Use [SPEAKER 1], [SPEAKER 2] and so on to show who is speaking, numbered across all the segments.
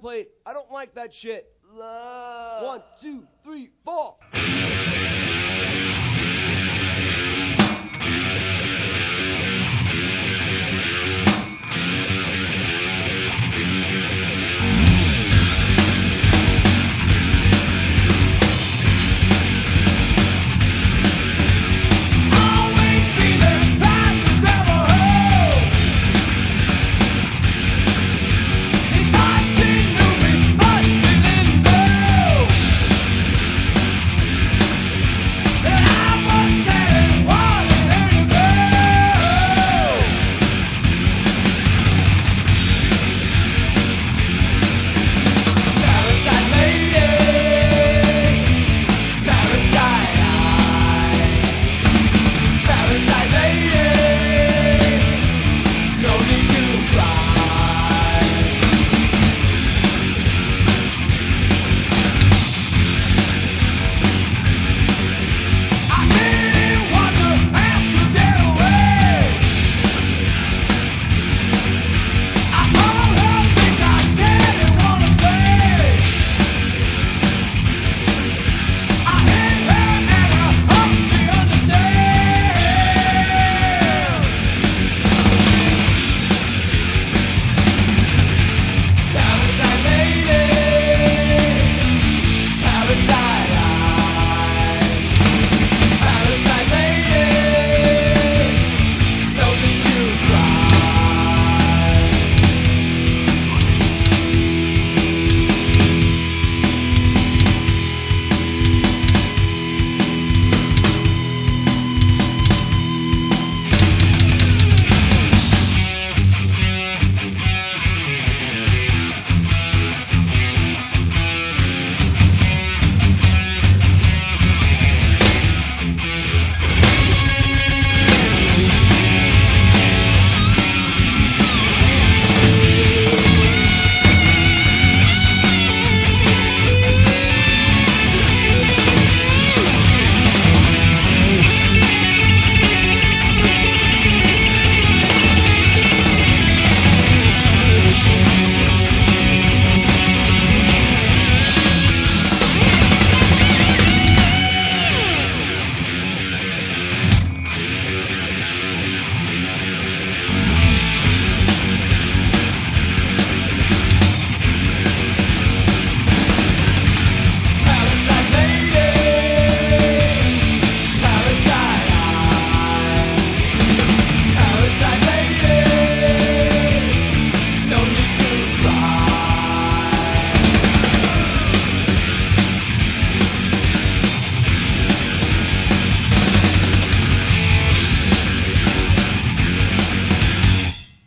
[SPEAKER 1] plate. I don't like that shit.
[SPEAKER 2] Love.
[SPEAKER 1] One, two, three, four.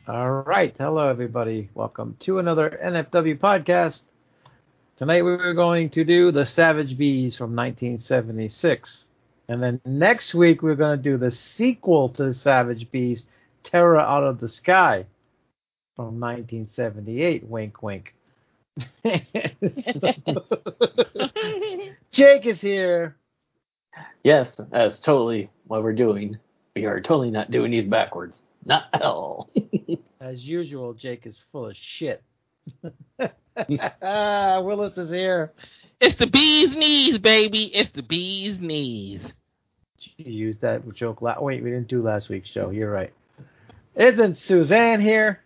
[SPEAKER 3] All right. Hello, everybody. Welcome to another NFW podcast. Tonight we were going to do The Savage Bees from 1976. And then next week we're going to do the sequel to The Savage Bees, Terror Out of the Sky from 1978. Wink, wink. Jake is here.
[SPEAKER 2] Yes, that's totally what we're doing. We are totally not doing these backwards. Not at all.
[SPEAKER 3] As usual, Jake is full of shit. Willis is here.
[SPEAKER 4] It's the bee's knees, baby. It's the bee's knees.
[SPEAKER 3] You used that joke. La- Wait, we didn't do last week's show. You're right. Isn't Suzanne here?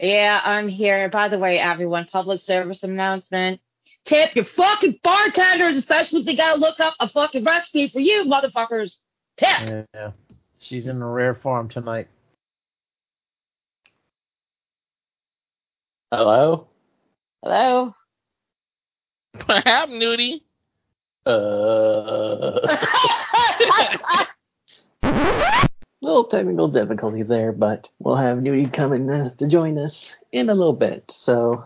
[SPEAKER 5] Yeah, I'm here. By the way, everyone, public service announcement. Tip your fucking bartenders, especially if they gotta look up a fucking recipe for you, motherfuckers. Tip.
[SPEAKER 3] Yeah. She's in a rare form tonight.
[SPEAKER 2] Hello?
[SPEAKER 5] Hello.
[SPEAKER 4] What happened, Nudie?
[SPEAKER 2] Uh, little technical difficulties there, but we'll have Nudie coming uh, to join us in a little bit. So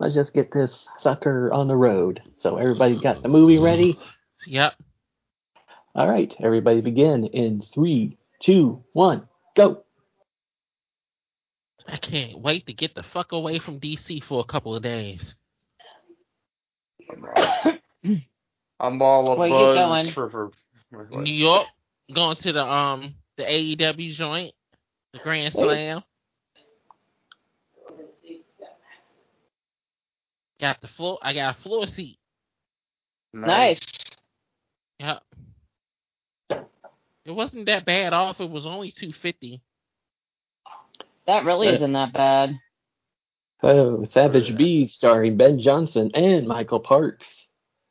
[SPEAKER 2] let's just get this sucker on the road. So everybody got the movie ready?
[SPEAKER 4] Yep.
[SPEAKER 2] All right, everybody begin in three, two, one, go.
[SPEAKER 4] I can't wait to get the fuck away from DC for a couple of days.
[SPEAKER 6] I'm all
[SPEAKER 5] Where you
[SPEAKER 6] abuzz
[SPEAKER 5] going?
[SPEAKER 6] for for. for-
[SPEAKER 4] New York, going to the um the AEW joint, the Grand Slam. Got the floor. I got a floor seat.
[SPEAKER 5] Nice.
[SPEAKER 4] Yep. It wasn't that bad off. It was only two fifty.
[SPEAKER 5] That really
[SPEAKER 2] Yeah.
[SPEAKER 5] isn't that bad.
[SPEAKER 2] Oh, Savage Bees starring Ben Johnson and Michael Parks.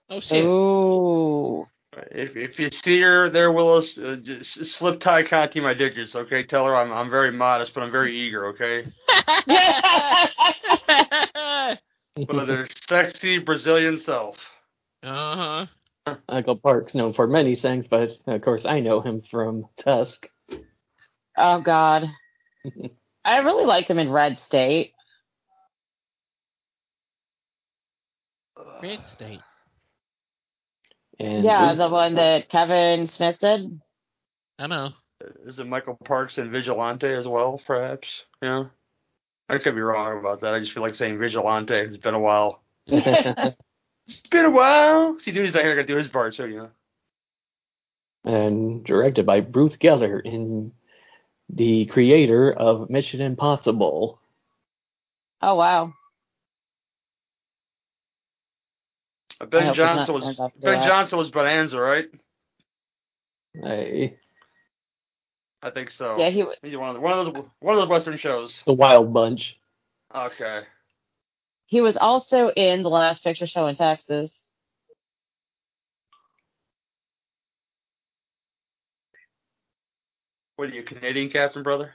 [SPEAKER 4] Oh shit.
[SPEAKER 5] Ooh.
[SPEAKER 6] If, if you see her there, Willow, s- uh, just slip tie Conti my digits, okay? Tell her I'm I'm very modest, but I'm very eager, okay?
[SPEAKER 5] That's
[SPEAKER 6] But their sexy Brazilian self.
[SPEAKER 4] uh huh.
[SPEAKER 2] Michael Parks, known for many things, but of course I know him from Tusk.
[SPEAKER 5] Oh God. I really liked him in Red State.
[SPEAKER 4] Red State.
[SPEAKER 2] And
[SPEAKER 5] yeah, the one that Kevin Smith did.
[SPEAKER 4] I know.
[SPEAKER 6] Is it Michael Parks and Vigilante as well, perhaps? Yeah. I could be wrong about that. I just feel like saying Vigilante. It's been a while. It's been a while. See, dude, he's not here to do his part, so, you know.
[SPEAKER 2] and directed by Bruce Geller, in the creator of Mission Impossible.
[SPEAKER 5] Oh wow. I
[SPEAKER 6] Uh, Ben
[SPEAKER 5] hope he's not
[SPEAKER 6] Johnson was
[SPEAKER 5] turned up to
[SPEAKER 6] Ben
[SPEAKER 5] that.
[SPEAKER 6] Johnson was Bonanza, right?
[SPEAKER 2] Hey,
[SPEAKER 6] I think so.
[SPEAKER 5] Yeah, he was.
[SPEAKER 6] He's one of the, one of those one of those Western shows.
[SPEAKER 2] the Wild Bunch.
[SPEAKER 6] Okay.
[SPEAKER 5] He was also in the last picture show in Texas.
[SPEAKER 6] What are you, Canadian Captain, brother?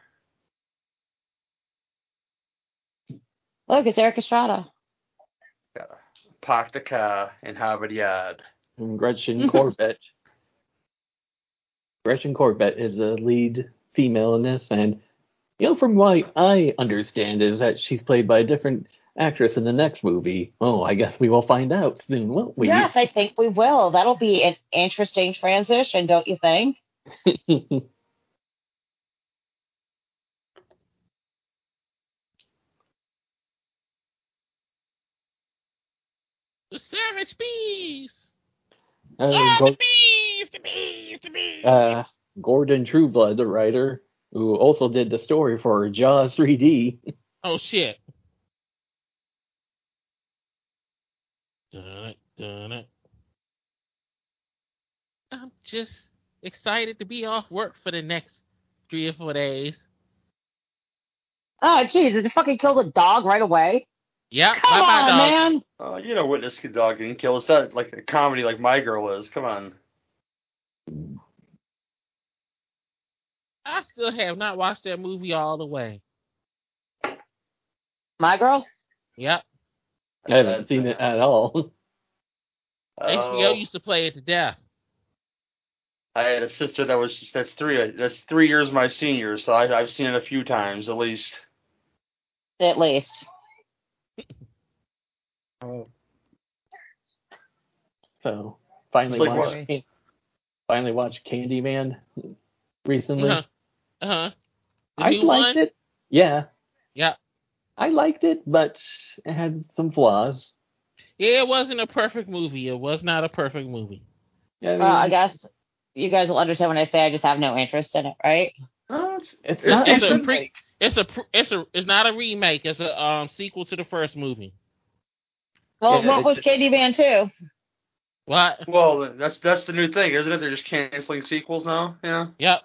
[SPEAKER 5] Look, it's Eric Estrada.
[SPEAKER 6] Yeah. Park the car in Harvard Yard.
[SPEAKER 2] And Gretchen Corbett. Gretchen Corbett is the lead female in this, and you know, from what I understand, is that she's played by a different actress in the next movie. Oh, I guess we will find out soon, won't we?
[SPEAKER 5] Yes, I think we will. That'll be an interesting transition, don't you think?
[SPEAKER 4] The Savage Bees.
[SPEAKER 2] Uh,
[SPEAKER 4] Oh,
[SPEAKER 2] Gor-
[SPEAKER 4] the bees, the bees, the bees.
[SPEAKER 2] uh, Gordon Trueblood, the writer, who also did the story for Jaws 3D.
[SPEAKER 4] oh shit. Dun, dun, dun. I'm just excited to be off work for the next three or four days.
[SPEAKER 5] Oh, jeez, did you fucking kill the dog right away?
[SPEAKER 4] Yep.
[SPEAKER 5] Come
[SPEAKER 4] bye-bye,
[SPEAKER 5] on,
[SPEAKER 4] dog.
[SPEAKER 5] man.
[SPEAKER 6] Oh, you know Witness Kid Dog Getting Killed. It's not like a comedy like My Girl is. Come on.
[SPEAKER 4] I still have not watched that movie all the way.
[SPEAKER 5] My girl.
[SPEAKER 4] Yep.
[SPEAKER 2] I haven't seen it at all.
[SPEAKER 6] Oh,
[SPEAKER 4] HBO used to play it to death.
[SPEAKER 6] Oh, I had a sister that was that's three that's three years my senior, so I, I've seen it a few times at least.
[SPEAKER 5] At least.
[SPEAKER 7] Oh,
[SPEAKER 2] So finally
[SPEAKER 6] It's like
[SPEAKER 2] watched finally watched Candyman recently.
[SPEAKER 4] Uh-huh. Uh-huh.
[SPEAKER 2] Mm-hmm.
[SPEAKER 4] The
[SPEAKER 2] I
[SPEAKER 4] new
[SPEAKER 2] liked
[SPEAKER 4] one?
[SPEAKER 2] it. Yeah,
[SPEAKER 4] Yeah.
[SPEAKER 2] I liked it, but it had some flaws.
[SPEAKER 4] Yeah, it wasn't a perfect movie. It was not a perfect movie.
[SPEAKER 2] I mean,
[SPEAKER 5] Well, I guess you guys will understand when I say I just have no interest in it, right?
[SPEAKER 6] Oh, it's,
[SPEAKER 2] it's
[SPEAKER 6] it's
[SPEAKER 2] not
[SPEAKER 4] it's a
[SPEAKER 2] a
[SPEAKER 4] pre- It's a pr- it's a it's not a remake. It's a um sequel to the first movie.
[SPEAKER 5] Well,
[SPEAKER 2] Yeah,
[SPEAKER 5] what
[SPEAKER 2] it-
[SPEAKER 5] was Candyman too?
[SPEAKER 4] What?
[SPEAKER 6] well, that's that's the new thing, isn't it? They're just canceling sequels now. Yeah.
[SPEAKER 4] Yep.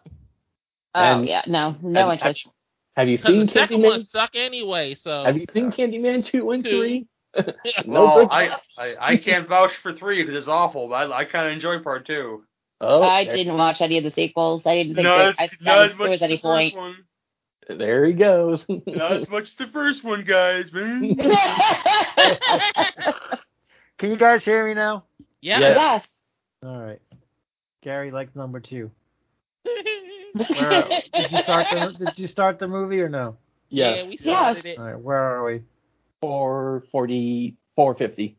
[SPEAKER 5] Oh
[SPEAKER 2] And-
[SPEAKER 5] yeah, no, no
[SPEAKER 2] and-
[SPEAKER 5] interest.
[SPEAKER 2] Have you
[SPEAKER 4] 'Cause
[SPEAKER 2] seen
[SPEAKER 4] the second one
[SPEAKER 2] Candyman?
[SPEAKER 4] suck anyway. So
[SPEAKER 2] Have you seen Candyman two and
[SPEAKER 4] Two.
[SPEAKER 2] three? no
[SPEAKER 6] Well,
[SPEAKER 2] good.
[SPEAKER 6] I, I I can't vouch for three because it's awful, but I, I kind of enjoy part two.
[SPEAKER 2] oh,
[SPEAKER 5] I
[SPEAKER 2] there-
[SPEAKER 5] didn't watch any of the sequels. I didn't think
[SPEAKER 6] not,
[SPEAKER 5] they, I,
[SPEAKER 6] not
[SPEAKER 5] I
[SPEAKER 6] as much
[SPEAKER 5] didn't there
[SPEAKER 6] as
[SPEAKER 5] was
[SPEAKER 6] the
[SPEAKER 5] any
[SPEAKER 6] first
[SPEAKER 5] point.
[SPEAKER 6] one.
[SPEAKER 2] There he goes.
[SPEAKER 6] Not as much as the first one, guys. Man.
[SPEAKER 7] Can you guys hear me now?
[SPEAKER 4] yeah.
[SPEAKER 2] Yeah.
[SPEAKER 5] yes.
[SPEAKER 7] All right. Gary liked number two. Where did you start the Did you start the movie or no?
[SPEAKER 4] yeah.
[SPEAKER 2] yeah,
[SPEAKER 4] we started
[SPEAKER 5] Yes.
[SPEAKER 4] it.
[SPEAKER 7] All right. Where are we?
[SPEAKER 2] four forty, four fifty.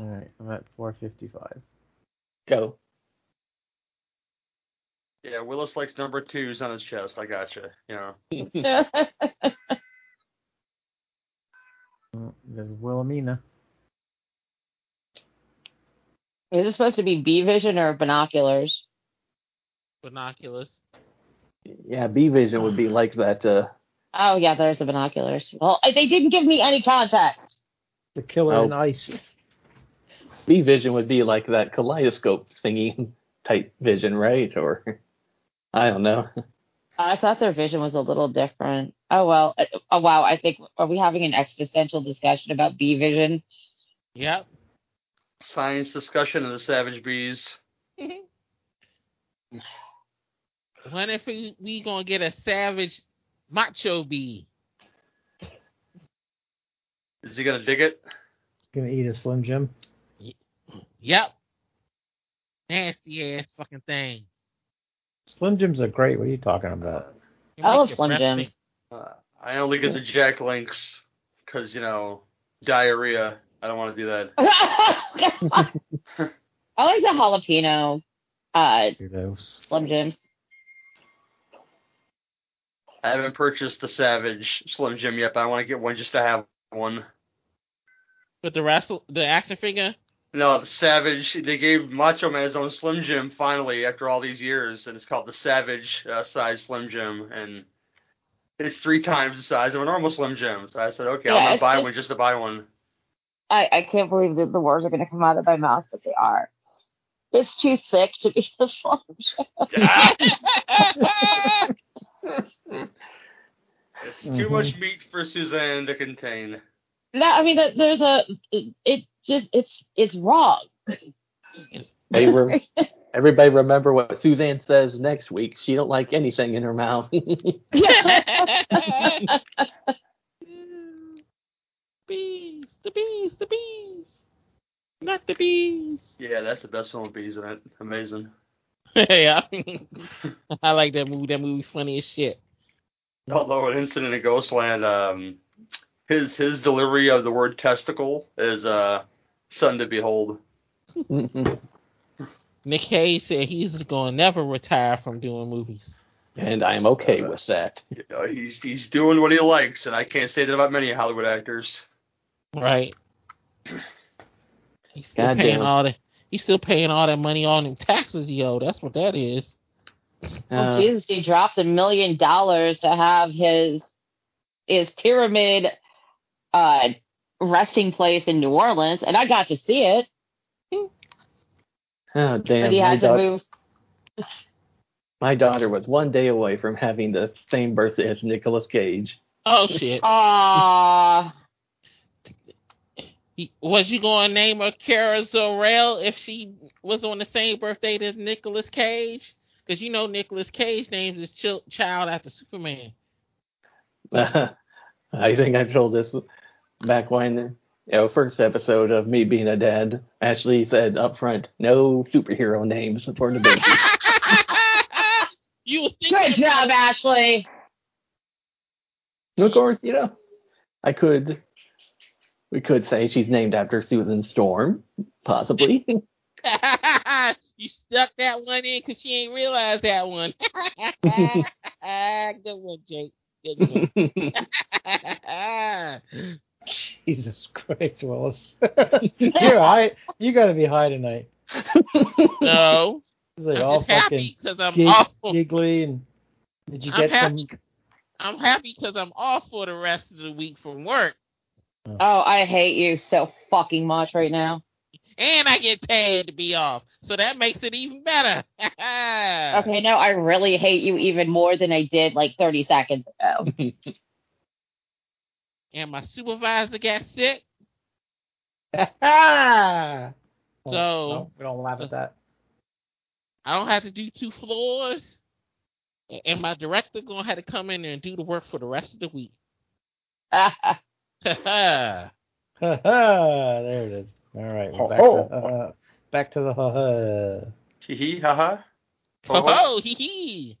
[SPEAKER 7] All right. I'm at 4:55.
[SPEAKER 2] Go.
[SPEAKER 6] Yeah, Willis likes number twos on his chest. I gotcha. You know,
[SPEAKER 7] Oh, There's Wilhelmina.
[SPEAKER 5] Is it supposed to be B vision or binoculars?
[SPEAKER 4] Binoculars.
[SPEAKER 2] Yeah, B Vision would be like that. Uh,
[SPEAKER 5] uh, Oh yeah, there's the binoculars. Well, I- they didn't give me any context.
[SPEAKER 7] The killer
[SPEAKER 2] Oh.
[SPEAKER 7] in ice.
[SPEAKER 2] B vision would be like that kaleidoscope thingy type vision, right? Or I don't know.
[SPEAKER 5] I thought their vision was a little different. Oh well. Uh, Oh wow. I think are we having an existential discussion about bee vision?
[SPEAKER 4] Yep.
[SPEAKER 6] Science discussion of the Savage Bees.
[SPEAKER 4] When if we, we gonna get a savage macho bee?
[SPEAKER 6] Is he gonna dig it?
[SPEAKER 7] Gonna eat a Slim Jim.
[SPEAKER 4] Yep. Nasty ass fucking things.
[SPEAKER 7] Slim Jims are great. What are you talking about?
[SPEAKER 4] It
[SPEAKER 5] I
[SPEAKER 4] makes
[SPEAKER 5] love
[SPEAKER 4] your
[SPEAKER 5] Slim
[SPEAKER 4] breath
[SPEAKER 5] Jims.
[SPEAKER 4] stink.
[SPEAKER 6] Uh, I only get the Jack Links because you know diarrhea. I don't want to do that.
[SPEAKER 5] I like the jalapeno uh
[SPEAKER 7] Weirdos.
[SPEAKER 5] Slim Jims.
[SPEAKER 6] I haven't purchased the Savage Slim Jim yet, but I want to get one just to have one.
[SPEAKER 4] But the wrestle, the action figure.
[SPEAKER 6] No, the Savage. They gave Macho Man his own Slim Jim finally after all these years, and it's called the Savage uh, size Slim Jim, and it's three times the size of a normal Slim Jim. So I said, okay,
[SPEAKER 5] Yeah,
[SPEAKER 6] I'm gonna
[SPEAKER 5] it's
[SPEAKER 6] buy
[SPEAKER 5] just-
[SPEAKER 6] one just to buy one.
[SPEAKER 5] I, I can't believe that the words are going to come out of my mouth, but they are. It's too thick to be the slum.
[SPEAKER 6] Ah, it's too
[SPEAKER 4] Mm-hmm.
[SPEAKER 7] Mhm.
[SPEAKER 6] much meat for Suzanne to contain.
[SPEAKER 5] No, I mean there- there's a it, it just it's it's wrong.
[SPEAKER 2] Hey, re- everybody remember what Suzanne says next week. She don't like anything in her mouth.
[SPEAKER 4] bees, the bees, the bees, not the bees.
[SPEAKER 6] Yeah, that's the best one with bees in it. Amazing.
[SPEAKER 4] yeah, I like that movie. That movie funny as shit.
[SPEAKER 6] Although an Oh, incident in Ghostland, um, his his delivery of the word testicle is uh, son to behold.
[SPEAKER 4] Nick Cage said he's going to never retire from doing movies.
[SPEAKER 2] and I am okay with that.
[SPEAKER 6] You know, Uh, he's he's doing what he likes, and I can't say that about many Hollywood actors.
[SPEAKER 4] Right. He's still
[SPEAKER 2] God
[SPEAKER 4] paying
[SPEAKER 2] damn.
[SPEAKER 4] all that. He's still paying all that money on them taxes, yo. That's what that is.
[SPEAKER 5] Well,
[SPEAKER 2] Uh,
[SPEAKER 5] Oh, Jesus, he dropped a million dollars to have his his pyramid uh resting place in New Orleans, and I got to see it,
[SPEAKER 2] oh
[SPEAKER 5] but
[SPEAKER 2] damn!
[SPEAKER 5] he
[SPEAKER 2] My,
[SPEAKER 5] had to
[SPEAKER 2] daugh-
[SPEAKER 5] move.
[SPEAKER 2] my daughter was one day away from having the same birthday as Nicolas Cage.
[SPEAKER 4] Oh shit.
[SPEAKER 5] Ah,
[SPEAKER 4] He- Was you going to name her Kara Zor-El if she was on the same birthday as Nicolas Cage? Because you know Nicolas Cage names his chil- child after Superman.
[SPEAKER 2] I think I told this back when you know first episode of me being a dad. Ashley said up front, "No superhero names for the baby."
[SPEAKER 4] you was thinking
[SPEAKER 5] good job, Ashley.
[SPEAKER 2] And of course, you know, I could, we could say she's named after Susan Storm, possibly.
[SPEAKER 4] you stuck that one in because she ain't realized that one. Good one, Jake. Good one.
[SPEAKER 7] Jesus Christ, Willis. You're high. You gotta be high tonight.
[SPEAKER 4] no,
[SPEAKER 7] It's like
[SPEAKER 4] I'm
[SPEAKER 7] all fucking
[SPEAKER 4] just happy because I'm
[SPEAKER 7] gig-
[SPEAKER 4] awful.
[SPEAKER 7] giggly and. Did you
[SPEAKER 4] I'm
[SPEAKER 7] get
[SPEAKER 4] happy.
[SPEAKER 7] some?
[SPEAKER 4] I'm happy because I'm off for the rest of the week from work,
[SPEAKER 5] Oh, I hate you so fucking much right now.
[SPEAKER 4] and I get paid to be off, so that makes it even better.
[SPEAKER 5] Okay, now I really hate you even more than I did like 30 seconds ago.
[SPEAKER 4] And my supervisor got sick,
[SPEAKER 7] Ah!
[SPEAKER 4] So- uh,
[SPEAKER 7] No, we don't laugh at that.
[SPEAKER 4] I don't have to do two floors, a- and my director gonna have to come in there and do the work for the rest of the week.
[SPEAKER 7] Ha ha! There it is. All right, we're back,
[SPEAKER 6] Ho,
[SPEAKER 7] to, uh, back to the ha ha.
[SPEAKER 6] Hee hee, ha ha.
[SPEAKER 4] Ho
[SPEAKER 6] Ho, ho.
[SPEAKER 4] ho, Oh, hee hee.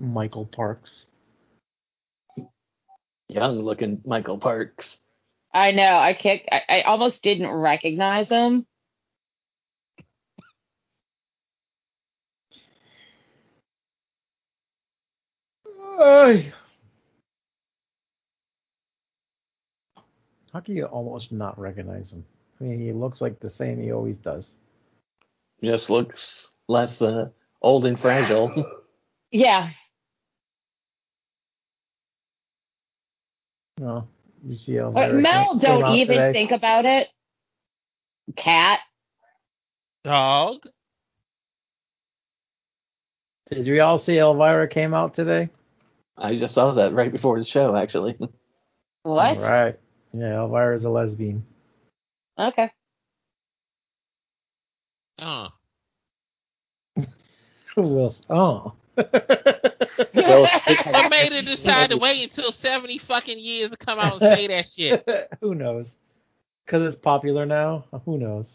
[SPEAKER 7] Michael Parks.
[SPEAKER 2] Young looking Michael Parks.
[SPEAKER 5] I know. I can't. I, I almost didn't recognize him.
[SPEAKER 7] How can you almost not recognize him? I mean, he looks like the same he always does.
[SPEAKER 2] Just looks less uh, old and fragile.
[SPEAKER 5] Yeah.
[SPEAKER 7] Well, you see how
[SPEAKER 5] But Mel don't even think about it. Cat.
[SPEAKER 4] Dog.
[SPEAKER 7] Did we all see Elvira came out today?
[SPEAKER 2] I just saw that right before the show, actually.
[SPEAKER 5] What?
[SPEAKER 7] Right. Yeah, Elvira's a lesbian.
[SPEAKER 5] Okay.
[SPEAKER 4] Uh,
[SPEAKER 7] Wills. Oh.
[SPEAKER 2] Well,
[SPEAKER 4] what made her decide to wait until seventy fucking years to come out and say that shit?
[SPEAKER 7] Who knows? Because it's popular now. Who knows?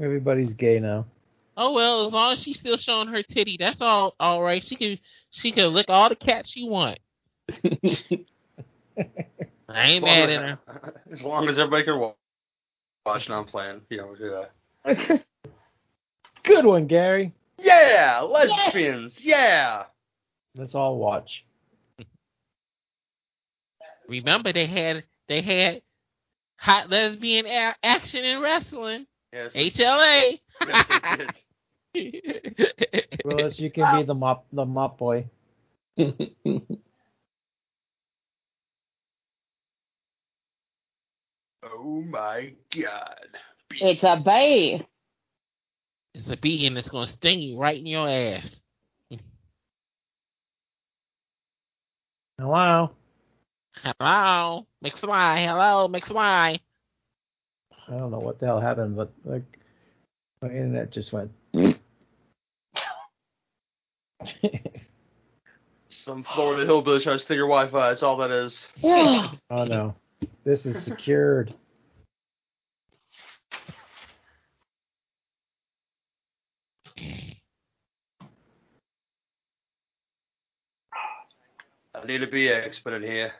[SPEAKER 7] Everybody's gay now.
[SPEAKER 4] Oh well, as long as she's still showing her titty, that's all. All right, she can she can lick all the cats she want. I ain't mad at her.
[SPEAKER 6] As long as everybody can wa- watch, and I'm playing, you know, do that.
[SPEAKER 7] Good one, Gary.
[SPEAKER 6] Yeah, lesbians. Yeah.
[SPEAKER 7] Let's all watch.
[SPEAKER 4] Remember they had they had hot lesbian a- action in wrestling.
[SPEAKER 6] Yes.
[SPEAKER 4] HLA.
[SPEAKER 6] yes, they did.
[SPEAKER 7] Willis, you can be the mop the mop boy.
[SPEAKER 6] Oh my god.
[SPEAKER 5] It's a bee.
[SPEAKER 4] it's a being that's gonna sting you right in your ass.
[SPEAKER 7] Hello.
[SPEAKER 4] Hello, McFly. Hello, McFly.
[SPEAKER 7] I don't know what the hell happened, but like my internet just went.
[SPEAKER 6] Some Florida hillbilly tries to steal your Wi-Fi. That's all that is.
[SPEAKER 5] Yeah.
[SPEAKER 7] oh no. This is secured.
[SPEAKER 6] I need to be an expert in here.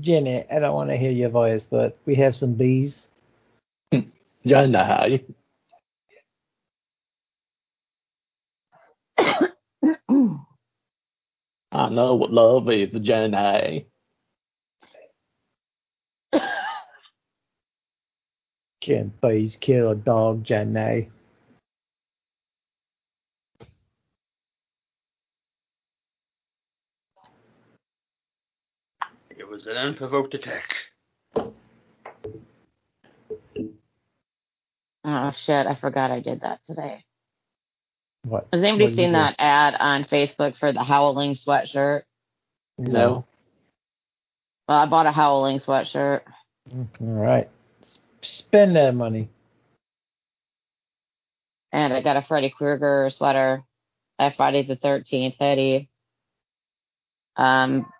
[SPEAKER 7] Jenny, I don't want to hear your voice, but we have some bees.
[SPEAKER 2] John, nah, you- I know what love is, John. I.
[SPEAKER 7] Can bees kill a dog, Jenny?
[SPEAKER 6] It was an unprovoked attack.
[SPEAKER 5] oh shit! I forgot I did that today.
[SPEAKER 7] What?
[SPEAKER 5] Has
[SPEAKER 7] What
[SPEAKER 5] anybody
[SPEAKER 7] you
[SPEAKER 5] seen
[SPEAKER 7] do?
[SPEAKER 5] that ad on Facebook for the Howling sweatshirt?
[SPEAKER 2] No.
[SPEAKER 5] Well, I bought a Howling sweatshirt.
[SPEAKER 7] Mm, All right. S- Spend that money.
[SPEAKER 5] and I got a Freddy Krueger sweater, a Friday the 13th hoodie, um,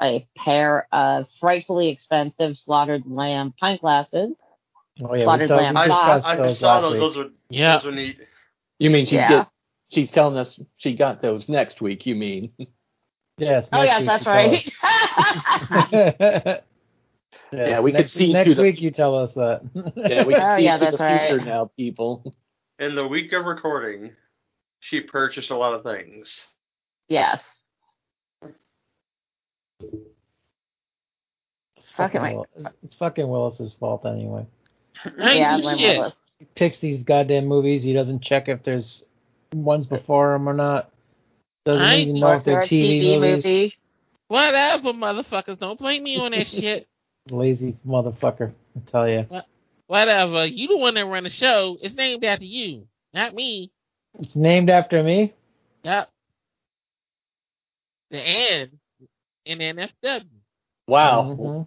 [SPEAKER 5] a pair of frightfully expensive slaughtered lamb pint glasses.
[SPEAKER 7] Oh yeah, we,
[SPEAKER 5] Slaughtered
[SPEAKER 7] talked,
[SPEAKER 5] lamb
[SPEAKER 7] we
[SPEAKER 5] sauce.
[SPEAKER 7] discussed
[SPEAKER 6] I, I
[SPEAKER 7] those
[SPEAKER 6] saw
[SPEAKER 7] last
[SPEAKER 6] those.
[SPEAKER 7] week.
[SPEAKER 6] Those were
[SPEAKER 4] Yeah.
[SPEAKER 6] those were neat.
[SPEAKER 2] You mean she
[SPEAKER 5] Yeah.
[SPEAKER 2] get? She's telling us she got those next week. You mean?
[SPEAKER 7] Yes.
[SPEAKER 5] Oh,
[SPEAKER 7] next
[SPEAKER 5] yes,
[SPEAKER 7] week
[SPEAKER 5] that's
[SPEAKER 7] you tell
[SPEAKER 5] right.
[SPEAKER 7] us. Yes,
[SPEAKER 2] Yeah, we could
[SPEAKER 7] next,
[SPEAKER 2] see into
[SPEAKER 7] next
[SPEAKER 2] the-
[SPEAKER 7] week. You tell us that.
[SPEAKER 2] Yeah, we can
[SPEAKER 5] Oh,
[SPEAKER 2] see
[SPEAKER 5] yeah,
[SPEAKER 2] into the
[SPEAKER 5] that's right.
[SPEAKER 2] future now, people.
[SPEAKER 6] In the week of recording, she purchased a lot of things.
[SPEAKER 5] yes.
[SPEAKER 7] It's fucking,
[SPEAKER 5] Fucking right.
[SPEAKER 7] Will- it's fucking Willis's fault anyway.
[SPEAKER 4] Ain't
[SPEAKER 5] yeah,
[SPEAKER 4] do
[SPEAKER 5] blame
[SPEAKER 4] shit.
[SPEAKER 5] Willis.
[SPEAKER 7] He picks these goddamn movies. He doesn't check if there's ones before him or not. Doesn't
[SPEAKER 4] I
[SPEAKER 7] even
[SPEAKER 4] ain't
[SPEAKER 7] know
[SPEAKER 5] Or
[SPEAKER 7] if they're
[SPEAKER 5] a
[SPEAKER 7] TV, movies.
[SPEAKER 5] movie.
[SPEAKER 4] Whatever, motherfuckers. Don't blame me on that shit.
[SPEAKER 7] Lazy motherfucker, I tell you.
[SPEAKER 4] Whatever. You the one that run the show. It's named after you, not me.
[SPEAKER 7] It's named after me.
[SPEAKER 4] Yep. The end in NFW.
[SPEAKER 2] Wow.
[SPEAKER 7] Mhm.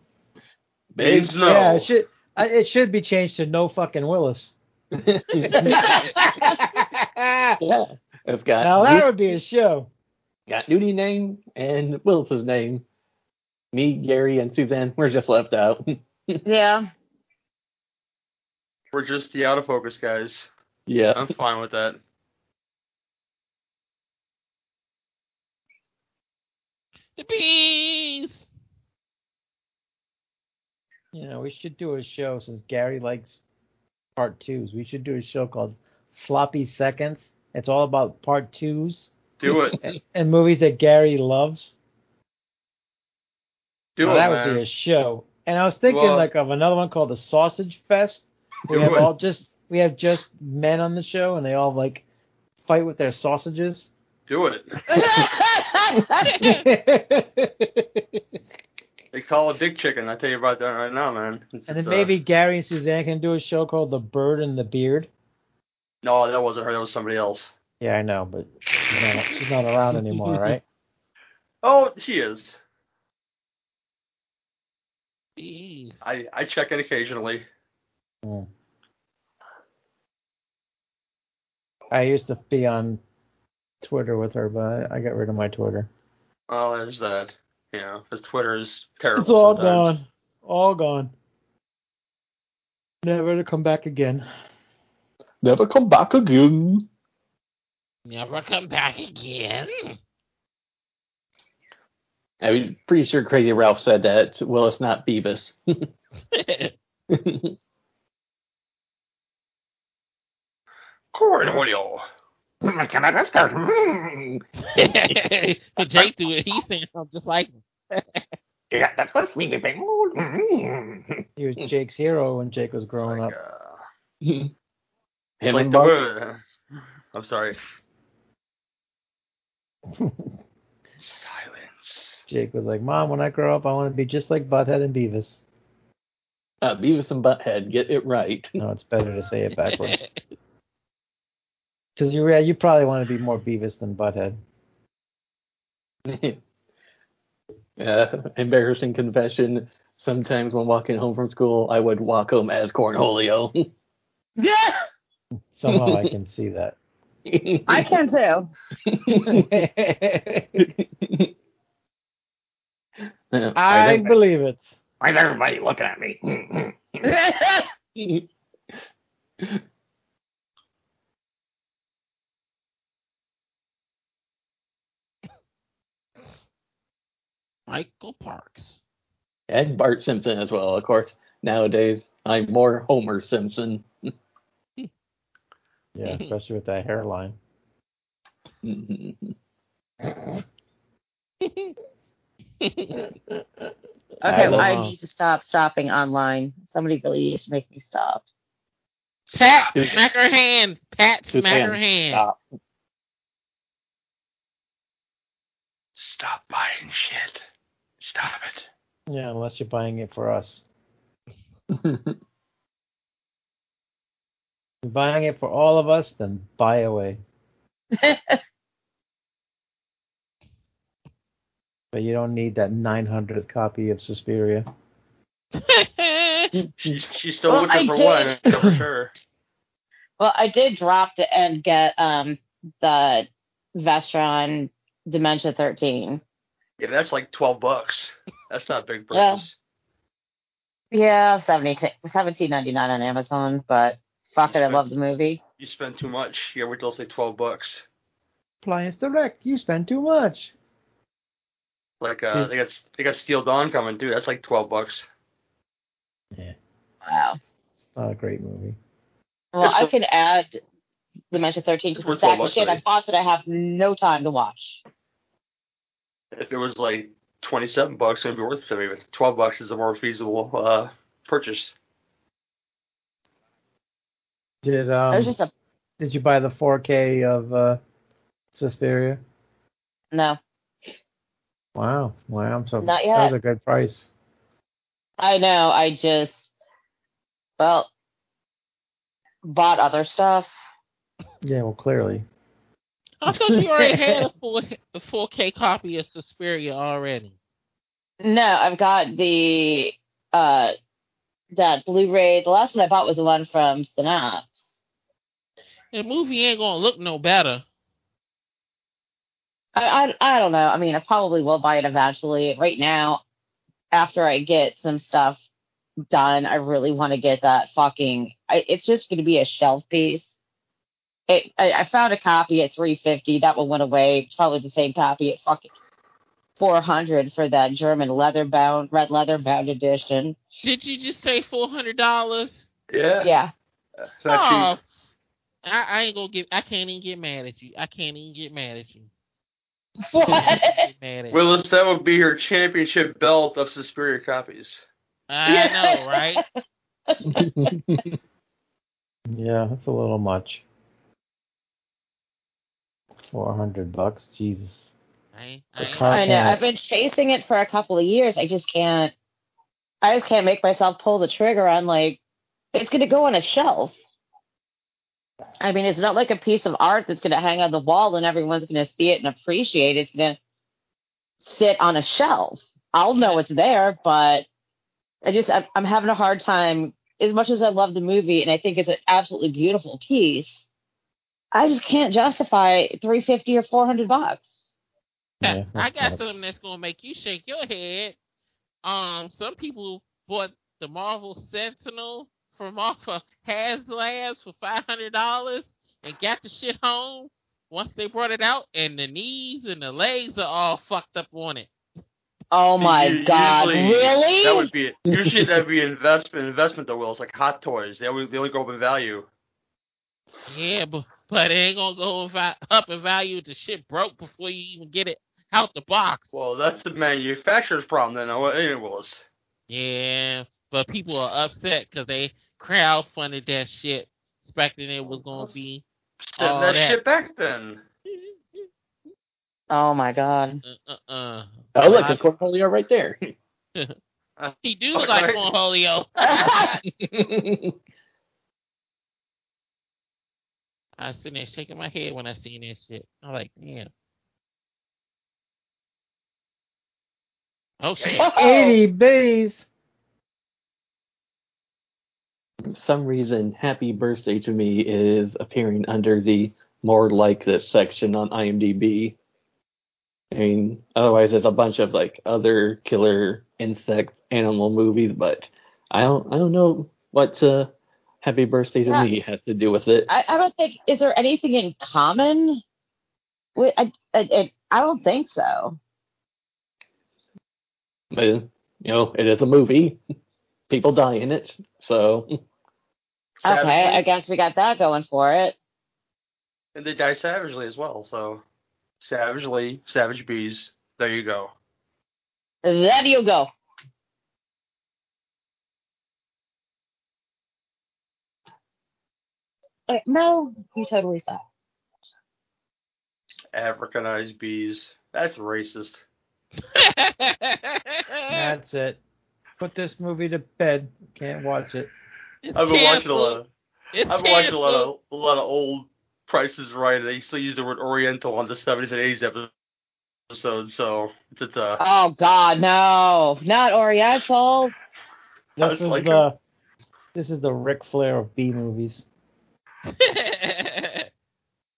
[SPEAKER 2] Big-
[SPEAKER 6] Means no.
[SPEAKER 7] Yeah, it should I, it should be changed to no fucking Willis.
[SPEAKER 5] Mm-hmm.
[SPEAKER 2] yeah. It's got
[SPEAKER 7] Now that
[SPEAKER 2] Newt-
[SPEAKER 7] would be a show.
[SPEAKER 2] got Nudie's name and Willis's name. Me, Gary, and Suzanne were just left out.
[SPEAKER 5] Yeah.
[SPEAKER 6] We're just the out of focus guys.
[SPEAKER 2] yeah.
[SPEAKER 6] I'm fine with that.
[SPEAKER 4] The bees.
[SPEAKER 7] You know, we should do a show since Gary likes part twos. We should do a show called Sloppy Seconds. It's all about part twos
[SPEAKER 6] Do it.
[SPEAKER 7] and, and movies that Gary loves.
[SPEAKER 6] Do
[SPEAKER 7] Now,
[SPEAKER 6] it,
[SPEAKER 7] that
[SPEAKER 6] man.
[SPEAKER 7] would be a show. And I was thinking
[SPEAKER 6] Well-
[SPEAKER 7] like of another one called the Sausage Fest. We
[SPEAKER 6] Do
[SPEAKER 7] have
[SPEAKER 6] it.
[SPEAKER 7] all just we have just men on the show and they all like fight with their sausages?
[SPEAKER 6] Do it.
[SPEAKER 5] That's
[SPEAKER 6] They call it dick chicken. I tell you about that right now, man. It's,
[SPEAKER 7] And then
[SPEAKER 6] uh,
[SPEAKER 7] maybe Gary and Suzanne can do a show called The Bird and the Beard.
[SPEAKER 6] no, that wasn't her. That was somebody else.
[SPEAKER 7] Yeah, I know, but she's not, she's not around anymore, right?
[SPEAKER 6] Oh, she is.
[SPEAKER 4] Jeez.
[SPEAKER 6] I I check it occasionally.
[SPEAKER 7] Mm. I used to be on Twitter with her, but I got rid of my Twitter.
[SPEAKER 6] Oh, there's that. You know, because Twitter is terrible.
[SPEAKER 7] It's all
[SPEAKER 6] sometimes.
[SPEAKER 7] gone. All gone. Never to come back again.
[SPEAKER 2] Never come back again.
[SPEAKER 4] Never come back again.
[SPEAKER 2] I was pretty sure Crazy Ralph said that. Well, it's not Beavis.
[SPEAKER 6] Cornholio.
[SPEAKER 4] but Jake do it. He sounds just like him.
[SPEAKER 7] He
[SPEAKER 6] Hmm.
[SPEAKER 7] was Jake's hero when Jake was
[SPEAKER 5] Oh,
[SPEAKER 7] growing
[SPEAKER 6] Like, uh,
[SPEAKER 7] up.
[SPEAKER 2] Him
[SPEAKER 6] like
[SPEAKER 2] and
[SPEAKER 6] the
[SPEAKER 2] Bart.
[SPEAKER 6] word. I'm sorry. Silence.
[SPEAKER 7] Jake was like, Mom, when I grow up, I want to be just like Butthead and Beavis.
[SPEAKER 2] Uh, Beavis and Butthead, get it right.
[SPEAKER 7] No, it's better to say it backwards. Because you're right, you probably want to be more Beavis than Butthead.
[SPEAKER 2] uh, embarrassing confession. Sometimes when walking home from school, I would walk home as Cornholio.
[SPEAKER 5] yeah,
[SPEAKER 7] Somehow I can see that.
[SPEAKER 5] I can too.
[SPEAKER 2] Yeah,
[SPEAKER 7] I
[SPEAKER 2] don't-
[SPEAKER 7] believe it.
[SPEAKER 6] Why's everybody looking at me?
[SPEAKER 4] Michael Parks.
[SPEAKER 2] and Bart Simpson as well, of course. Nowadays, I'm more Homer Simpson.
[SPEAKER 7] Yeah, especially with that hairline.
[SPEAKER 5] Okay,
[SPEAKER 2] I don't
[SPEAKER 5] I
[SPEAKER 7] know.
[SPEAKER 5] need to stop shopping online. Somebody really needs to make me stop.
[SPEAKER 4] Pat,
[SPEAKER 2] Dude.
[SPEAKER 4] smack her hand. Pat,
[SPEAKER 2] Suzanne,
[SPEAKER 4] smack her hand. Ah,
[SPEAKER 2] stop.
[SPEAKER 6] Stop buying shit. Stop it.
[SPEAKER 7] Yeah, unless you're buying it for us. If you're buying it for all of us, then buy away. But you don't need that 900th copy of Suspiria.
[SPEAKER 6] She, she's still
[SPEAKER 5] Hmm. Well,
[SPEAKER 6] looking
[SPEAKER 5] I
[SPEAKER 6] for
[SPEAKER 5] did.
[SPEAKER 6] one, for sure.
[SPEAKER 5] Well, I did drop to and get um the Vestron Dementia 13.
[SPEAKER 6] Yeah, but that's like 12 bucks. That's not a big
[SPEAKER 5] Yeah.
[SPEAKER 6] purchase.
[SPEAKER 5] Yeah, 70 17.99 on Amazon, but fuck it, I love the movie.
[SPEAKER 6] You spend too much. Yeah, we're literally 12 bucks.
[SPEAKER 7] Appliance Direct, you spend too much.
[SPEAKER 6] Like
[SPEAKER 5] Hmm.
[SPEAKER 6] uh, they got they got Steel Dawn coming too. That's like 12 bucks.
[SPEAKER 5] Wow.
[SPEAKER 7] Not a Oh, great movie.
[SPEAKER 5] Well, I can add Dementia 13 to
[SPEAKER 6] It's
[SPEAKER 5] the
[SPEAKER 6] worth
[SPEAKER 5] stack
[SPEAKER 6] so
[SPEAKER 5] of
[SPEAKER 6] much
[SPEAKER 5] shit I
[SPEAKER 6] money.
[SPEAKER 5] bought that I have no time to watch.
[SPEAKER 6] If it was like 27 bucks, it'd be worth it. Maybe 12 bucks is a more feasible uh, purchase.
[SPEAKER 7] Did
[SPEAKER 5] There's
[SPEAKER 7] um
[SPEAKER 5] just a
[SPEAKER 7] did you buy the 4K of uh, Suspiria?
[SPEAKER 5] no.
[SPEAKER 7] Wow, wow, I'm so
[SPEAKER 5] Not
[SPEAKER 7] that
[SPEAKER 5] yet.
[SPEAKER 7] was a good price.
[SPEAKER 5] I know. I just well bought other stuff.
[SPEAKER 7] Yeah, well, clearly.
[SPEAKER 4] I thought you already had a full a full K copy of Suspiria already.
[SPEAKER 5] No, I've got the uh that Blu-ray. The last one I bought was the one from Synapse.
[SPEAKER 4] The movie ain't gonna look no better.
[SPEAKER 5] I, I I don't know. I mean, I probably will buy it eventually. Right now, after I get some stuff done, I really want to get that fucking. I, it's just going to be a shelf piece. It, I, I found a copy at 350. That one went away. It's Probably the same copy at fucking 400 for that German leather bound, red leather bound edition.
[SPEAKER 4] Did you just say four hundred dollars?
[SPEAKER 6] Yeah.
[SPEAKER 5] Yeah.
[SPEAKER 6] It's not cheap.
[SPEAKER 4] Oh, I, I ain't gonna get. I can't even get mad at you. I can't even get mad at you. I
[SPEAKER 5] What?
[SPEAKER 4] can't get mad at you.
[SPEAKER 6] Willis, that would be your championship belt of Suspiria copies.
[SPEAKER 4] I know, right?
[SPEAKER 7] Yeah, that's a little much. Four hundred bucks, Jesus.
[SPEAKER 4] I ain't, I ain't,
[SPEAKER 7] car-
[SPEAKER 5] I know.
[SPEAKER 7] Okay.
[SPEAKER 5] I've been chasing it for a couple of years. I just can't. I just can't make myself pull the trigger on like it's going to go on a shelf. I mean, it's not like a piece of art that's going to hang on the wall and everyone's going to see it and appreciate it. It's going to sit on a shelf. I'll know it's there, but I just I'm, I'm having a hard time. As much as I love the movie and I think it's an absolutely beautiful piece, I just can't justify 350 or 400 bucks.
[SPEAKER 7] Yeah,
[SPEAKER 4] I
[SPEAKER 7] that's
[SPEAKER 4] got
[SPEAKER 7] nuts.
[SPEAKER 4] something that's gonna make you shake your head. Um, some people bought the Marvel Sentinel from off of Haslabs for five hundred dollars and got the shit home once they brought it out, and the knees and the legs are all fucked up on it.
[SPEAKER 5] Oh
[SPEAKER 6] See,
[SPEAKER 5] my
[SPEAKER 6] u-
[SPEAKER 5] god!
[SPEAKER 6] usually
[SPEAKER 5] Really?
[SPEAKER 6] That would be usually that would be investment investment though. Will it's like hot toys. They only, they only go up in value.
[SPEAKER 4] Yeah, but but it ain't gonna go in va- up in value. The shit broke before you even get it out the box.
[SPEAKER 6] Well, that's the manufacturer's problem then. uh, Anyway, Willis.
[SPEAKER 4] Yeah, but people are upset because they crowdfunded that shit, expecting it was gonna be
[SPEAKER 6] Send
[SPEAKER 4] Oh,
[SPEAKER 6] that
[SPEAKER 4] that-
[SPEAKER 6] shit back then.
[SPEAKER 5] oh my god!
[SPEAKER 4] Uh, uh, uh.
[SPEAKER 2] Oh, look,
[SPEAKER 4] I-
[SPEAKER 2] a portfolio right there.
[SPEAKER 4] he do
[SPEAKER 6] Fuck,
[SPEAKER 4] like
[SPEAKER 6] right?
[SPEAKER 4] Cornholio.
[SPEAKER 2] That's
[SPEAKER 4] I was sitting there shaking my head when I seen that shit. I'm like, damn. Oh shit!
[SPEAKER 7] Eighty bitties.
[SPEAKER 2] For some reason, Happy Birthday to Me is appearing under the more like this section on IMDb. I mean, otherwise, there's a bunch of like other killer insect animal movies, but I don't, I don't know what uh, Happy Birthday to
[SPEAKER 5] Yeah.
[SPEAKER 2] Me has to do with it.
[SPEAKER 5] I, I don't think is there anything in common. With, I, I, I I don't think so.
[SPEAKER 2] But you know, it is a movie. People die in it, so
[SPEAKER 5] Okay,
[SPEAKER 6] Savagely.
[SPEAKER 5] I guess we got that going for it.
[SPEAKER 6] And they die savagely as well. So savagely, savage bees. There you go.
[SPEAKER 5] There you go. Uh, No, you totally stop.
[SPEAKER 6] Africanized bees. That's racist.
[SPEAKER 4] uh,
[SPEAKER 7] That's it. Put this movie to bed. Can't watch it.
[SPEAKER 4] It's
[SPEAKER 6] I've been watching a
[SPEAKER 4] canceled.
[SPEAKER 6] lot. Of,
[SPEAKER 4] It's
[SPEAKER 6] I've been watching a lot
[SPEAKER 4] canceled.
[SPEAKER 6] of a lot of old Prices Right. They still use the word Oriental on the seventies and eighties episodes. So it's it's uh,
[SPEAKER 5] Oh God, no, not Oriental.
[SPEAKER 6] I
[SPEAKER 7] This
[SPEAKER 6] was
[SPEAKER 7] is
[SPEAKER 6] like,
[SPEAKER 7] the this is the Ric Flair of B movies.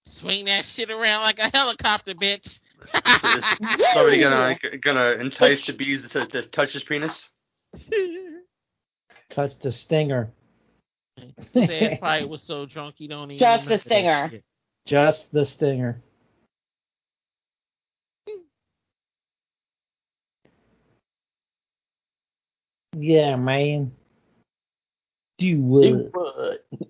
[SPEAKER 4] Swing that shit around like a helicopter, bitch.
[SPEAKER 6] Is somebody gonna gonna entice
[SPEAKER 5] It's-
[SPEAKER 6] the bees to, to touch his penis?
[SPEAKER 7] Touch the stinger.
[SPEAKER 4] His ass probably was so drunk he don't even.
[SPEAKER 5] Just the
[SPEAKER 4] remember that
[SPEAKER 5] stinger.
[SPEAKER 4] shit.
[SPEAKER 7] Just the stinger. Yeah, man. Do
[SPEAKER 2] do
[SPEAKER 7] what?
[SPEAKER 2] what?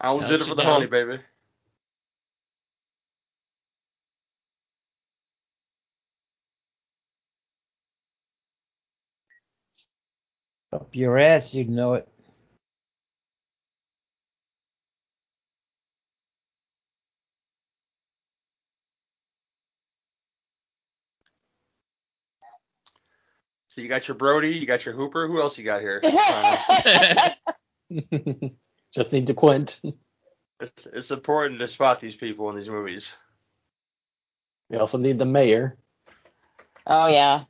[SPEAKER 6] I only
[SPEAKER 4] Don't
[SPEAKER 6] did it
[SPEAKER 4] you
[SPEAKER 6] for the
[SPEAKER 4] know?
[SPEAKER 6] honey, baby.
[SPEAKER 7] Up your ass, you'd know it.
[SPEAKER 6] So you got your Brody, you got your Hooper. Who else you got here? Uh,
[SPEAKER 5] That's
[SPEAKER 2] Just need to quit.
[SPEAKER 6] it's, it's important to spot these people in these movies.
[SPEAKER 2] We also need the mayor.
[SPEAKER 5] oh yeah.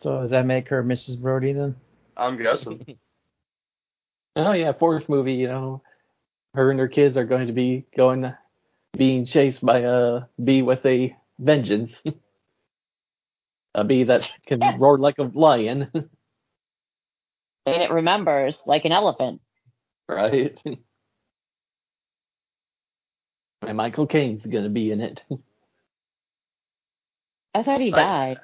[SPEAKER 7] So does that make her Mrs. Brody then?
[SPEAKER 6] I'm guessing.
[SPEAKER 2] Oh yeah, fourth movie. You know, her and her kids are going to be going, being chased by a bee with a vengeance. a bee that can roar like a lion,
[SPEAKER 5] And it remembers like an elephant.
[SPEAKER 2] right? And Michael Caine's gonna be in it.
[SPEAKER 5] I thought he
[SPEAKER 6] Right.
[SPEAKER 5] died.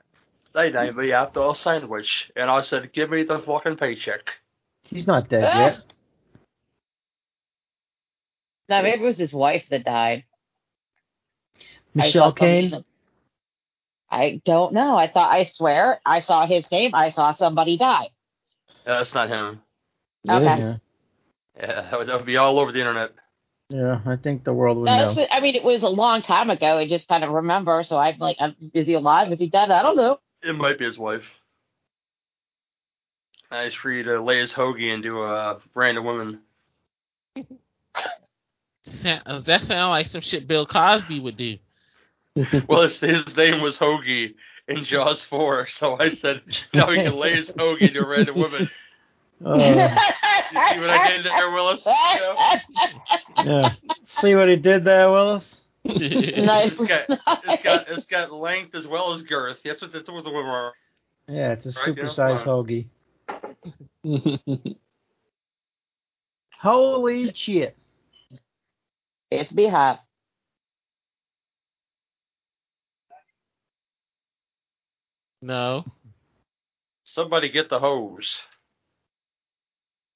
[SPEAKER 6] They named me after a sandwich, and I said, "Give me the fucking paycheck."
[SPEAKER 7] She's not dead
[SPEAKER 5] Ah!
[SPEAKER 7] yet.
[SPEAKER 5] No, maybe it was his wife that died. I saw
[SPEAKER 7] Michelle
[SPEAKER 5] something in
[SPEAKER 7] Kane.
[SPEAKER 5] the- I don't know. I thought I swear I saw his name. I saw somebody die.
[SPEAKER 6] No, that's Uh, not him.
[SPEAKER 5] Okay.
[SPEAKER 2] Yeah.
[SPEAKER 6] Yeah, that would, that would be all over the internet.
[SPEAKER 7] Yeah, I think the world would
[SPEAKER 5] That's
[SPEAKER 7] know.
[SPEAKER 5] what, I mean, it was a long time ago. I just kind of remember. So I'm like, I'm, is he alive? Is he dead? I don't know.
[SPEAKER 6] It might be his wife. Nice for you to lay his hoagie into a random woman.
[SPEAKER 4] Sa- That sounds like some shit Bill Cosby would do.
[SPEAKER 6] Well, his, his name was Hoagie in Jaws 4, so I said, now he can lay his hoagie into a random woman.
[SPEAKER 7] Uh,
[SPEAKER 6] You see what I did there, Willis? Yeah.
[SPEAKER 7] yeah. See what he did there, Willis?
[SPEAKER 5] nice.
[SPEAKER 6] It's got, it's got it's got length as well as girth. That's what that's what the women are.
[SPEAKER 7] Yeah, it's a
[SPEAKER 6] Right, yeah,
[SPEAKER 7] supersized
[SPEAKER 6] fine.
[SPEAKER 7] hoagie. Holy shit.
[SPEAKER 5] It's Beehive.
[SPEAKER 4] no.
[SPEAKER 6] Somebody get the hose.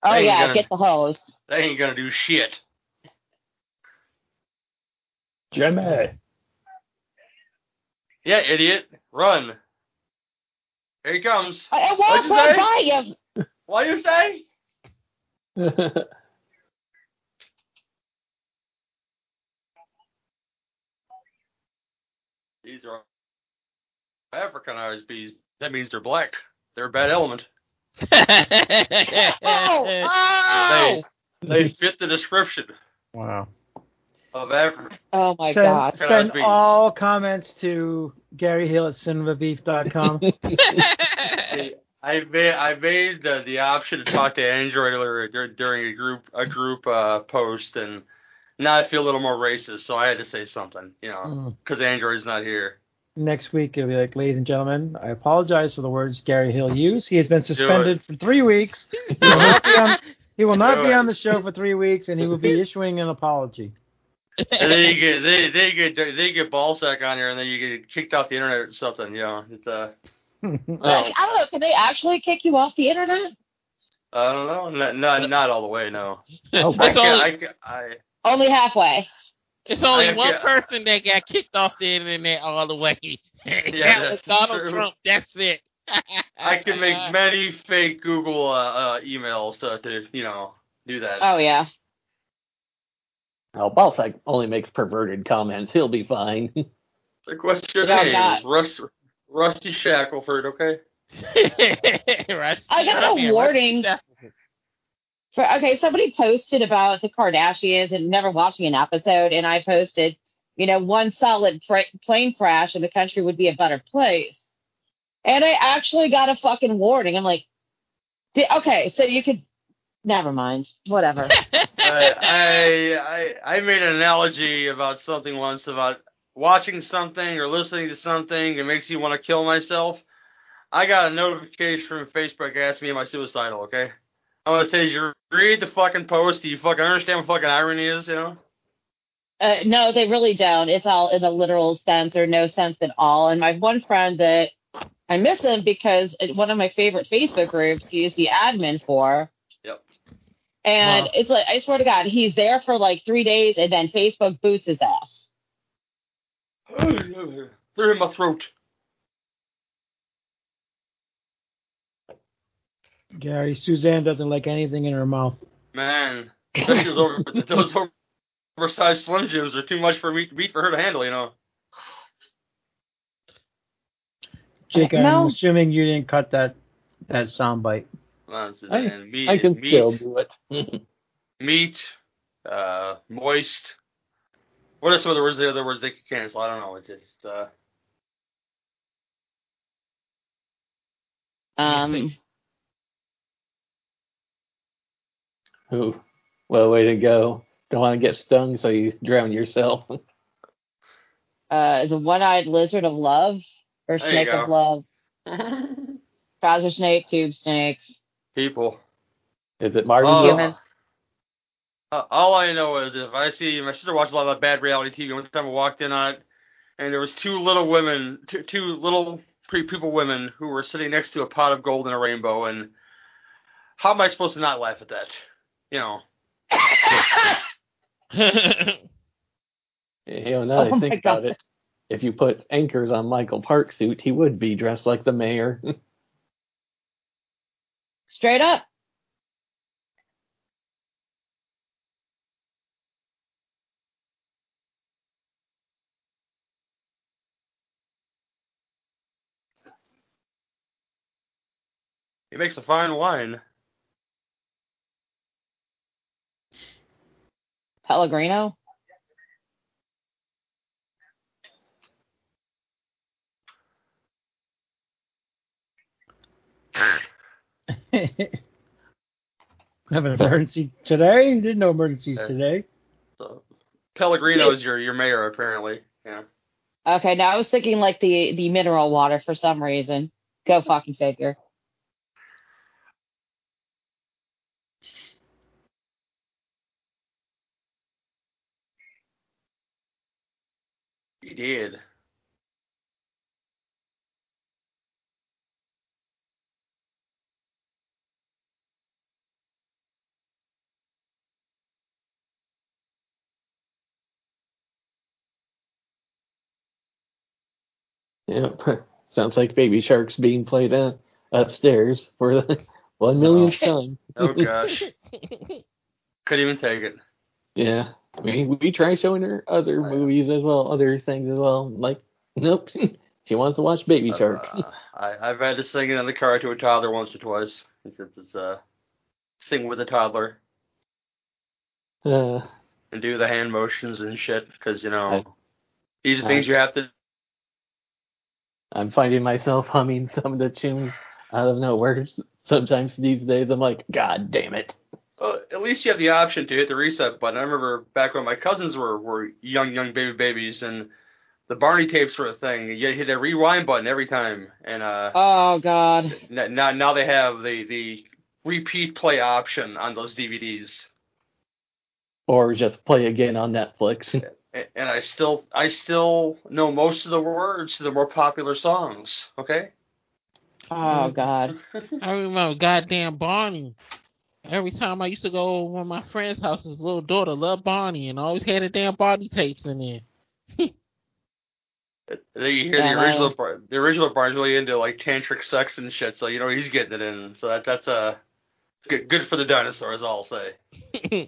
[SPEAKER 5] Oh,
[SPEAKER 6] I ain't
[SPEAKER 5] yeah.
[SPEAKER 6] gonna-
[SPEAKER 5] Get the hose.
[SPEAKER 6] They ain't gonna do shit.
[SPEAKER 2] Jimmy.
[SPEAKER 6] Yeah, idiot, run. Here he comes.
[SPEAKER 5] I, I
[SPEAKER 6] What'd
[SPEAKER 5] walked
[SPEAKER 6] you
[SPEAKER 5] right
[SPEAKER 6] say?
[SPEAKER 5] by you.
[SPEAKER 6] What do you say? These are Africanized bees. That means they're black. They're a bad element.
[SPEAKER 5] Oh,
[SPEAKER 6] They they fit the description
[SPEAKER 7] Wow.
[SPEAKER 6] of Africa.
[SPEAKER 5] oh my
[SPEAKER 7] send,
[SPEAKER 5] God.
[SPEAKER 7] Send
[SPEAKER 6] Cosby's.
[SPEAKER 7] all comments to Gary Hill at cinemabeef.com.
[SPEAKER 6] I made I made the, the option to talk to Andrew earlier dur- during a group a group uh, post, and now I feel a little more racist, so I had to say something, you know,
[SPEAKER 7] Mm.
[SPEAKER 6] because Android's not here.
[SPEAKER 7] Next week, it'll be like, ladies and gentlemen, I apologize for the words Gary Hill used. He has been suspended for three weeks. He will not be on, he will not
[SPEAKER 6] Do
[SPEAKER 7] be
[SPEAKER 6] it.
[SPEAKER 7] on the show for three weeks, and he will be issuing an apology.
[SPEAKER 6] And then you get they they get they get ballsack on here, and then you get kicked off the internet or something, you know. It's, uh,
[SPEAKER 5] Like, I don't know. Can they actually kick you off the internet?
[SPEAKER 6] I don't know, not not, not all the way, no.
[SPEAKER 7] Oh,
[SPEAKER 6] Uh, I
[SPEAKER 4] it's only,
[SPEAKER 6] can't, I, can't- I
[SPEAKER 5] Only halfway.
[SPEAKER 4] it's only
[SPEAKER 6] I-
[SPEAKER 4] one
[SPEAKER 6] yeah.
[SPEAKER 4] person that got kicked off the internet all the way. that was
[SPEAKER 6] that's
[SPEAKER 4] Donald
[SPEAKER 6] true.
[SPEAKER 4] Trump. That's it.
[SPEAKER 6] I uh, can make many fake Google uh, uh, emails to, to you know do that.
[SPEAKER 5] Oh yeah.
[SPEAKER 2] Oh, Balsack only makes perverted comments. He'll be fine.
[SPEAKER 6] Like, what's your
[SPEAKER 5] Yeah,
[SPEAKER 6] name?
[SPEAKER 5] God.
[SPEAKER 6] Rust, Rusty Shackleford, okay?
[SPEAKER 4] Rusty-
[SPEAKER 5] I got a
[SPEAKER 4] I mean, Rusty
[SPEAKER 5] warning.
[SPEAKER 4] Stafford.
[SPEAKER 5] For, okay, somebody posted about the Kardashians and never watching an episode, and I posted, you know, one solid pra- plane crash and the country would be a better place. And I actually got a fucking warning. I'm like, "Di- okay, so you could, never mind, whatever.
[SPEAKER 6] I, I I I made an analogy about something once about watching something or listening to something that makes you want to kill myself. I got a notification from Facebook asking me am I suicidal, okay? I want to say, did you read the fucking post? Do you fucking understand what fucking irony is, you know?
[SPEAKER 5] Uh, no, they really don't. It's all in a literal sense or no sense at all. And my one friend that I miss him because it- one of my favorite Facebook groups he's the admin for.
[SPEAKER 6] Yep.
[SPEAKER 5] And
[SPEAKER 7] Wow.
[SPEAKER 5] it's like I swear to God, he's there for like three days and then Facebook boots his ass.
[SPEAKER 6] Through my throat.
[SPEAKER 7] Gary, Suzanne doesn't like anything in her mouth.
[SPEAKER 6] Man, those, over, those over- oversized Slim Jims are too much for me, meat for her to handle, you know.
[SPEAKER 7] Jake,
[SPEAKER 5] No.
[SPEAKER 7] I'm assuming you didn't cut that that soundbite.
[SPEAKER 6] Well, it's-
[SPEAKER 2] I-
[SPEAKER 6] and meat,
[SPEAKER 2] I can
[SPEAKER 6] meat,
[SPEAKER 2] still do it.
[SPEAKER 6] meat, uh, moist. What are some of the words? The other words they could cancel? I don't know. It's just, uh,
[SPEAKER 5] Um,
[SPEAKER 2] Ooh. Well, way to go. Don't want to get stung, so you drown yourself.
[SPEAKER 5] uh, the one-eyed lizard of love or
[SPEAKER 6] There you
[SPEAKER 5] snake of
[SPEAKER 6] go.
[SPEAKER 5] love, trouser snake, tube snake,
[SPEAKER 6] people.
[SPEAKER 2] Is it Marvin's?
[SPEAKER 6] Oh.
[SPEAKER 5] humans.
[SPEAKER 6] Uh, all I know is if I see my sister watched a lot of bad reality TV. One time I walked in on it, and there was two little women, two, two little pre people women who were sitting next to a pot of gold and a rainbow. And how am I supposed to not laugh at that? You know.
[SPEAKER 2] You know, eh, now that I
[SPEAKER 5] Oh my
[SPEAKER 2] think about it, if you put anchors on Michael Park's suit, he would be dressed like the mayor.
[SPEAKER 5] Straight up.
[SPEAKER 6] He makes a fine wine.
[SPEAKER 5] Pellegrino?
[SPEAKER 7] Have an emergency today? There's no emergencies
[SPEAKER 6] Yeah.
[SPEAKER 7] today.
[SPEAKER 6] So Pellegrino is your your mayor apparently. Yeah.
[SPEAKER 5] Okay, now I was thinking like the the mineral water for some reason. Go fucking figure.
[SPEAKER 6] He did.
[SPEAKER 2] Yep. Sounds like Baby Shark's being played out upstairs for the one millionth time.
[SPEAKER 6] Oh gosh. Couldn't even take it.
[SPEAKER 2] Yeah. We we try showing her other
[SPEAKER 6] Oh, yeah.
[SPEAKER 2] movies as well, other things as well. Like, nope. she wants to watch Baby Shark.
[SPEAKER 6] Uh, I, I've had to sing it in the car to a toddler once or twice. It's, it's, it's, uh, sing with a toddler
[SPEAKER 2] Uh,
[SPEAKER 6] and do the hand motions and shit because you know
[SPEAKER 2] Right.
[SPEAKER 6] these are
[SPEAKER 2] Right.
[SPEAKER 6] things you have to.
[SPEAKER 2] I'm finding myself humming some of the tunes out of nowhere. Sometimes these days I'm like, God damn it.
[SPEAKER 6] Uh, at least you have the option to hit the reset button. I remember back when my cousins were were young, young baby babies, and the Barney tapes were a thing. You hit a rewind button every time, and uh,
[SPEAKER 5] Oh god.
[SPEAKER 6] n- now now they have the the repeat play option on those DVDs.
[SPEAKER 2] Or just play again on Netflix.
[SPEAKER 6] A- And I still I still know most of the words to the more popular songs. Okay.
[SPEAKER 5] Oh
[SPEAKER 7] Mm.
[SPEAKER 5] god.
[SPEAKER 4] I remember goddamn Barney. Every time I used to go over to my friend's house, his little daughter loved Barney and always had the damn Barney tapes in there.
[SPEAKER 6] Then you hear
[SPEAKER 5] Yeah,
[SPEAKER 6] the
[SPEAKER 5] I-
[SPEAKER 6] original Bar- the original Barney's really into like tantric sex and shit, so you know he's getting it in. So that that's uh good good for the dinosaurs, I'll say.
[SPEAKER 5] Eh,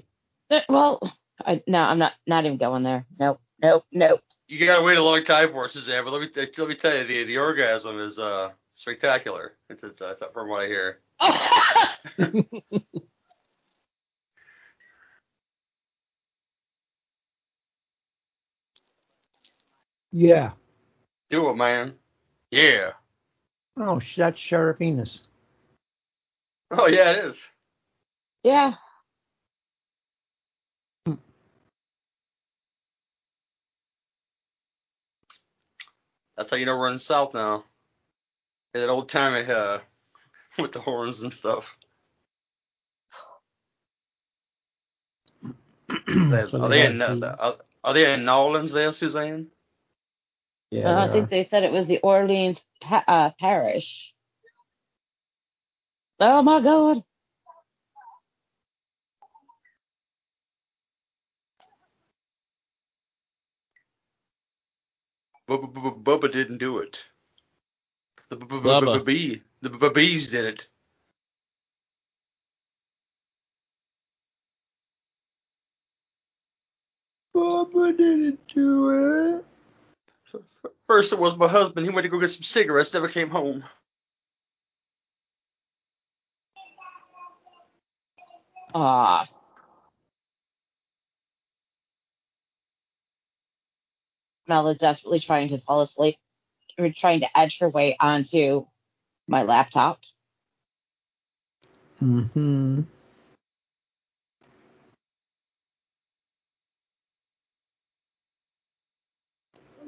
[SPEAKER 5] Well, I, no, I'm not not even going there. Nope. Nope. Nope.
[SPEAKER 6] You gotta wait a long time for us to say, but let me let me tell you the the orgasm is uh spectacular. It's it's uh, from what I hear.
[SPEAKER 7] Yeah.
[SPEAKER 6] Do it, man. Yeah.
[SPEAKER 7] Oh, sh- that's Sheriff Enos.
[SPEAKER 6] Oh yeah, it is.
[SPEAKER 5] yeah.
[SPEAKER 6] That's how you know we're in the South now. In that old time uh with the horns and stuff. They-
[SPEAKER 7] Mm. So
[SPEAKER 6] are they
[SPEAKER 7] had
[SPEAKER 6] in
[SPEAKER 7] the-
[SPEAKER 6] uh, are, are they in New Orleans there, Suzanne?
[SPEAKER 7] yeah,
[SPEAKER 5] Well,
[SPEAKER 7] they
[SPEAKER 5] I think
[SPEAKER 7] are.
[SPEAKER 5] they said it was the Orleans pa- uh, parish. Oh my god.
[SPEAKER 6] Bubba, Bubba, Bubba didn't do it. The b- b- b-
[SPEAKER 4] Bubba.
[SPEAKER 6] b- bee, the b- b- bees did it.
[SPEAKER 7] Bubba didn't do it.
[SPEAKER 6] First it was my husband. He went to go get some cigarettes. Never came home.
[SPEAKER 5] Ah. Mela's desperately trying to fall asleep or trying to edge her way onto my laptop.
[SPEAKER 7] Mm-hmm.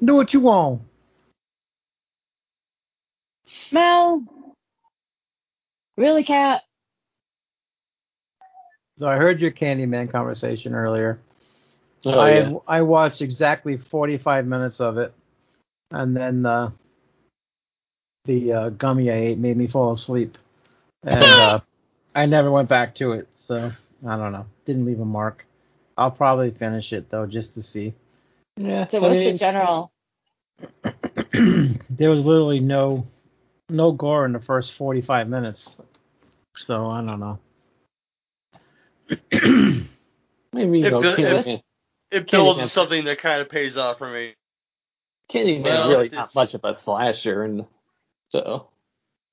[SPEAKER 7] Do what you want.
[SPEAKER 5] Mel. Really, cat?
[SPEAKER 7] So I heard your Candyman conversation earlier.
[SPEAKER 2] Oh,
[SPEAKER 7] I
[SPEAKER 2] yeah.
[SPEAKER 7] I watched exactly 45 minutes of it, and then uh, the uh, gummy I ate made me fall asleep, and uh, I never went back to it. So I don't know. Didn't leave a mark. I'll probably finish it though, just to see. Yeah.
[SPEAKER 5] So what's the general?
[SPEAKER 7] there was literally no no gore in the first 45 minutes. So I don't know.
[SPEAKER 2] Maybe you
[SPEAKER 6] If
[SPEAKER 2] know,
[SPEAKER 6] the- if-
[SPEAKER 2] Candyman,
[SPEAKER 6] It
[SPEAKER 2] Can't
[SPEAKER 6] builds
[SPEAKER 2] even-
[SPEAKER 6] something that kind of pays off for me.
[SPEAKER 2] Candyman's
[SPEAKER 6] well,
[SPEAKER 2] really
[SPEAKER 6] it's-
[SPEAKER 2] not much of a slasher, and so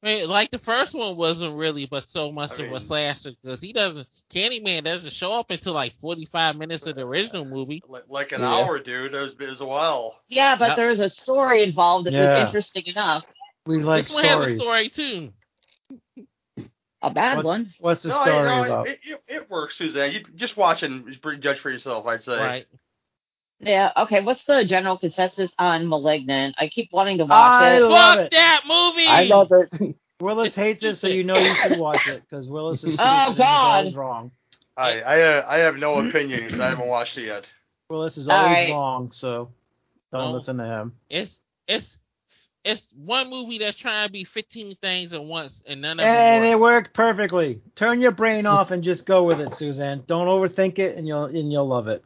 [SPEAKER 4] I mean, like the first one wasn't really, but so much
[SPEAKER 6] I
[SPEAKER 4] of what
[SPEAKER 6] mean-
[SPEAKER 4] Slash because he doesn't Candyman doesn't show up until like forty five minutes of the original movie.
[SPEAKER 6] Like, like an
[SPEAKER 2] Yeah.
[SPEAKER 6] hour, dude. It was, it was a while.
[SPEAKER 5] Yeah, but
[SPEAKER 7] Yeah.
[SPEAKER 5] there was a story involved that
[SPEAKER 7] Yeah.
[SPEAKER 5] was interesting enough.
[SPEAKER 7] We like
[SPEAKER 4] this one has a
[SPEAKER 7] stories.
[SPEAKER 4] story too.
[SPEAKER 5] A bad
[SPEAKER 7] What-
[SPEAKER 5] one.
[SPEAKER 7] What's the
[SPEAKER 6] No, I-
[SPEAKER 7] story
[SPEAKER 6] no, I-
[SPEAKER 7] about?
[SPEAKER 6] It, it, it works, Suzanne. You just watch and judge for yourself. I'd say.
[SPEAKER 4] Right.
[SPEAKER 5] Yeah. Okay. What's the general consensus on *Malignant*? I keep wanting to watch
[SPEAKER 7] I
[SPEAKER 5] it.
[SPEAKER 7] love
[SPEAKER 4] Fuck
[SPEAKER 7] it.
[SPEAKER 4] that movie.
[SPEAKER 2] I love it.
[SPEAKER 7] Willis hates it, so you know you should watch it because Willis is stupid
[SPEAKER 5] Oh,
[SPEAKER 7] and he's
[SPEAKER 5] God.
[SPEAKER 7] always wrong.
[SPEAKER 6] I I, uh, I have no opinion 'cause I haven't watched it yet.
[SPEAKER 7] Willis is
[SPEAKER 5] All
[SPEAKER 7] always
[SPEAKER 5] right.
[SPEAKER 7] wrong, so don't
[SPEAKER 4] Well,
[SPEAKER 7] listen to him.
[SPEAKER 4] It's it's it's one movie that's trying to be fifteen things at once and none of them
[SPEAKER 7] And
[SPEAKER 4] work.
[SPEAKER 7] it worked perfectly. Turn your brain off and just go with it, Suzanne. Don't overthink it, and you'll and you'll love it.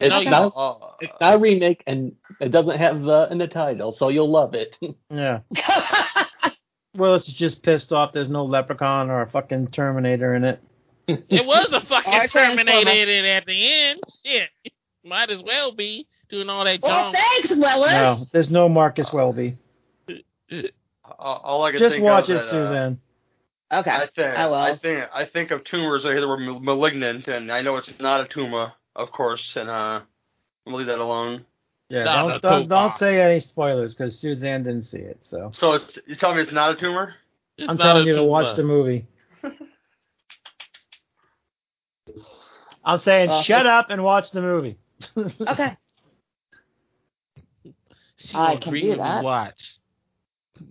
[SPEAKER 2] It's
[SPEAKER 4] Okay.
[SPEAKER 2] not
[SPEAKER 6] Uh,
[SPEAKER 2] it's not a remake, and it doesn't have the in the title, so you'll love it.
[SPEAKER 7] Yeah.
[SPEAKER 5] I
[SPEAKER 7] Willis is just pissed off. There's no Leprechaun or a fucking Terminator in it.
[SPEAKER 4] It was a
[SPEAKER 5] Or
[SPEAKER 4] fucking
[SPEAKER 5] Transformer.
[SPEAKER 4] Terminator in it at the end. Shit. Might as well be doing all that
[SPEAKER 5] well,
[SPEAKER 4] junk.
[SPEAKER 5] thanks, Willis.
[SPEAKER 7] No, there's no Marcus
[SPEAKER 6] Oh,
[SPEAKER 7] Welby.
[SPEAKER 6] uh, all I can
[SPEAKER 7] Just
[SPEAKER 6] think
[SPEAKER 7] watch
[SPEAKER 6] of
[SPEAKER 7] it,
[SPEAKER 6] that, uh,
[SPEAKER 7] Suzanne.
[SPEAKER 5] Okay.
[SPEAKER 6] I think
[SPEAKER 4] Oh,
[SPEAKER 5] I will.
[SPEAKER 6] I think I think of tumors. I hear the word mal- malignant, and I know it's not a tumor, of course. And uh, we'll leave that alone.
[SPEAKER 7] Yeah,
[SPEAKER 4] Not
[SPEAKER 7] don't
[SPEAKER 4] a
[SPEAKER 7] don't, don't
[SPEAKER 4] coupon.
[SPEAKER 7] say any spoilers because Suzanne didn't see it. So
[SPEAKER 6] So it's you tell me it's not a tumor.
[SPEAKER 4] It's
[SPEAKER 7] I'm
[SPEAKER 4] not
[SPEAKER 7] telling
[SPEAKER 4] a
[SPEAKER 7] you to
[SPEAKER 4] two
[SPEAKER 7] watch
[SPEAKER 4] buck.
[SPEAKER 7] the movie. I'm saying
[SPEAKER 5] Well,
[SPEAKER 7] shut
[SPEAKER 5] it-
[SPEAKER 7] up and watch the movie.
[SPEAKER 5] Uh, Okay.
[SPEAKER 4] She
[SPEAKER 5] I
[SPEAKER 4] gonna
[SPEAKER 5] can
[SPEAKER 4] agree
[SPEAKER 5] do
[SPEAKER 4] when we
[SPEAKER 5] that.
[SPEAKER 4] Watch.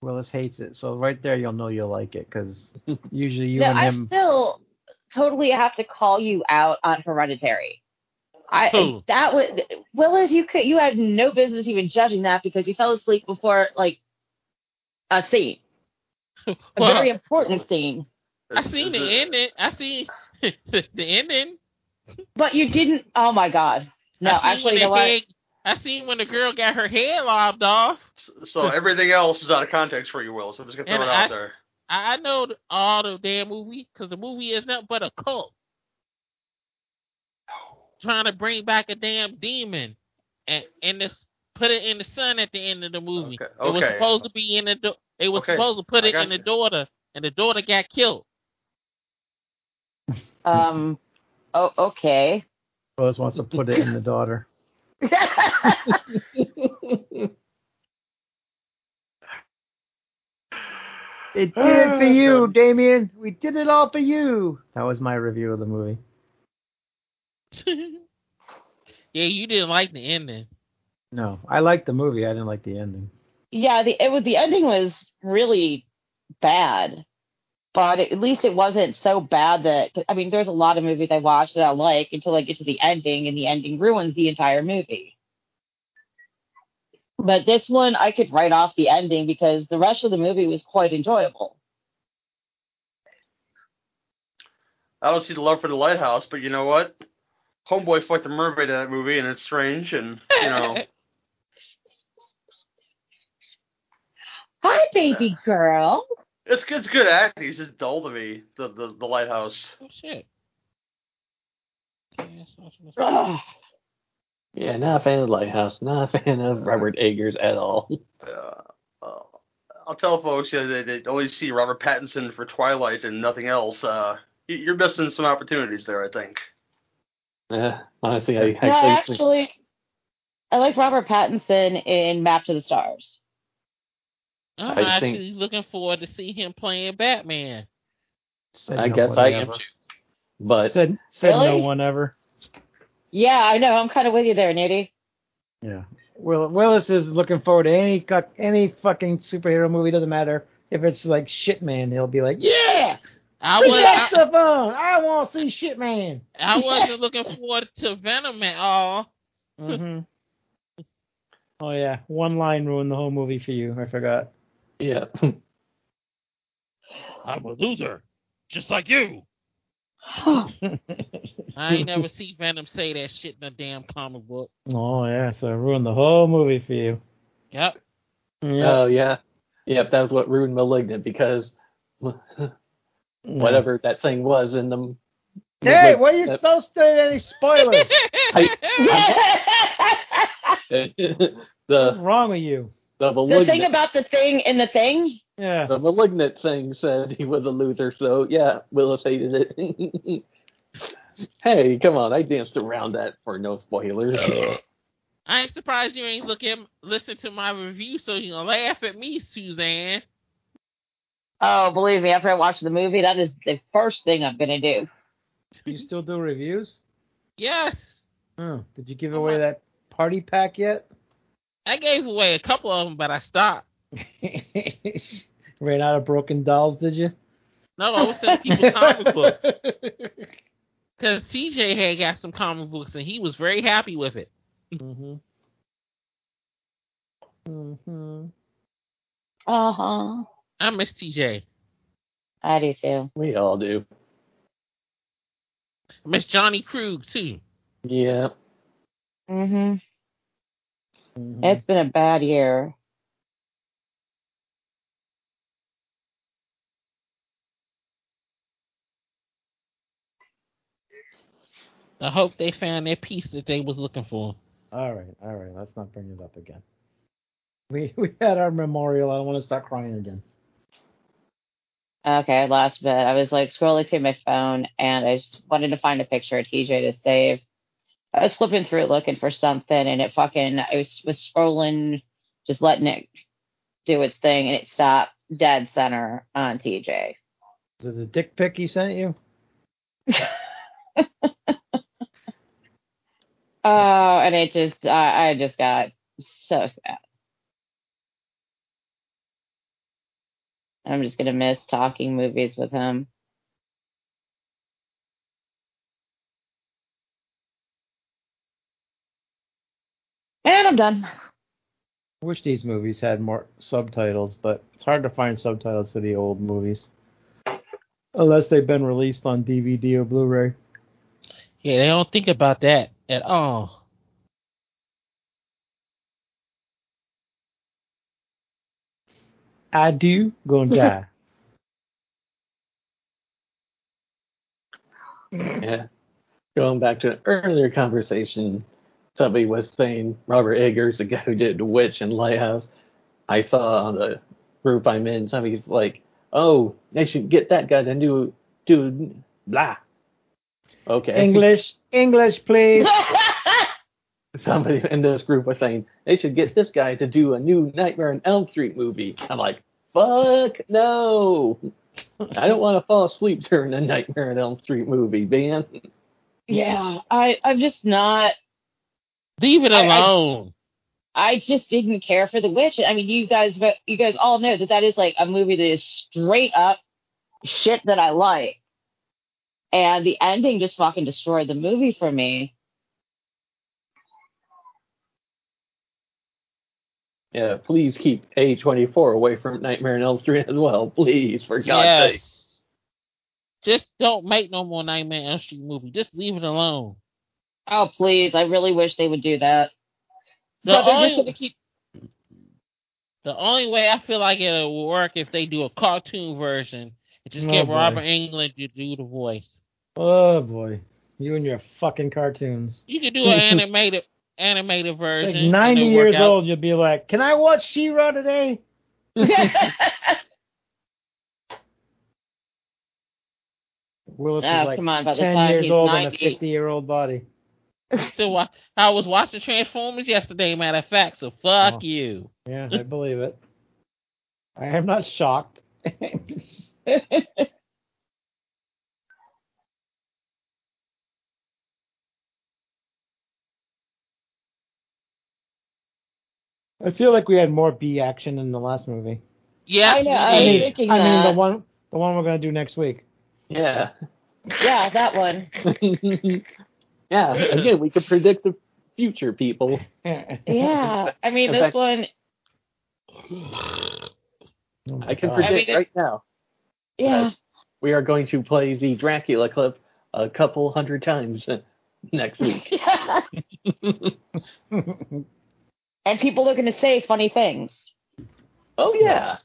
[SPEAKER 7] Willis hates it, so right there you'll know you'll like it because usually you
[SPEAKER 5] No,
[SPEAKER 7] and
[SPEAKER 5] I
[SPEAKER 7] him.
[SPEAKER 5] still totally have to call you out on Hereditary. I
[SPEAKER 4] Who?
[SPEAKER 5] that was Willis. You could you had no business even judging that because you fell asleep before like a scene, a
[SPEAKER 4] Well,
[SPEAKER 5] very important scene.
[SPEAKER 4] I seen the ending. I seen the ending.
[SPEAKER 5] But you didn't. Oh my god. No,
[SPEAKER 4] I seen
[SPEAKER 5] actually,
[SPEAKER 4] when
[SPEAKER 5] you know
[SPEAKER 4] the
[SPEAKER 5] what?
[SPEAKER 4] head- I seen when the girl got her head lobbed off.
[SPEAKER 6] So everything else is out of context for you, Will. So I'm just gonna throw
[SPEAKER 4] And
[SPEAKER 6] it
[SPEAKER 4] I-
[SPEAKER 6] out there.
[SPEAKER 4] I I know th- all the damn movie because the movie is nothing but a cult trying to bring back a damn demon and and this put it in the sun at the end of the movie.
[SPEAKER 6] Okay,
[SPEAKER 4] It was
[SPEAKER 6] okay.
[SPEAKER 4] supposed to be in the. Do- it was
[SPEAKER 6] Okay,
[SPEAKER 4] supposed to put
[SPEAKER 6] I
[SPEAKER 4] it
[SPEAKER 6] got
[SPEAKER 4] in the
[SPEAKER 6] you.
[SPEAKER 4] daughter, and the daughter got killed.
[SPEAKER 5] Um. Oh, okay.
[SPEAKER 7] Willis wants to put it in the daughter. It did it for you, Damien. We did it all for you. That was my review of the movie.
[SPEAKER 4] yeah, you didn't like the ending.
[SPEAKER 7] No, I liked the movie. I didn't like the ending.
[SPEAKER 5] yeah, the it was the ending was really bad, but at least it wasn't so bad that I mean, there's a lot of movies I watch that I like until I get to the ending, and the ending ruins the entire movie. But this one, I could write off the ending because the rest of the movie was quite enjoyable.
[SPEAKER 6] I don't see the love for the lighthouse, but you know what? Homeboy fucked the mermaid in that movie, and it's strange, and you know,
[SPEAKER 5] Hi, baby girl.
[SPEAKER 6] it's it's good acting. It's just dull to me. The the, the lighthouse.
[SPEAKER 4] Oh shit. Yeah, so- so- so-
[SPEAKER 5] Ugh.
[SPEAKER 2] yeah, not a fan of Lighthouse, not a fan of Robert Eggers at all.
[SPEAKER 6] Uh, uh, I'll tell folks you know, they, they only see Robert Pattinson for Twilight and nothing else. Uh, y- you're missing some opportunities there, I think.
[SPEAKER 2] Uh, honestly, I actually,
[SPEAKER 5] No, actually, I like Robert Pattinson in Map to the Stars.
[SPEAKER 4] I'm
[SPEAKER 2] I think-
[SPEAKER 4] actually looking forward to see him playing Batman.
[SPEAKER 7] Said
[SPEAKER 2] I guess
[SPEAKER 7] nobody
[SPEAKER 2] I am
[SPEAKER 7] ever.
[SPEAKER 2] too. But
[SPEAKER 7] Said said no
[SPEAKER 5] Really?
[SPEAKER 7] one ever.
[SPEAKER 5] Yeah, I know. I'm kind of with you there, Nitty.
[SPEAKER 7] Yeah. Will Willis is looking forward to any cuck- any fucking superhero movie. Doesn't matter if it's like Shit Man, he'll be like, Yeah,
[SPEAKER 4] I
[SPEAKER 7] put
[SPEAKER 4] was
[SPEAKER 7] that
[SPEAKER 4] I,
[SPEAKER 7] stuff on. I want to see Shit Man.
[SPEAKER 4] I wasn't looking forward to Venom at all.
[SPEAKER 7] hmm oh yeah, one line ruined the whole movie for you. I forgot.
[SPEAKER 2] yeah,
[SPEAKER 4] I'm a loser, just like you. I ain't never see Venom say that shit in a damn comic book.
[SPEAKER 7] Oh yeah, so it ruined the whole movie for you.
[SPEAKER 4] Yep.
[SPEAKER 7] Yeah.
[SPEAKER 2] oh yeah, yep. That was what ruined *Malignant* because whatever that thing was in the.
[SPEAKER 7] Hey, what are you?
[SPEAKER 2] That-
[SPEAKER 7] Don't say any spoilers.
[SPEAKER 2] I- the
[SPEAKER 7] What's wrong with you?
[SPEAKER 2] The
[SPEAKER 5] The thing
[SPEAKER 2] malignant,
[SPEAKER 5] about the thing in the thing.
[SPEAKER 7] Yeah.
[SPEAKER 2] the malignant thing said he was a loser, so yeah, Willis hated it. hey, come on, I danced around that for no spoilers.
[SPEAKER 4] I ain't surprised you ain't look at listen to my review so you can laugh at me, Suzanne.
[SPEAKER 5] Oh, believe me, after I watch the movie, that is the first thing I'm gonna do.
[SPEAKER 7] You still do reviews?
[SPEAKER 4] Yes.
[SPEAKER 7] Oh, did you give away that party pack yet?
[SPEAKER 4] I gave away a couple of them, but I stopped.
[SPEAKER 7] Ran out of broken dolls, did you?
[SPEAKER 4] No, I was sending people comic books because CJ had got some comic books and he was very happy with it.
[SPEAKER 7] hmm hmm
[SPEAKER 5] Uh huh.
[SPEAKER 4] I miss TJ.
[SPEAKER 5] I do too.
[SPEAKER 2] we all do.
[SPEAKER 4] I miss Johnny Krug too.
[SPEAKER 2] Yeah.
[SPEAKER 5] hmm
[SPEAKER 7] Mm-hmm.
[SPEAKER 5] It's been a bad year.
[SPEAKER 4] I hope they found their piece that they was looking for.
[SPEAKER 7] All right, all right. Let's not bring it up again. We we had our memorial. I don't want to start crying again.
[SPEAKER 5] Okay, last bit. I was like scrolling through my phone and I just wanted to find a picture of TJ to save. I was flipping through it looking for something and it fucking, I was, was scrolling, just letting it do its thing and it stopped dead center on TJ.
[SPEAKER 7] Is it the dick pic he sent you?
[SPEAKER 5] Oh, and it just, I, I just got so sad. I'm just going to miss talking movies with him. And I'm done.
[SPEAKER 7] I wish these movies had more subtitles, but it's hard to find subtitles for the old movies, unless they've been released on DVD or Blu-ray.
[SPEAKER 4] Yeah, they don't think about that at all.
[SPEAKER 7] I do gonna die.
[SPEAKER 2] Yeah. Going back to an earlier conversation, somebody was saying Robert Eggers, the guy who did The Witch and Lighthouse. I saw on the group I'm in, somebody's like, "Oh, they should get that guy to do do blah." Okay.
[SPEAKER 7] English, English, please.
[SPEAKER 2] Somebody in this group was saying they should get this guy to do a new Nightmare on Elm Street movie. I'm like, "Fuck no!" I don't want to fall asleep during a Nightmare on Elm Street movie, man.
[SPEAKER 5] yeah, I, I'm just not.
[SPEAKER 4] Leave it
[SPEAKER 5] I- I-
[SPEAKER 4] alone.
[SPEAKER 5] I just didn't care for the witch. I mean, you guys, you guys all know that that is like a movie that is straight up shit that I like, and the ending just fucking destroyed the movie for me.
[SPEAKER 2] Yeah, please keep A24 away from Nightmare on Elm Street as well, please, for God's
[SPEAKER 4] yes.
[SPEAKER 2] sake.
[SPEAKER 4] Just don't make no more Nightmare on Elm Street movie. Just leave it alone.
[SPEAKER 5] Oh please, I really wish they would do that.
[SPEAKER 4] The
[SPEAKER 5] but they're
[SPEAKER 4] only,
[SPEAKER 5] just gonna keep.
[SPEAKER 4] the only way I feel like it'll work if they do a cartoon version and just
[SPEAKER 7] Oh,
[SPEAKER 4] get
[SPEAKER 7] boy.
[SPEAKER 4] Robert England to do the voice.
[SPEAKER 7] oh boy, you and your fucking cartoons.
[SPEAKER 4] You could do an animated animated version.
[SPEAKER 7] Like
[SPEAKER 4] and
[SPEAKER 7] ninety
[SPEAKER 4] it'll
[SPEAKER 7] years
[SPEAKER 4] work out.
[SPEAKER 7] old, you'll be like, "Can I watch She-Ra today?" Willis
[SPEAKER 5] Oh,
[SPEAKER 7] is like
[SPEAKER 5] come on, by the
[SPEAKER 7] ten
[SPEAKER 5] time
[SPEAKER 7] years
[SPEAKER 5] he's
[SPEAKER 7] old on a
[SPEAKER 5] 90.
[SPEAKER 7] fifty-year-old body.
[SPEAKER 4] Still wa- I was watching Transformers yesterday, matter of fact. So fuck
[SPEAKER 7] Oh.
[SPEAKER 4] you.
[SPEAKER 7] Yeah, I believe it. I am not shocked. I feel like we had more B action in the last movie.
[SPEAKER 4] Yes,
[SPEAKER 5] I know,
[SPEAKER 4] we
[SPEAKER 5] I
[SPEAKER 7] I
[SPEAKER 5] was
[SPEAKER 4] did.
[SPEAKER 7] mean,
[SPEAKER 5] thinking
[SPEAKER 7] I mean the
[SPEAKER 5] that.
[SPEAKER 7] one, the one we're gonna do next week.
[SPEAKER 2] Yeah.
[SPEAKER 5] yeah, that one.
[SPEAKER 2] yeah, again, we could predict the future, people.
[SPEAKER 7] Oh
[SPEAKER 5] Yeah, I mean
[SPEAKER 2] In
[SPEAKER 5] this
[SPEAKER 2] fact-
[SPEAKER 5] one.
[SPEAKER 2] I can
[SPEAKER 5] I mean,
[SPEAKER 2] predict
[SPEAKER 5] it-
[SPEAKER 2] right now.
[SPEAKER 5] Yeah,
[SPEAKER 2] We are going to play the Dracula clip a couple hundred times next week.
[SPEAKER 5] and people are gonna say funny things.
[SPEAKER 2] oh, yeah.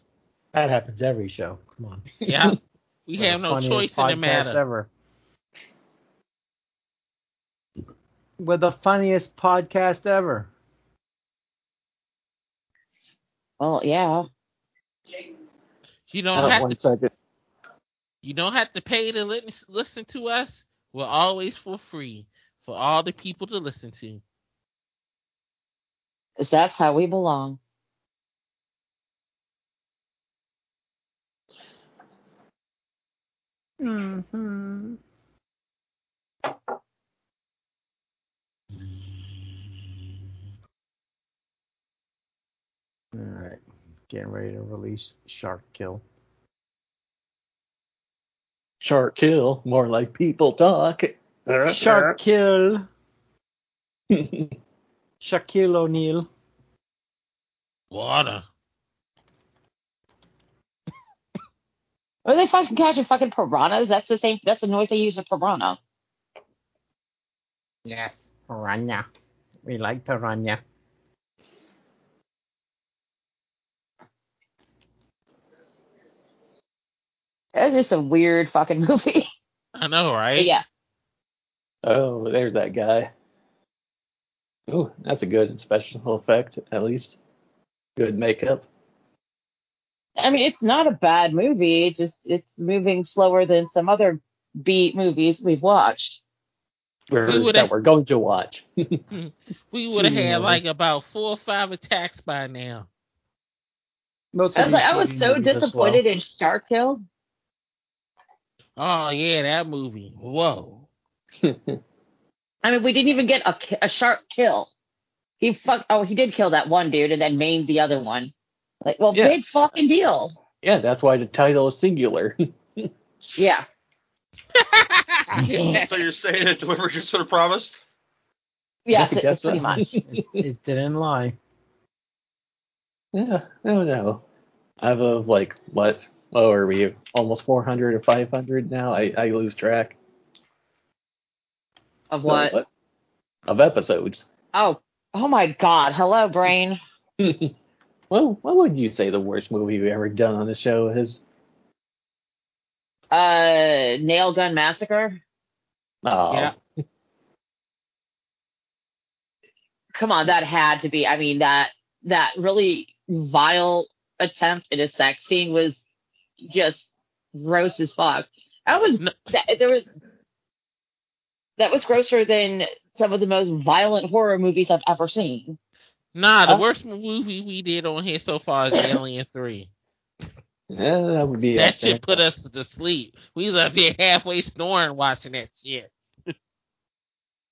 [SPEAKER 7] that happens every show. Come on,
[SPEAKER 4] Yeah. We
[SPEAKER 7] We're
[SPEAKER 4] have
[SPEAKER 7] the
[SPEAKER 4] no
[SPEAKER 7] funniest
[SPEAKER 4] choice in the
[SPEAKER 7] podcast
[SPEAKER 4] matter.
[SPEAKER 7] Ever. We're the funniest podcast ever.
[SPEAKER 5] Well, yeah.
[SPEAKER 4] You don't
[SPEAKER 2] Oh,
[SPEAKER 4] have
[SPEAKER 2] one
[SPEAKER 4] to.
[SPEAKER 2] second.
[SPEAKER 4] You don't have to pay to lit- listen to us. We're always for free for all the people to listen to.
[SPEAKER 5] 'Cause that's how we belong.
[SPEAKER 7] All right, getting ready to release Shark Kill.
[SPEAKER 2] Shark kill, more like people talk.
[SPEAKER 7] Shark Kill,
[SPEAKER 2] That's
[SPEAKER 7] Shaquille O'Neal.
[SPEAKER 4] Water.
[SPEAKER 5] Are they fucking catching fucking piranhas? That's the same. That's the noise they use for piranha.
[SPEAKER 7] Yes, piranha. We like piranha.
[SPEAKER 5] It's just a weird fucking movie.
[SPEAKER 4] I know, right?
[SPEAKER 5] But yeah,
[SPEAKER 2] Oh, there's that guy. Ooh, that's a good special effect, at least. Good makeup.
[SPEAKER 5] I mean it's not a bad movie. It's just it's moving slower than some other B movies we've watched.
[SPEAKER 2] We're,
[SPEAKER 4] We would
[SPEAKER 2] that
[SPEAKER 4] have-
[SPEAKER 2] we're going to watch.
[SPEAKER 4] We would have had
[SPEAKER 7] Gee.
[SPEAKER 4] like about four or five attacks by now.
[SPEAKER 7] Most
[SPEAKER 2] Uh,
[SPEAKER 5] I
[SPEAKER 7] of
[SPEAKER 5] was
[SPEAKER 7] these
[SPEAKER 5] like, I was
[SPEAKER 7] Korean movies
[SPEAKER 5] so
[SPEAKER 7] are slow.
[SPEAKER 5] disappointed in Shark Hill.
[SPEAKER 4] Oh yeah, that movie. Whoa.
[SPEAKER 5] I mean, we didn't even get a, ki- a shark kill. He fuck. Oh, he did kill that one dude and then maimed the other one. Like, well,
[SPEAKER 2] Yeah.
[SPEAKER 5] big fucking deal.
[SPEAKER 2] yeah, that's why the title is singular.
[SPEAKER 5] Yeah.
[SPEAKER 6] so you're saying it delivers just what it promised?
[SPEAKER 5] Yes, it,
[SPEAKER 2] Guess
[SPEAKER 5] pretty
[SPEAKER 2] what?
[SPEAKER 5] much.
[SPEAKER 7] It, it didn't lie.
[SPEAKER 2] yeah, no, no. I've of like what? Oh, are we almost 400 or 500 now? I, I lose track.
[SPEAKER 5] Of
[SPEAKER 2] So
[SPEAKER 5] what?
[SPEAKER 2] Of episodes.
[SPEAKER 5] Oh, oh my God. Hello, brain.
[SPEAKER 2] well, what would you say the worst movie we've ever done on the show is?
[SPEAKER 5] Uh, nail gun massacre.
[SPEAKER 2] Oh,
[SPEAKER 4] Yeah.
[SPEAKER 5] Come on, that had to be. I mean, that that really vile attempt at a sex scene was just gross as fuck. That was
[SPEAKER 4] No.
[SPEAKER 5] that, there was that was grosser than some of the most violent horror movies I've ever seen.
[SPEAKER 4] Nah,
[SPEAKER 2] Oh.
[SPEAKER 4] the
[SPEAKER 5] Huh?
[SPEAKER 4] worst movie we did on here so far is Alien Three.
[SPEAKER 2] Yeah, that would be uh,
[SPEAKER 4] that
[SPEAKER 2] up there.
[SPEAKER 4] shit put us to sleep. We was up there halfway snoring watching that shit.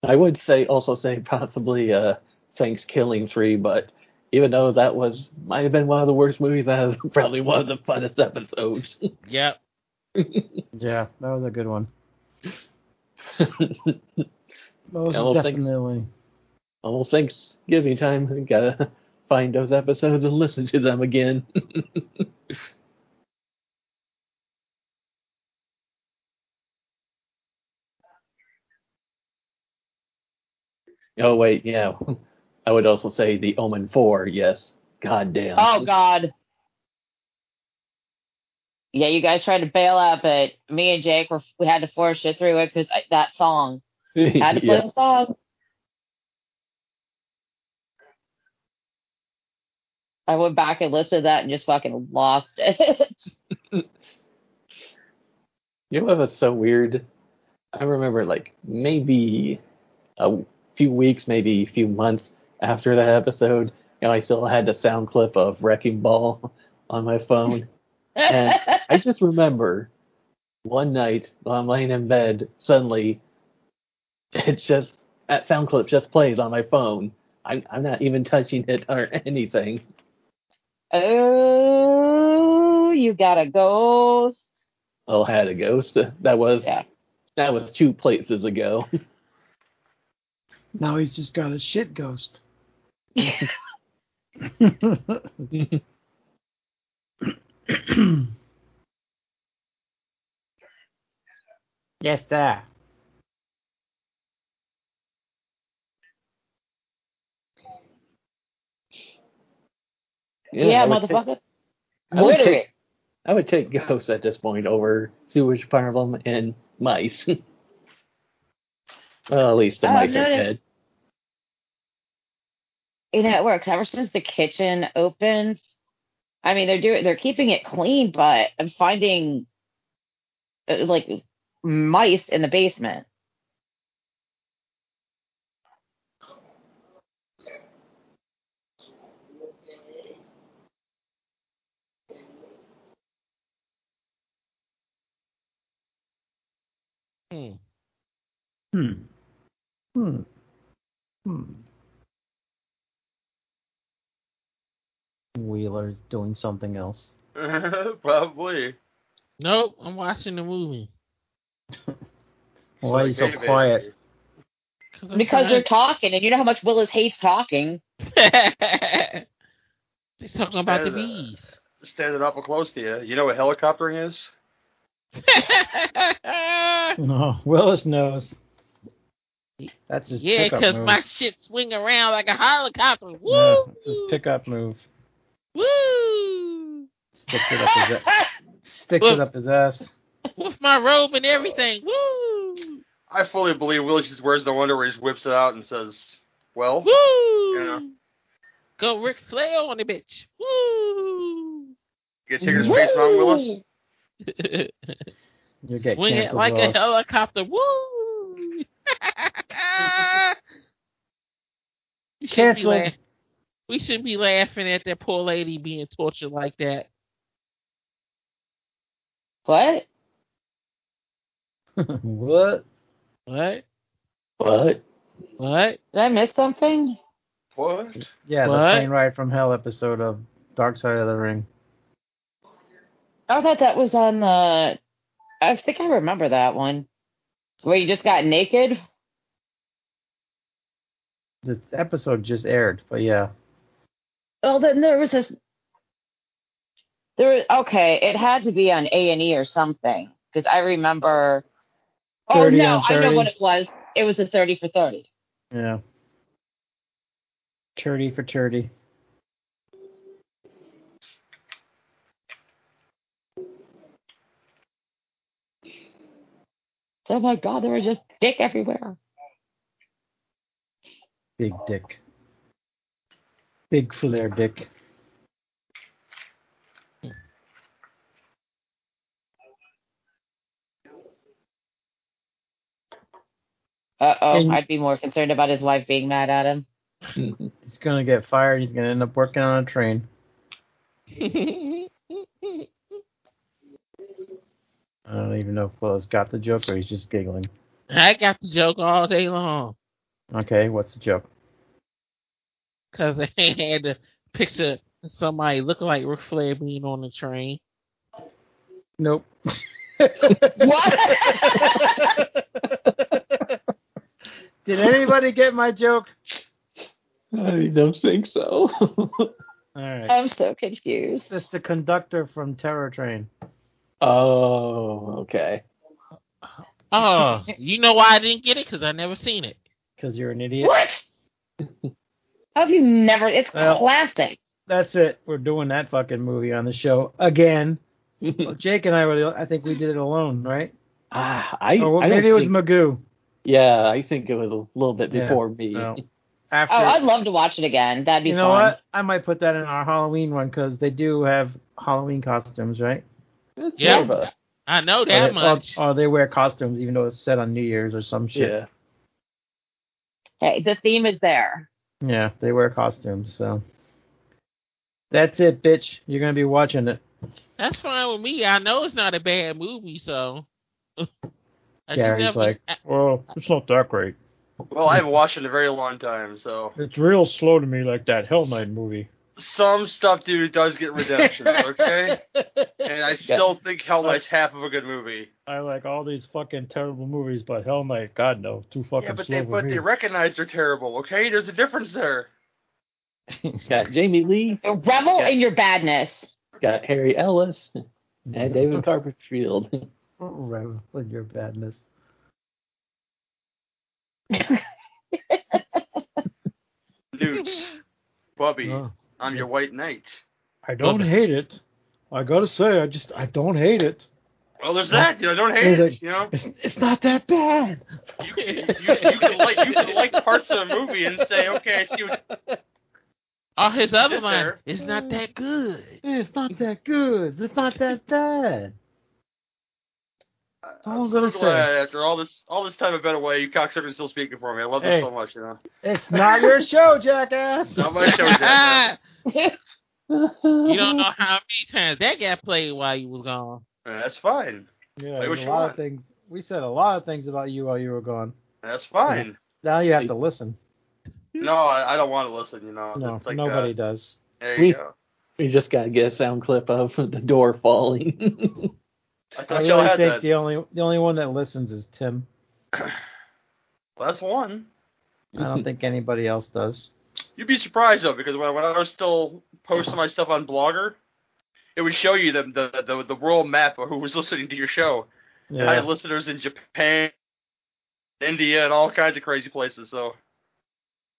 [SPEAKER 2] I would say also say possibly uh Thanksgiving three, but even though that was might have been one of the worst movies, that was probably one of the funnest episodes.
[SPEAKER 4] Yep.
[SPEAKER 7] Yeah, that was a good one. Most
[SPEAKER 2] Yeah, well, thanks.
[SPEAKER 7] definitely.
[SPEAKER 2] Almost Thanksgiving time, we gotta find those episodes and listen to them again. oh wait, yeah, I would also say The Omen four. Yes, goddamn.
[SPEAKER 5] Oh God. Yeah, you guys tried to bail out, but me and Jake were we had to force it through it because that song had to play
[SPEAKER 2] yeah,
[SPEAKER 5] the song. I went back and listened to that and just fucking lost it.
[SPEAKER 2] you know what was so weird? I remember like maybe a few weeks, maybe a few months after that episode, you know, I still had the sound clip of Wrecking Ball on my phone. And I just remember one night while I'm laying in bed, suddenly it just that sound clip just plays on my phone. I'm I'm not even touching it or anything.
[SPEAKER 5] oh, you got a ghost.
[SPEAKER 2] Oh, I had a ghost. That was
[SPEAKER 5] Yeah.
[SPEAKER 2] that was two places ago.
[SPEAKER 7] Now he's just got a shit ghost. yes, sir.
[SPEAKER 5] Yeah,
[SPEAKER 2] I would take-
[SPEAKER 5] motherfucker.
[SPEAKER 2] I would
[SPEAKER 5] Glitter
[SPEAKER 2] take-
[SPEAKER 5] it.
[SPEAKER 2] I would take ghosts at this point over sewage problem and mice. well, at least the
[SPEAKER 5] Oh,
[SPEAKER 2] mice
[SPEAKER 5] no,
[SPEAKER 2] are
[SPEAKER 5] no.
[SPEAKER 2] dead.
[SPEAKER 5] You know, it works. Ever since the kitchen opened, I mean, they're doing they're keeping it clean, but I'm finding uh, like mice in the basement.
[SPEAKER 4] Hmm.
[SPEAKER 7] Hmm. Hmm. Hmm. Wheeler's doing something else.
[SPEAKER 6] Probably.
[SPEAKER 4] Nope, I'm watching the movie.
[SPEAKER 7] Why are you so
[SPEAKER 6] Hey, baby.
[SPEAKER 7] quiet?
[SPEAKER 4] Cause I'm
[SPEAKER 5] Because they're
[SPEAKER 4] trying-
[SPEAKER 5] talking, and you know how much Willis hates talking.
[SPEAKER 4] they're talking about the
[SPEAKER 6] Saturday.
[SPEAKER 4] bees.
[SPEAKER 6] Standing up close to you. You know what helicoptering is?
[SPEAKER 7] No, Oh, Willis knows. That's his
[SPEAKER 4] yeah,
[SPEAKER 7] pickup
[SPEAKER 4] because
[SPEAKER 7] move.
[SPEAKER 4] my shit swing around like a helicopter. Woo!
[SPEAKER 7] Yeah, it's his pickup move.
[SPEAKER 4] Woo!
[SPEAKER 7] Sticks it up his ass. Sticks it
[SPEAKER 4] Look.
[SPEAKER 7] up his ass.
[SPEAKER 4] With my robe and everything. Woo!
[SPEAKER 6] I fully believe Willis just wears the wonder where he just whips it out and says, Well,
[SPEAKER 4] Woo!
[SPEAKER 6] Yeah.
[SPEAKER 4] Go Ric Flair on the bitch. Woo!
[SPEAKER 6] you get ticket to space Mountain Willis?
[SPEAKER 5] Woo!
[SPEAKER 7] You get
[SPEAKER 4] Swing it
[SPEAKER 7] canceled,
[SPEAKER 4] like
[SPEAKER 7] Willis.
[SPEAKER 4] a helicopter. Woo! we, shouldn't be
[SPEAKER 7] Canceled.
[SPEAKER 4] laugh- we shouldn't be laughing at that poor lady being tortured like that.
[SPEAKER 5] What?
[SPEAKER 7] what?
[SPEAKER 4] What?
[SPEAKER 2] What?
[SPEAKER 4] What?
[SPEAKER 5] Did I miss something?
[SPEAKER 6] What?
[SPEAKER 7] Yeah, the
[SPEAKER 4] What?
[SPEAKER 7] plane ride from hell episode of Dark Side of the Ring.
[SPEAKER 5] I thought that was on the. I think I remember that one. Where you just got naked?
[SPEAKER 7] The episode just aired, but yeah.
[SPEAKER 5] Well, then there was this. There, okay, it had to be on A and E or something because I remember. Oh
[SPEAKER 7] 30
[SPEAKER 5] no,
[SPEAKER 7] on
[SPEAKER 5] I know
[SPEAKER 7] 30.
[SPEAKER 5] what it was. It was a thirty for thirty.
[SPEAKER 7] Yeah. Turdy for turdy.
[SPEAKER 5] Oh my god, there was just dick everywhere.
[SPEAKER 7] Big dick. Big flare dick.
[SPEAKER 5] Uh oh,
[SPEAKER 7] And-
[SPEAKER 5] I'd be more concerned about his wife being mad at him.
[SPEAKER 7] He's gonna get fired. He's gonna end up working on a train. I don't even know if Will's got the joke or he's just giggling.
[SPEAKER 4] I got the joke all day long
[SPEAKER 7] Okay, what's the joke?
[SPEAKER 4] because I had a picture of somebody looking like Ric Flair being on the train.
[SPEAKER 7] Nope.
[SPEAKER 5] What?
[SPEAKER 7] Did anybody get my joke?
[SPEAKER 2] I don't think so.
[SPEAKER 7] All right.
[SPEAKER 5] I'm so confused.
[SPEAKER 7] It's the conductor from Terror Train.
[SPEAKER 2] oh, okay.
[SPEAKER 4] Oh, you know why I didn't get it? Because I never seen it.
[SPEAKER 7] Because you're an idiot.
[SPEAKER 5] What? How have you never? It's
[SPEAKER 7] Well-
[SPEAKER 5] classic.
[SPEAKER 7] That's it. We're doing that fucking movie on the show again. Well, Jake and I were. the- I think we did it alone, right?
[SPEAKER 2] Ah, I,
[SPEAKER 7] Or
[SPEAKER 2] I don't
[SPEAKER 7] Oh, maybe it was
[SPEAKER 2] think-
[SPEAKER 7] Magoo.
[SPEAKER 2] yeah, I think it was a little bit
[SPEAKER 7] Yeah,
[SPEAKER 2] before me.
[SPEAKER 7] No. After
[SPEAKER 5] Oh, I'd love to watch it again. That'd be
[SPEAKER 7] you
[SPEAKER 5] fun.
[SPEAKER 7] know what? I might put that in our Halloween one because they do have Halloween costumes, right?
[SPEAKER 2] It's
[SPEAKER 4] Yeah.
[SPEAKER 2] more of a-
[SPEAKER 4] I know
[SPEAKER 7] or,
[SPEAKER 4] that
[SPEAKER 7] they, or-
[SPEAKER 4] much.
[SPEAKER 7] Or, they wear costumes even though it's set on New Year's or some shit.
[SPEAKER 2] yeah.
[SPEAKER 5] Hey, the theme is there.
[SPEAKER 7] Yeah, they wear costumes. So that's it, bitch. You're gonna be watching it.
[SPEAKER 4] That's fine with me. I know it's not a bad movie, so. I just
[SPEAKER 7] Gary's
[SPEAKER 4] never-
[SPEAKER 7] like,
[SPEAKER 4] I-
[SPEAKER 7] well, it's not that great.
[SPEAKER 6] Well, I haven't watched it in a very long time, so.
[SPEAKER 7] It's real slow to me, like that Hell Knight movie.
[SPEAKER 6] Some stuff, dude, does get redemption, okay? And I still think Hell Knight's half of a good movie.
[SPEAKER 7] I like all these fucking terrible movies, but Hell Knight, God no, too fucking
[SPEAKER 6] Yeah, but they but they
[SPEAKER 7] me.
[SPEAKER 6] recognize they're terrible, okay? There's a difference there.
[SPEAKER 2] It's got Jamie Lee,
[SPEAKER 5] Revel
[SPEAKER 2] Yeah.
[SPEAKER 5] in your badness.
[SPEAKER 2] it's got Harry Ellis, and David Copperfield.
[SPEAKER 7] Revel in your badness.
[SPEAKER 6] Newts, Bubby,
[SPEAKER 7] Oh.
[SPEAKER 6] I'm your white knight.
[SPEAKER 7] I
[SPEAKER 4] don't
[SPEAKER 7] hate it. I gotta say, I just I don't hate it.
[SPEAKER 6] Well, there's that. You know, I don't hate it. You know,
[SPEAKER 7] It's, it's not that bad.
[SPEAKER 6] you, you, you can like you can like parts of the movie and say, okay, I see what
[SPEAKER 4] Or Oh, his other
[SPEAKER 6] Sit
[SPEAKER 4] line,
[SPEAKER 6] there.
[SPEAKER 4] it's not that good.
[SPEAKER 7] It's not that good. It's not that bad.
[SPEAKER 6] I-
[SPEAKER 7] all
[SPEAKER 6] I'm
[SPEAKER 7] I'm
[SPEAKER 6] so
[SPEAKER 7] gonna
[SPEAKER 6] glad after all this all this time I've been away, you cocksuckers still speaking for me. I love this
[SPEAKER 7] Hey.
[SPEAKER 6] so much, you know.
[SPEAKER 7] It's not your show, jackass.
[SPEAKER 6] Not my show, Jack.
[SPEAKER 4] you don't know how many times that got played while you was gone.
[SPEAKER 6] That's fine.
[SPEAKER 7] Yeah,
[SPEAKER 6] Play
[SPEAKER 7] there's
[SPEAKER 6] what
[SPEAKER 7] a
[SPEAKER 6] you
[SPEAKER 7] lot
[SPEAKER 6] want.
[SPEAKER 7] of things. We said a lot of things about you while you were gone.
[SPEAKER 6] That's fine.
[SPEAKER 7] Now you have to listen.
[SPEAKER 6] No, I, I don't want to listen, you know.
[SPEAKER 7] No,
[SPEAKER 6] It's like,
[SPEAKER 7] nobody
[SPEAKER 6] Uh,
[SPEAKER 7] does.
[SPEAKER 6] there
[SPEAKER 2] We-
[SPEAKER 6] you go.
[SPEAKER 2] We just got to get a sound clip of the door falling.
[SPEAKER 6] I thought
[SPEAKER 7] I
[SPEAKER 6] y'all
[SPEAKER 7] really
[SPEAKER 6] had
[SPEAKER 7] think
[SPEAKER 6] that.
[SPEAKER 7] the only the only one that listens is Tim.
[SPEAKER 6] Well, that's one.
[SPEAKER 7] I
[SPEAKER 2] Uh,
[SPEAKER 7] don't think anybody else does.
[SPEAKER 6] You'd be surprised though, because when, when I was still posting my stuff on Blogger, it would show you the the the, the world map of who was listening to your show. And I had listeners in Japan, India, and all kinds of crazy places. So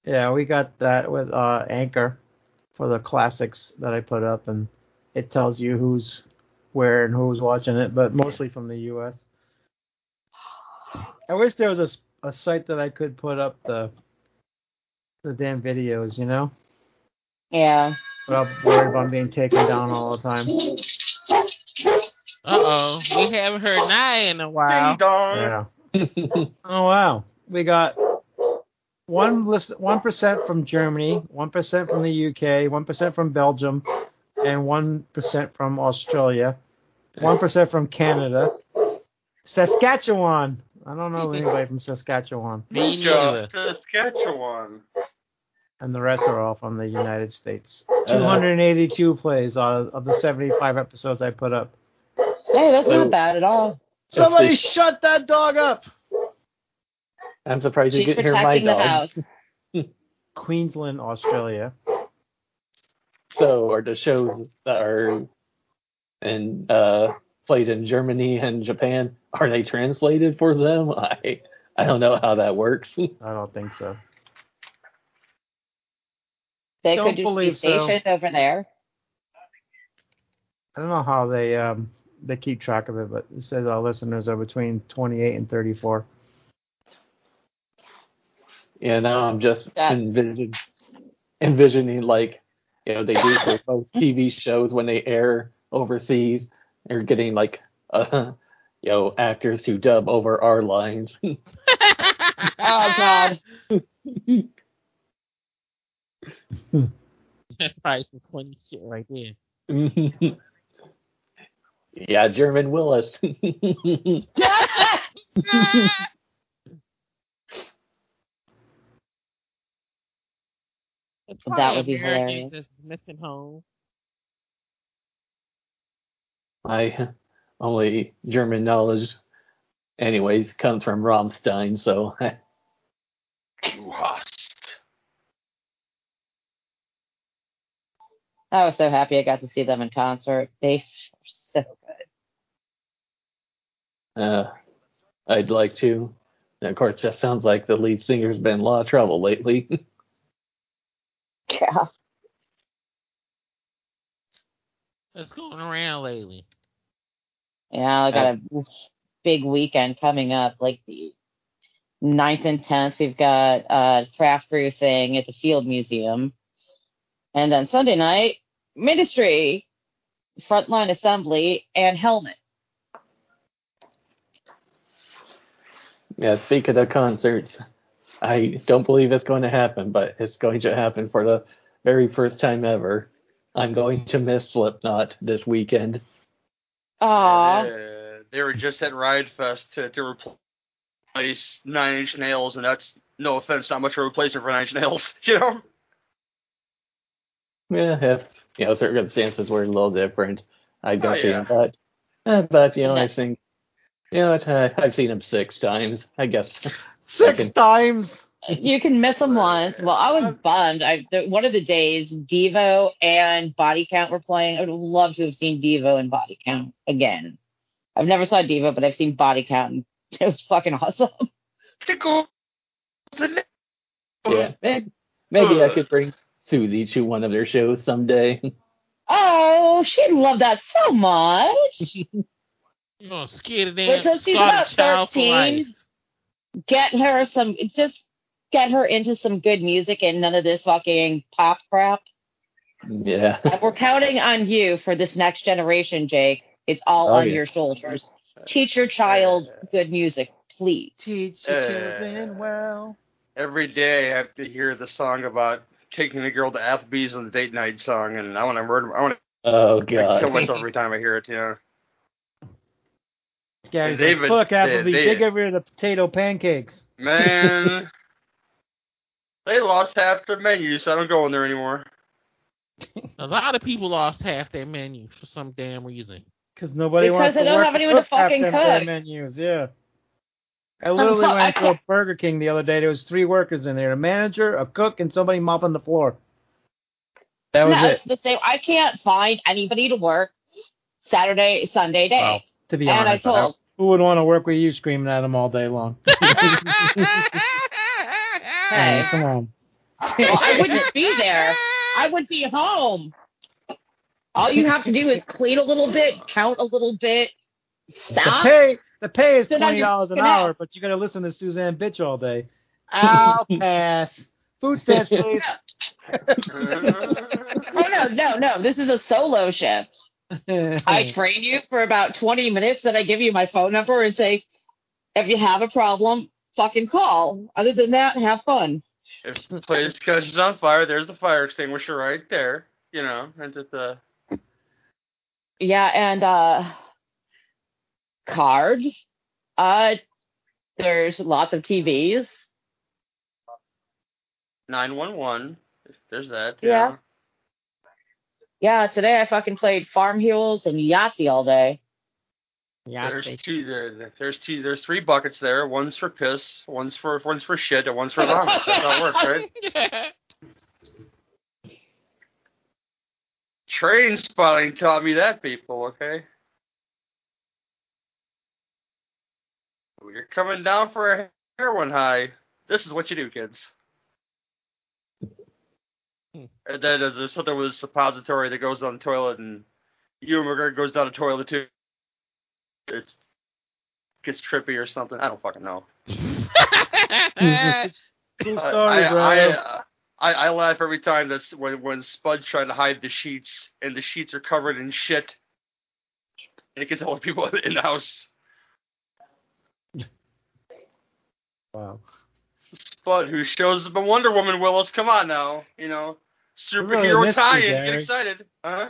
[SPEAKER 7] Yeah, we got that with uh, Anchor for the classics that I put up, and it tells you who's where and who's watching it, but mostly from the U.S. I wish there was a, s- a site that I could put up the the damn videos, you know,
[SPEAKER 5] yeah.
[SPEAKER 7] without worried about being taken down all the time.
[SPEAKER 4] Uh oh, we haven't heard Nye in a while.
[SPEAKER 6] ding dong.
[SPEAKER 7] Yeah. Oh wow, we got one list, one percent from Germany, one percent from the UK, one percent from Belgium, and one percent from Australia, one percent from Canada, Saskatchewan. I don't know anybody from Saskatchewan,
[SPEAKER 4] Me
[SPEAKER 6] Go
[SPEAKER 4] neither.
[SPEAKER 6] to Saskatchewan.
[SPEAKER 7] and the rest are all from the United States.
[SPEAKER 2] Uh-huh.
[SPEAKER 7] 282 plays out of, of the 75 episodes I put up.
[SPEAKER 5] Hey, that's not bad at all.
[SPEAKER 7] Somebody shut that dog up.
[SPEAKER 2] I'm surprised you
[SPEAKER 5] She's
[SPEAKER 2] didn't hear my
[SPEAKER 5] protecting the
[SPEAKER 2] dog.
[SPEAKER 5] house.
[SPEAKER 7] Queensland, Australia.
[SPEAKER 2] So, or the shows that are and uh, played in Germany and Japan are they translated for them? I I don't know how that works.
[SPEAKER 7] I don't think so.
[SPEAKER 5] They
[SPEAKER 7] Don't
[SPEAKER 5] could just be
[SPEAKER 7] believe so.
[SPEAKER 5] stationed over there.
[SPEAKER 7] I don't know how they um they keep track of it, but it says our listeners are between 28 and 34.
[SPEAKER 2] Yeah, now I'm just
[SPEAKER 5] That-
[SPEAKER 2] envisioning, envisioning like you know they do for most TV shows when they air overseas, they're getting like uh, you know actors to dub over our lines.
[SPEAKER 5] Oh God.
[SPEAKER 4] That's probably some funny shit right there.
[SPEAKER 2] yeah, German Willis.
[SPEAKER 4] It's
[SPEAKER 5] That
[SPEAKER 4] probably
[SPEAKER 5] would be
[SPEAKER 4] Americans
[SPEAKER 5] hilarious.
[SPEAKER 4] That's missing home.
[SPEAKER 2] My only German knowledge, anyways, comes from Rammstein, so
[SPEAKER 6] You hast.
[SPEAKER 5] I was so happy I got to see them in concert. They were so
[SPEAKER 2] uh, I'd like to. And of course, that sounds like the lead singer's been in a lot of trouble lately.
[SPEAKER 5] yeah.
[SPEAKER 4] That's going around lately.
[SPEAKER 5] Yeah, I got a big weekend coming up, like the 9th and tenth. We've got a craft brew thing at the Field Museum, and then Sunday night, Ministry, Frontline Assembly, and Helmet.
[SPEAKER 2] Yeah, speaking of concerts, I don't believe it's going to happen, but it's going to happen for the very first time ever. I'm going to miss Slipknot this weekend.
[SPEAKER 5] Aww,
[SPEAKER 6] Uh, they were just at Riot Fest to, to replace Nine Inch Nails, and that's no offense, not much of a replacement for Nine Inch Nails. You know,
[SPEAKER 2] Yeah, if you know circumstances were a little different, I'd go
[SPEAKER 6] Oh,
[SPEAKER 2] see
[SPEAKER 6] yeah.
[SPEAKER 2] him. But uh, but you know
[SPEAKER 5] Yeah.
[SPEAKER 2] I've seen you know what, uh, I've seen him six times. I guess
[SPEAKER 7] Six
[SPEAKER 2] Second.
[SPEAKER 7] times.
[SPEAKER 5] you can miss them once. Well, I was bummed. I the, one of the days, Devo and Body Count were playing. I would have loved to have seen Devo and Body Count again. I've never saw Devo, but I've seen Body Count, and it was fucking awesome.
[SPEAKER 6] tickle.
[SPEAKER 2] yeah. Maybe, maybe I could bring Susie to one of their shows someday.
[SPEAKER 5] Oh, she loved that so much.
[SPEAKER 4] You're gonna scare the damn
[SPEAKER 5] Because she's about
[SPEAKER 4] start a child for life.
[SPEAKER 5] thirteen. Get her some just get her into some good music and none of this fucking pop crap.
[SPEAKER 2] Yeah.
[SPEAKER 5] Uh, We're counting on you for this next generation, Jake. It's all
[SPEAKER 2] Oh,
[SPEAKER 5] on
[SPEAKER 2] yeah.
[SPEAKER 5] your shoulders. Teach your child good music, please.
[SPEAKER 7] Teach
[SPEAKER 6] your children
[SPEAKER 7] well.
[SPEAKER 6] Every day I have to hear the song about taking the girl to Applebee's on the date night song, and I want to murder. I want
[SPEAKER 2] Oh
[SPEAKER 6] to kill
[SPEAKER 2] god.
[SPEAKER 6] myself every time I hear it. You know.
[SPEAKER 7] Gary's
[SPEAKER 6] They've
[SPEAKER 7] like,
[SPEAKER 6] been-
[SPEAKER 7] fuck
[SPEAKER 6] they-
[SPEAKER 7] Applebee's,
[SPEAKER 6] they-
[SPEAKER 7] they get rid of the potato pancakes.
[SPEAKER 6] Man, they lost half their menu, so I don't go in there anymore.
[SPEAKER 4] A lot of people lost half their menu for some damn reason.
[SPEAKER 7] Because nobody
[SPEAKER 5] Because
[SPEAKER 7] wants
[SPEAKER 5] they
[SPEAKER 7] to
[SPEAKER 5] don't
[SPEAKER 7] work
[SPEAKER 5] have anyone to
[SPEAKER 7] cook half
[SPEAKER 5] fucking
[SPEAKER 7] them damn
[SPEAKER 5] cook.
[SPEAKER 7] menus. Yeah. I literally
[SPEAKER 5] I
[SPEAKER 7] went to
[SPEAKER 5] can't-
[SPEAKER 7] a Burger King the other day. There was three workers in there: a manager, a cook, and somebody mopping the floor. That was
[SPEAKER 5] no,
[SPEAKER 7] it.
[SPEAKER 5] it's the same. I can't find anybody to work Saturday, Sunday day.
[SPEAKER 7] Well, to be
[SPEAKER 5] and I
[SPEAKER 7] honest, I
[SPEAKER 5] told,
[SPEAKER 7] who would want to work with you screaming at them all day long? I mean, come on.
[SPEAKER 5] well, I wouldn't be there. I would be home. All you have to do is clean a little bit, count a little bit,
[SPEAKER 7] The
[SPEAKER 5] stop.
[SPEAKER 7] pay the pay is
[SPEAKER 5] Sit down,
[SPEAKER 7] twenty
[SPEAKER 5] you're
[SPEAKER 7] dollars an
[SPEAKER 5] fucking
[SPEAKER 7] hour,
[SPEAKER 5] out.
[SPEAKER 7] but you're gonna listen to Suzanne bitch all day. I'll pass. Food stamps, please.
[SPEAKER 5] Oh no, no, no. This is a solo shift. I train you for about 20 minutes, then I give you my phone number and say, if you have a problem, fucking call. Other than that, have fun.
[SPEAKER 6] if the place catches on fire, there's the fire extinguisher right there. You know, and it's uh,
[SPEAKER 5] Yeah, and uh card. Uh there's lots of TVs.
[SPEAKER 6] nine one one. There's that.
[SPEAKER 5] Yeah.
[SPEAKER 6] yeah.
[SPEAKER 5] Yeah, today I fucking played Farm Heels and Yahtzee all day.
[SPEAKER 6] There's two. There, there's two. There's three buckets there. One's for piss. One's for one's for shit. And one's for vomit. That's how it works, right? Train spotting taught me that, people. Okay. You're coming down for a heroin high. This is what you do, kids.
[SPEAKER 4] Hmm.
[SPEAKER 6] And then there's this other was suppository that goes on the toilet, and Ewan McGregor goes down the toilet too. It's gets trippy or something. I don't fucking know.
[SPEAKER 7] Cool
[SPEAKER 6] I-
[SPEAKER 7] story,
[SPEAKER 6] I,
[SPEAKER 7] bro.
[SPEAKER 6] I, uh, I, I laugh every time that's when when Spud's trying to hide the sheets and the sheets are covered in shit. And it gets all the people in the house.
[SPEAKER 7] wow.
[SPEAKER 6] Spud, who shows up in Wonder Woman, Willis, come on now, you know,
[SPEAKER 7] really
[SPEAKER 6] superhero
[SPEAKER 7] missed you,
[SPEAKER 6] tie-in, get
[SPEAKER 7] Gary.
[SPEAKER 6] excited, huh?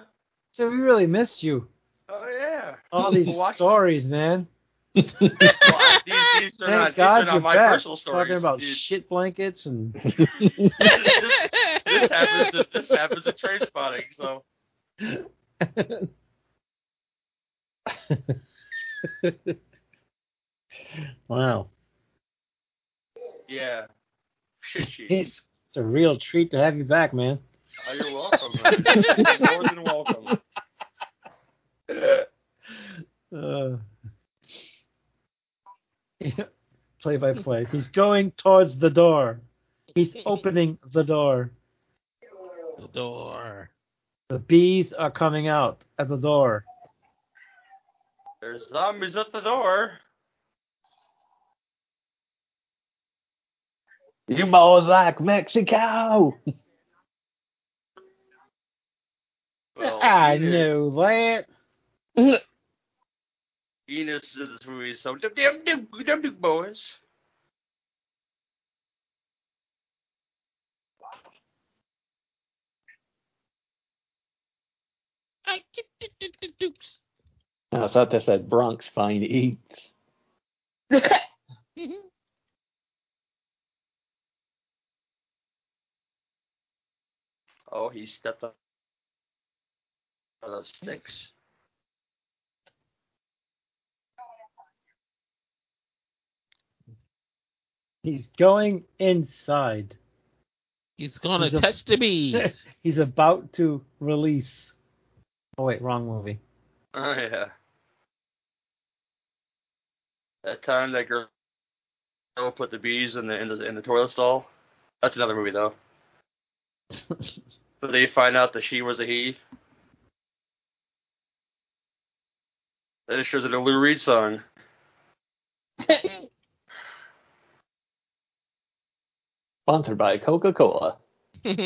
[SPEAKER 7] So we really missed you.
[SPEAKER 6] Oh yeah.
[SPEAKER 7] All these
[SPEAKER 6] Watch-
[SPEAKER 7] stories, man.
[SPEAKER 6] Well, I- these, these are
[SPEAKER 7] Thank
[SPEAKER 6] not,
[SPEAKER 7] God
[SPEAKER 6] these are
[SPEAKER 7] you're
[SPEAKER 6] not my
[SPEAKER 7] back.
[SPEAKER 6] personal stories.
[SPEAKER 7] Talking about
[SPEAKER 6] These-
[SPEAKER 7] shit blankets and
[SPEAKER 6] this, this happens. At, this happens at train spotting. So
[SPEAKER 7] wow,
[SPEAKER 6] yeah, shit sheets.
[SPEAKER 7] it's a real treat to have you back, man.
[SPEAKER 6] Oh, you're welcome. man. You're more than welcome.
[SPEAKER 7] Uh, play by play. He's going towards the door. He's opening the door.
[SPEAKER 4] the door.
[SPEAKER 7] The bees are coming out at the door.
[SPEAKER 6] There's zombies at the door.
[SPEAKER 2] you boys like Mexico.
[SPEAKER 4] Oh,
[SPEAKER 6] Well,
[SPEAKER 7] I
[SPEAKER 6] Enos-
[SPEAKER 7] knew that.
[SPEAKER 6] Enos is in this movie, so dum dum dum dum dum boys.
[SPEAKER 4] I get do- do- do- do.
[SPEAKER 2] I thought that said Bronx fine E, eats.
[SPEAKER 6] Oh, he stepped up on the sticks.
[SPEAKER 7] He's going inside.
[SPEAKER 4] He's gonna
[SPEAKER 7] He's a-
[SPEAKER 4] touch the bees.
[SPEAKER 7] He's about to release. Oh wait, wrong movie.
[SPEAKER 6] Oh yeah. That time that girl girl put the bees in the in the in the toilet stall. That's another movie though. but they find out that she was a he. That is sure the Lou Reed song.
[SPEAKER 2] Sponsored by Coca Cola.
[SPEAKER 6] It's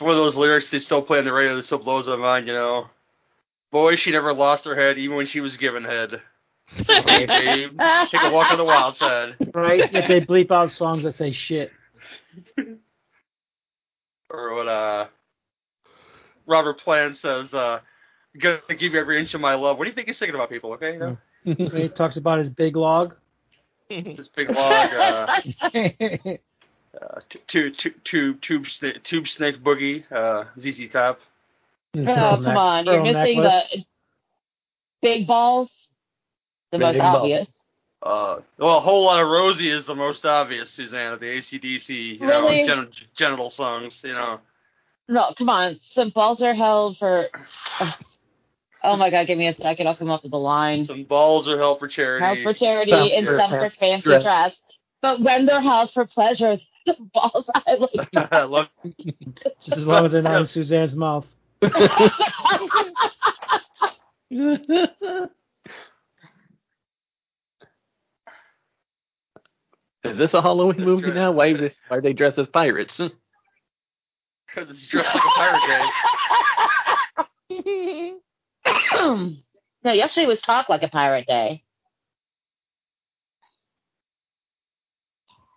[SPEAKER 6] one of those lyrics they still play on the radio that still blows my mind, you know. Boy, she never lost her head, even when she was given head. Hey, babe, take a walk on the wild side.
[SPEAKER 7] Right? if they bleep out songs that say shit.
[SPEAKER 6] Or what uh, Robert Plant says, uh, gonna give you every inch of my love. What do you think he's thinking about people, okay? You know?
[SPEAKER 7] When he talks about his big log.
[SPEAKER 6] This big log, uh,
[SPEAKER 5] Oh,
[SPEAKER 6] uh, t- tu- tu- tu- tube, sna- tube snake boogie, uh, ZZ Top.
[SPEAKER 5] Oh, come on. You're missing the big balls. The
[SPEAKER 2] Big
[SPEAKER 5] most
[SPEAKER 2] balls.
[SPEAKER 5] obvious.
[SPEAKER 6] Uh, well, a whole lot of Rosie is the most obvious, Suzanne, of the ACDC, you
[SPEAKER 5] Really?
[SPEAKER 6] know, gen- genital songs, you know.
[SPEAKER 5] No, come on. Some balls are held for. Oh my God, give me a second. I'll come up with the line.
[SPEAKER 6] Some balls are held for charity.
[SPEAKER 5] Held for charity
[SPEAKER 7] Some
[SPEAKER 5] and
[SPEAKER 7] for
[SPEAKER 5] some for fancy
[SPEAKER 7] dress.
[SPEAKER 5] dress. But when they're held for pleasure, the balls I like.
[SPEAKER 6] I love
[SPEAKER 7] Just as long as they're not in Suzanne's mouth.
[SPEAKER 2] Is this a Halloween
[SPEAKER 6] That's
[SPEAKER 2] movie
[SPEAKER 6] good.
[SPEAKER 2] now? Why, is it- why are they dressed as pirates?
[SPEAKER 6] because it's dressed like a pirate day.
[SPEAKER 5] no, yesterday was talk like a pirate day.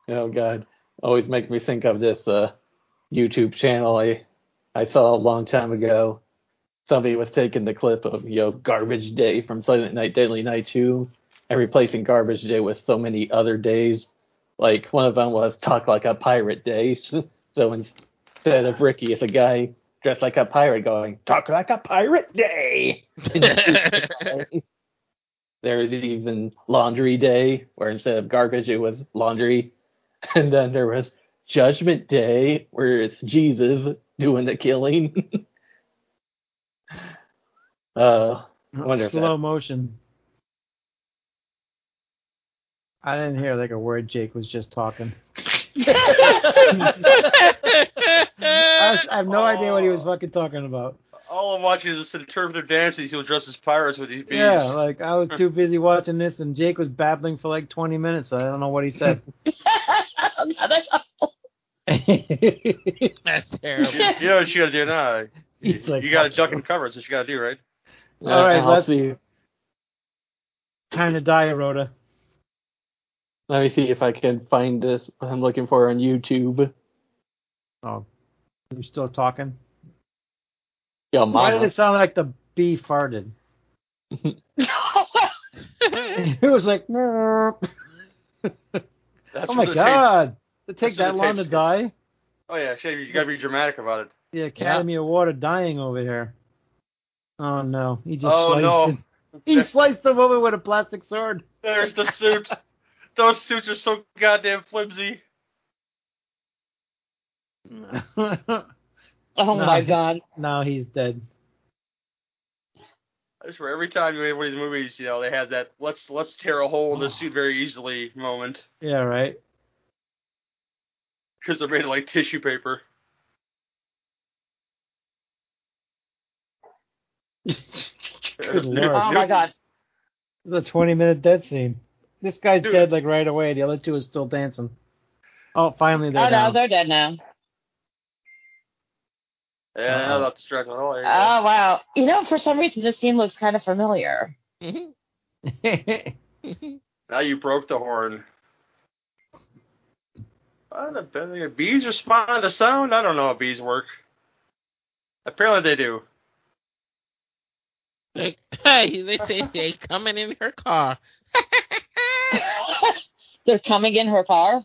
[SPEAKER 2] Oh God, always make me think of this uh, YouTube channel I I saw a long time ago. Somebody was taking the clip of you know Garbage Day from Silent Night, Deadly Night Two, and replacing Garbage Day with so many other days. Like one of them was Talk Like a Pirate Day. so instead of Ricky, it's a guy dressed like a pirate going Talk Like a Pirate Day. There's even laundry day, where instead of garbage, it was laundry. And then there was judgment day, where it's Jesus doing the killing. uh, Wonder if that-
[SPEAKER 7] Slow motion. I didn't hear like a word Jake was just talking.
[SPEAKER 5] Oh
[SPEAKER 7] I, was- I have no idea what he was fucking talking about.
[SPEAKER 6] All I'm watching is this interpretive dance. He's going to dress as pirates with these beads.
[SPEAKER 7] Yeah, like I was too busy watching this, and Jake was babbling for like 20 minutes. I don't know what he said.
[SPEAKER 5] That's
[SPEAKER 4] That's terrible.
[SPEAKER 6] you, you know what you got to do now?
[SPEAKER 7] He's like,
[SPEAKER 6] you got to duck and cover. That's what you got to do, right?
[SPEAKER 7] All right,
[SPEAKER 2] I'll
[SPEAKER 7] let's-
[SPEAKER 2] see.
[SPEAKER 7] Time to die, Rhoda.
[SPEAKER 2] Let me see if I can find this. I'm looking for on YouTube.
[SPEAKER 7] Oh, you still talking?
[SPEAKER 2] Yo,
[SPEAKER 7] Why did
[SPEAKER 2] mama.
[SPEAKER 7] it sound like the bee farted? it was like, "Meep."
[SPEAKER 6] That's
[SPEAKER 7] oh
[SPEAKER 6] what
[SPEAKER 7] my
[SPEAKER 6] the tape-
[SPEAKER 7] god, it take
[SPEAKER 6] That's what
[SPEAKER 7] that
[SPEAKER 6] the
[SPEAKER 7] long to
[SPEAKER 6] tape's
[SPEAKER 7] die?
[SPEAKER 6] oh, yeah. Shane, you got to be dramatic about it.
[SPEAKER 7] The Academy Award of Dying over here. Oh no, he just
[SPEAKER 6] Oh,
[SPEAKER 7] sliced
[SPEAKER 6] no.
[SPEAKER 7] it. He sliced the woman with a plastic sword.
[SPEAKER 6] There's the suit. Those suits are so goddamn flimsy.
[SPEAKER 5] oh
[SPEAKER 7] No.
[SPEAKER 5] my God.
[SPEAKER 7] now he's dead.
[SPEAKER 6] I swear, every time you have one of these movies, you know, they have that let's let's tear a hole in the suit very easily moment
[SPEAKER 7] Yeah, right.
[SPEAKER 6] because they're made of like tissue paper.
[SPEAKER 7] Good lord.
[SPEAKER 5] Oh my God.
[SPEAKER 7] It's a 20 minute dead scene. This guy's
[SPEAKER 6] Dude.
[SPEAKER 7] dead like right away. The other two are still dancing. Oh, finally they're
[SPEAKER 5] Oh no,
[SPEAKER 7] down.
[SPEAKER 5] they're dead now.
[SPEAKER 6] Yeah,
[SPEAKER 7] Uh-oh.
[SPEAKER 6] I'll have to stretch it all.
[SPEAKER 5] Oh
[SPEAKER 6] Yeah.
[SPEAKER 5] wow. You know, for some reason, this scene looks kind of familiar.
[SPEAKER 6] now you broke the horn. I don't know, bees respond to sound. I don't know how bees work. Apparently they do.
[SPEAKER 4] Like, hey, they say they coming in her car.
[SPEAKER 5] they're coming in her car.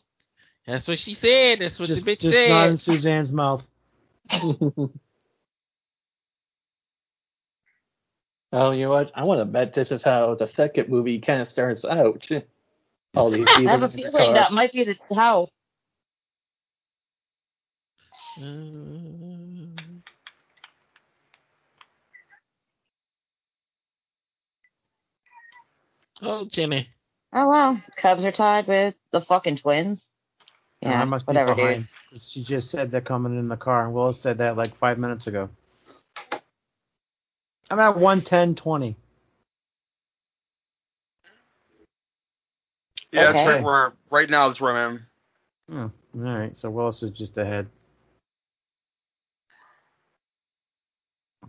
[SPEAKER 4] That's what she said. That's what
[SPEAKER 7] just
[SPEAKER 4] the bitch
[SPEAKER 7] just not in
[SPEAKER 4] said.
[SPEAKER 7] Suzanne's mouth.
[SPEAKER 2] oh, you know what? I want to bet this is how the second movie kind of starts out. All these
[SPEAKER 5] I
[SPEAKER 2] people
[SPEAKER 5] have a
[SPEAKER 2] in the
[SPEAKER 5] feeling
[SPEAKER 2] car.
[SPEAKER 5] that might be the how.
[SPEAKER 4] Oh, Jenny.
[SPEAKER 5] Oh wow, Cubs are tied with the fucking Twins.
[SPEAKER 7] No,
[SPEAKER 5] Yeah,
[SPEAKER 7] I must
[SPEAKER 5] whatever,
[SPEAKER 7] be behind.
[SPEAKER 5] dude.
[SPEAKER 7] 'cause She just said they're coming in the car, and Willis said that like five minutes ago. I'm at 110.20.
[SPEAKER 6] Yeah,
[SPEAKER 5] Okay.
[SPEAKER 6] that's right where right now it's where I'm.
[SPEAKER 7] Hmm. All right, so Willis is just ahead.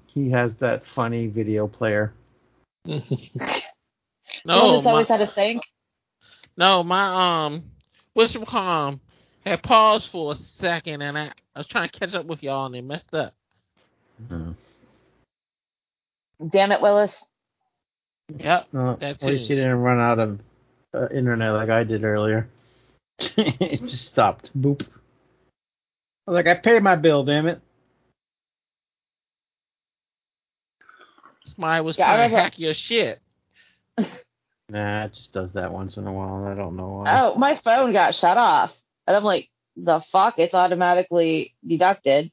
[SPEAKER 7] He has that funny video player.
[SPEAKER 5] the one
[SPEAKER 4] No,
[SPEAKER 5] that's always
[SPEAKER 4] Oh, my,
[SPEAKER 5] had a sink.
[SPEAKER 4] no, my um, what's your calm? Had paused for a second, and I, I was trying to catch up with y'all, and it messed up.
[SPEAKER 7] Uh,
[SPEAKER 5] Damn it, Willis.
[SPEAKER 4] Yep.
[SPEAKER 7] Uh,
[SPEAKER 4] That's
[SPEAKER 7] at least
[SPEAKER 4] it.
[SPEAKER 7] he didn't run out of uh, internet like I did earlier. it just stopped. Boop. I was like, I paid my bill, damn it.
[SPEAKER 4] Somebody was
[SPEAKER 5] Yeah, I
[SPEAKER 4] trying to
[SPEAKER 5] remember-
[SPEAKER 4] hack your shit.
[SPEAKER 7] Nah, it just does that once in a while. I don't know why.
[SPEAKER 5] Oh, my phone got shut off. And I'm like, the fuck? It's automatically deducted.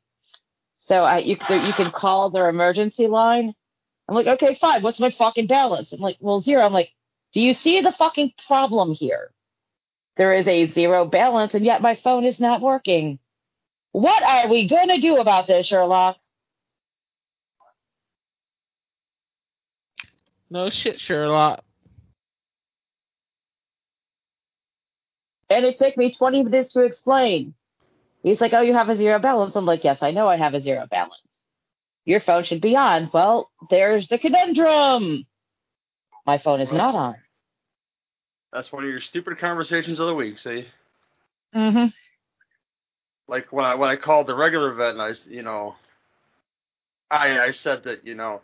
[SPEAKER 5] So I, you, you can call their emergency line. I'm like, okay, fine. What's my fucking balance? I'm like, well, zero. I'm like, do you see the fucking problem here? There is a zero balance, and yet my phone is not working. What are we going to do about this, Sherlock?
[SPEAKER 4] No shit, Sherlock.
[SPEAKER 5] And it took me 20 minutes to explain. He's like, Oh, you have a zero balance. I'm like, Yes, I know I have a zero balance. Your phone should be on. Well, there's the conundrum. My phone is not on.
[SPEAKER 6] That's one of your stupid conversations of the week. See,
[SPEAKER 5] Mm-hmm.
[SPEAKER 6] like when I when I called the regular vet, and I s- you know, I I said that you know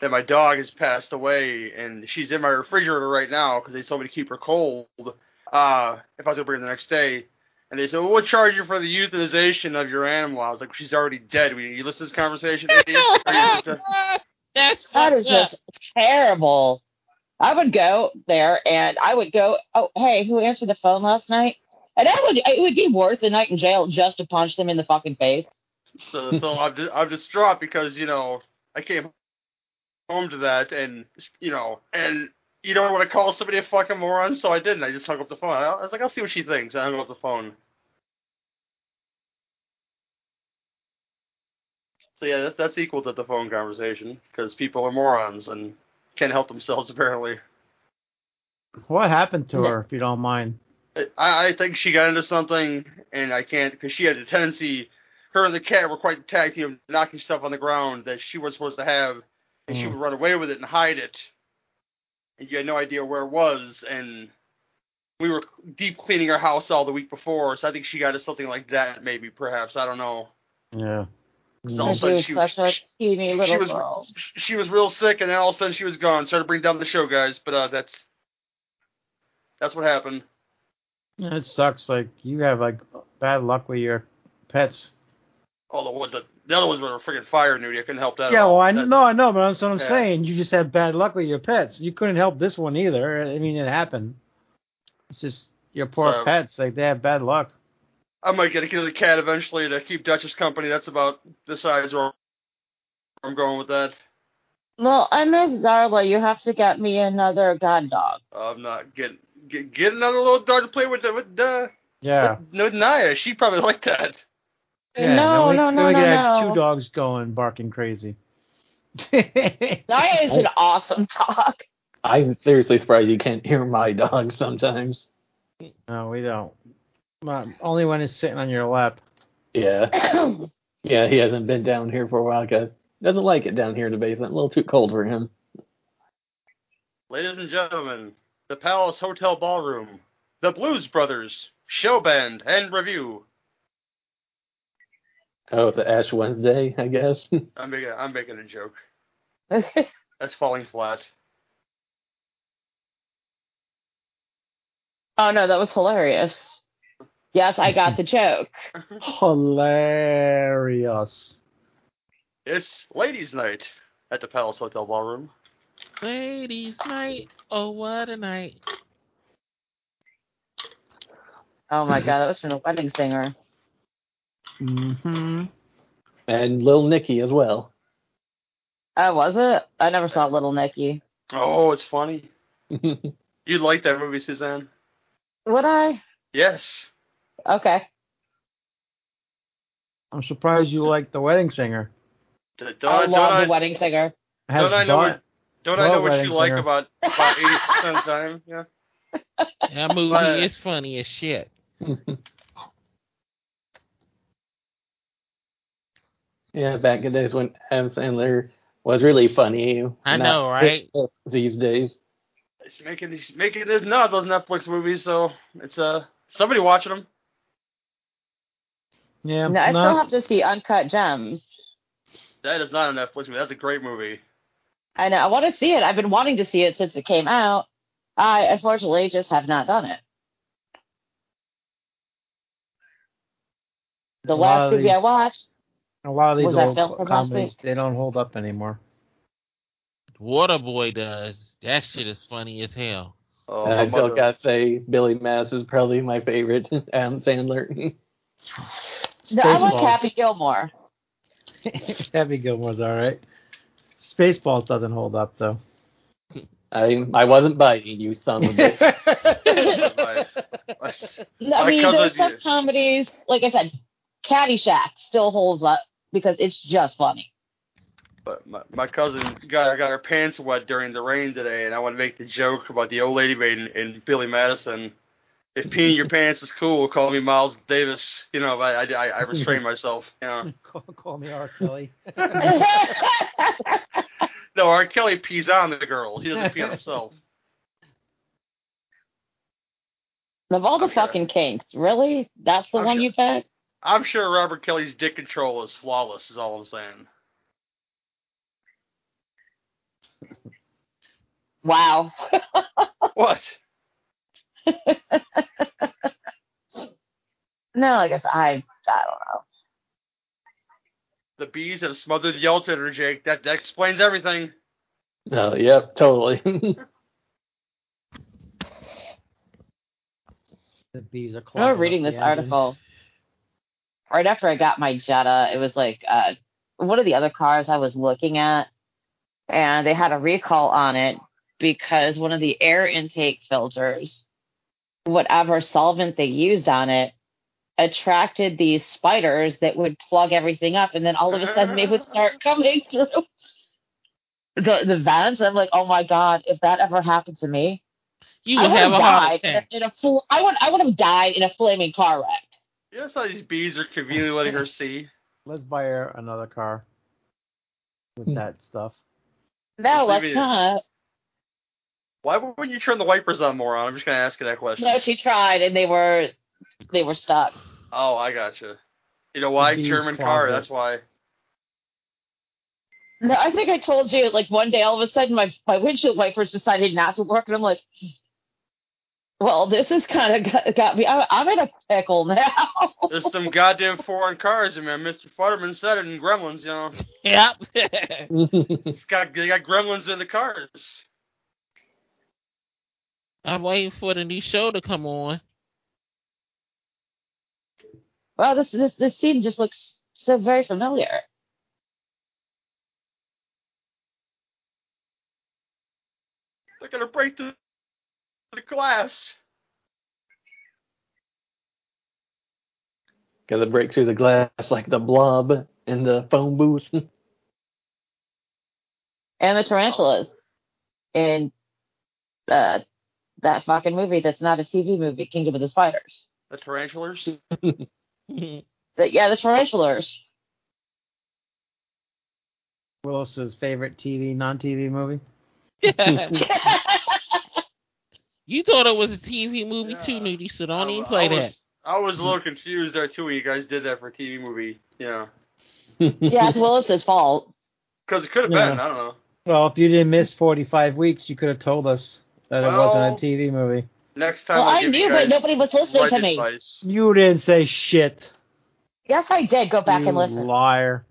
[SPEAKER 6] that my dog has passed away, and she's in my refrigerator right now because they told me to keep her cold. Uh, if I was gonna bring her the next day. And they said, "Well, we'll charge you for the euthanization of your animal." I was like, "She's already dead." We, you listen to this conversation, idiot. Are you-
[SPEAKER 4] That's
[SPEAKER 5] That is
[SPEAKER 4] fucked up.
[SPEAKER 5] just terrible. I would go there and I would go, Oh, hey, who answered the phone last night? And I would, it would be worth the night in jail just to punch them in the fucking face.
[SPEAKER 6] So, so I'm di- I'm distraught because you know I came home to that, and you know, and you don't want to call somebody a fucking moron, so I didn't. I just hung up the phone. I I was like, I'll see what she thinks. I hung up the phone. So yeah, that's that's equal to the phone conversation because people are morons and can't help themselves apparently.
[SPEAKER 7] What happened to
[SPEAKER 5] No.
[SPEAKER 7] her, if you don't mind?
[SPEAKER 6] I, I think she got into something, and I can't because she had a tendency. Her and the cat were quite the tag team, knocking stuff on the ground that she was supposed to have, and she
[SPEAKER 7] Mm.
[SPEAKER 6] would run away with it and hide it. And you had no idea where it was, and we were deep cleaning her house all the week before, so I think she got into something like that, maybe, perhaps. I don't know.
[SPEAKER 7] Yeah.
[SPEAKER 6] So all of
[SPEAKER 5] And
[SPEAKER 6] a
[SPEAKER 5] she
[SPEAKER 6] sudden
[SPEAKER 5] was
[SPEAKER 6] she,
[SPEAKER 5] such a teeny
[SPEAKER 6] she
[SPEAKER 5] little
[SPEAKER 6] was-
[SPEAKER 5] girl.
[SPEAKER 6] she was real sick, and then all of a sudden she was gone. Started to bring down the show, guys, but uh, that's that's what happened.
[SPEAKER 7] Yeah, It sucks. Like, you have, like, bad luck with your pets.
[SPEAKER 6] Oh, the, one- the, the other ones were freaking fire, Nudie. I couldn't help that. at
[SPEAKER 7] Yeah,
[SPEAKER 6] all.
[SPEAKER 7] well, I
[SPEAKER 6] That-
[SPEAKER 7] know, I know, but that's what I'm
[SPEAKER 6] Yeah.
[SPEAKER 7] saying. You just had bad luck with your pets. You couldn't help this one either. I mean, it happened. It's just your poor
[SPEAKER 6] So-
[SPEAKER 7] pets. Like they have bad luck.
[SPEAKER 6] I might get a kid of the cat eventually to keep Duchess company. That's about the size where I'm going with that.
[SPEAKER 5] Well, I miss Darla. You have to get me another god dog.
[SPEAKER 6] Uh, I'm not getting get, get another little dog to play with. the- With, uh,
[SPEAKER 7] Yeah.
[SPEAKER 6] with no Naya, she probably like that.
[SPEAKER 7] yeah.
[SPEAKER 5] no,
[SPEAKER 7] then we,
[SPEAKER 5] no, no,
[SPEAKER 7] then we
[SPEAKER 5] no,
[SPEAKER 7] could have
[SPEAKER 5] no.
[SPEAKER 7] Two dogs going barking crazy.
[SPEAKER 5] Naya is
[SPEAKER 7] Oh.
[SPEAKER 5] an awesome dog.
[SPEAKER 2] I'm seriously surprised you can't hear my dog sometimes.
[SPEAKER 7] no, we don't. Not- Only when it's sitting on your lap.
[SPEAKER 2] Yeah, yeah, he hasn't been down here for a while because doesn't like it down here in the basement. A little too cold for him.
[SPEAKER 6] Ladies and gentlemen, the Palace Hotel Ballroom, the Blues Brothers, show band and review.
[SPEAKER 2] Oh, it's a Ash Wednesday, I guess.
[SPEAKER 6] I'm making I'm making a joke.
[SPEAKER 5] That's
[SPEAKER 6] That's falling flat.
[SPEAKER 5] oh no, that was hilarious. Yes, I got the joke.
[SPEAKER 7] Hilarious.
[SPEAKER 6] It's ladies' night at the Palace Hotel Ballroom.
[SPEAKER 4] Ladies' night. Oh, what a night.
[SPEAKER 5] Oh my god, that was from a wedding singer. Mm-hmm.
[SPEAKER 7] hmm
[SPEAKER 2] and Lil Nicky as well.
[SPEAKER 5] Oh, was it? I never saw Little Nicky.
[SPEAKER 6] Oh, it's funny. You like that movie, Suzanne?
[SPEAKER 5] Would I?
[SPEAKER 6] Yes.
[SPEAKER 5] Okay.
[SPEAKER 7] I'm surprised you like the wedding singer.
[SPEAKER 6] D- Don't,
[SPEAKER 5] I
[SPEAKER 6] don't
[SPEAKER 5] love
[SPEAKER 6] I-
[SPEAKER 5] the wedding singer.
[SPEAKER 7] It has
[SPEAKER 6] Don't I know
[SPEAKER 7] bar-
[SPEAKER 6] it- Don't I
[SPEAKER 7] Well,
[SPEAKER 6] know what you
[SPEAKER 7] wedding
[SPEAKER 6] like
[SPEAKER 7] singer.
[SPEAKER 6] about about eighty percent of the time? Yeah.
[SPEAKER 4] That movie
[SPEAKER 6] Uh,
[SPEAKER 4] is funny as shit.
[SPEAKER 2] yeah, back in days when Adam Sandler was really funny.
[SPEAKER 4] I
[SPEAKER 2] Not
[SPEAKER 4] know, right?
[SPEAKER 2] These days.
[SPEAKER 6] It's making these making there's none of those Netflix movies, so it's uh somebody watching them.
[SPEAKER 7] Yeah.
[SPEAKER 5] No, I
[SPEAKER 7] no.
[SPEAKER 5] still have to see Uncut Gems.
[SPEAKER 6] That is not a Netflix movie. That's a great movie.
[SPEAKER 5] I know. I want to see it. I've been wanting to see it since it came out. I unfortunately just have not done it.
[SPEAKER 7] A
[SPEAKER 5] The
[SPEAKER 7] lot
[SPEAKER 5] last
[SPEAKER 7] of
[SPEAKER 5] movie I
[SPEAKER 7] these-
[SPEAKER 5] watched,
[SPEAKER 7] a lot of these
[SPEAKER 5] Was that
[SPEAKER 7] old
[SPEAKER 5] film from last
[SPEAKER 7] comedies
[SPEAKER 5] week?
[SPEAKER 7] they don't hold up anymore.
[SPEAKER 4] Waterboy does. That shit is funny as hell.
[SPEAKER 6] Oh,
[SPEAKER 2] And
[SPEAKER 6] my
[SPEAKER 2] I still
[SPEAKER 6] mother-
[SPEAKER 2] gotta say, Billy Mass is probably my favorite. Adam Sandler.
[SPEAKER 5] no, I like
[SPEAKER 7] Spaceballs.
[SPEAKER 5] Happy Gilmore.
[SPEAKER 7] Happy Gilmore's all right. Spaceballs doesn't hold up though.
[SPEAKER 2] I I wasn't biting you, son of a bitch.
[SPEAKER 6] my- my-
[SPEAKER 5] No, I
[SPEAKER 6] My
[SPEAKER 5] mean,
[SPEAKER 6] cousin
[SPEAKER 5] there's some
[SPEAKER 6] did.
[SPEAKER 5] comedies, like I said, Caddyshack still holds up because it's just funny.
[SPEAKER 6] But my, my cousin got got her pants wet during the rain today, and I want to make the joke about the old lady made in, in Billy Madison. If peeing your pants is cool, call me Miles Davis. You know, I I, I restrain myself. You know.
[SPEAKER 7] call, call me R. Kelly.
[SPEAKER 6] No, R. Kelly pees on the girl. He doesn't pee on himself.
[SPEAKER 5] of all the
[SPEAKER 6] Okay.
[SPEAKER 5] fucking kinks, really? That's the
[SPEAKER 6] I'm
[SPEAKER 5] one
[SPEAKER 6] sure-
[SPEAKER 5] you picked?
[SPEAKER 6] I'm sure Robert Kelly's dick control is flawless. Is all I'm saying.
[SPEAKER 5] Wow.
[SPEAKER 6] What?
[SPEAKER 5] No, I guess I, I don't know.
[SPEAKER 6] The bees have smothered the alternator, Jake. That that explains everything.
[SPEAKER 2] No, Uh, yep, totally.
[SPEAKER 7] The bees are
[SPEAKER 5] I
[SPEAKER 7] clogging
[SPEAKER 5] remember
[SPEAKER 7] up
[SPEAKER 5] reading
[SPEAKER 7] the
[SPEAKER 5] this
[SPEAKER 7] engine.
[SPEAKER 5] article right after I got my Jetta. It was like uh, one of the other cars I was looking at, and they had a recall on it because one of the air intake filters, whatever solvent they used on it, attracted these spiders that would plug everything up, and then all of a sudden they would start coming through the the vents. I'm like, oh my god, if that ever happened to me,
[SPEAKER 4] You
[SPEAKER 5] I
[SPEAKER 4] would
[SPEAKER 5] would
[SPEAKER 4] have a heart
[SPEAKER 5] died in
[SPEAKER 4] attack.
[SPEAKER 5] a, in a full. I would I would have died in a flaming car wreck.
[SPEAKER 6] You know how these bees are conveniently letting her see.
[SPEAKER 7] Let's buy her another car with
[SPEAKER 2] Hmm.
[SPEAKER 7] that stuff.
[SPEAKER 6] What
[SPEAKER 5] No,
[SPEAKER 6] do
[SPEAKER 5] let's
[SPEAKER 6] you mean?
[SPEAKER 5] not.
[SPEAKER 6] Why wouldn't you turn the wipers on more? I'm just gonna ask you that question.
[SPEAKER 5] No, she tried, and they were they were stuck.
[SPEAKER 6] Oh, I gotcha. You know why?
[SPEAKER 7] The bees
[SPEAKER 6] German
[SPEAKER 7] clogged
[SPEAKER 6] car.
[SPEAKER 7] it.
[SPEAKER 6] That's why.
[SPEAKER 5] No, I think I told you like one day, all of a sudden, my my windshield wipers decided not to work, and I'm like, well, this has kind of got, got me. I'm, I'm in a pickle now.
[SPEAKER 6] There's some goddamn foreign cars in there. Mr. Futterman said it in Gremlins. You know,
[SPEAKER 4] Yep.
[SPEAKER 6] it's got they got Gremlins in the cars.
[SPEAKER 4] I'm waiting for the new show to come on.
[SPEAKER 5] wow, this this this scene just looks so very familiar.
[SPEAKER 6] They're gonna break the the glass.
[SPEAKER 2] Gotta break through the glass like the blob in the phone booth.
[SPEAKER 5] And the tarantulas in uh, that fucking movie that's not a TV movie, Kingdom of the Spiders.
[SPEAKER 6] The tarantulas.
[SPEAKER 5] But, yeah, the tarantulas.
[SPEAKER 7] Willis's favorite TV, non-TV movie.
[SPEAKER 4] you thought it was a TV movie too,
[SPEAKER 6] Yeah.
[SPEAKER 4] Nudie, so don't
[SPEAKER 6] I-
[SPEAKER 4] even play
[SPEAKER 6] I
[SPEAKER 4] that.
[SPEAKER 6] was, I was a little confused there too when you guys did that for a TV movie. You know,
[SPEAKER 5] yeah, it's Willis's fault.
[SPEAKER 6] because it could have
[SPEAKER 7] Yeah.
[SPEAKER 6] been. I don't know.
[SPEAKER 7] Well, if you didn't miss 45 weeks, you could have told us that it
[SPEAKER 6] Well-
[SPEAKER 7] wasn't a TV movie.
[SPEAKER 6] Next time
[SPEAKER 5] Well,
[SPEAKER 6] I'll
[SPEAKER 5] I
[SPEAKER 6] give you
[SPEAKER 5] knew,
[SPEAKER 6] guys
[SPEAKER 5] but nobody was listening
[SPEAKER 6] right
[SPEAKER 5] to me.
[SPEAKER 6] advice.
[SPEAKER 7] You didn't say shit.
[SPEAKER 5] Yes, I did. Go back
[SPEAKER 7] you
[SPEAKER 5] and listen.
[SPEAKER 7] liar.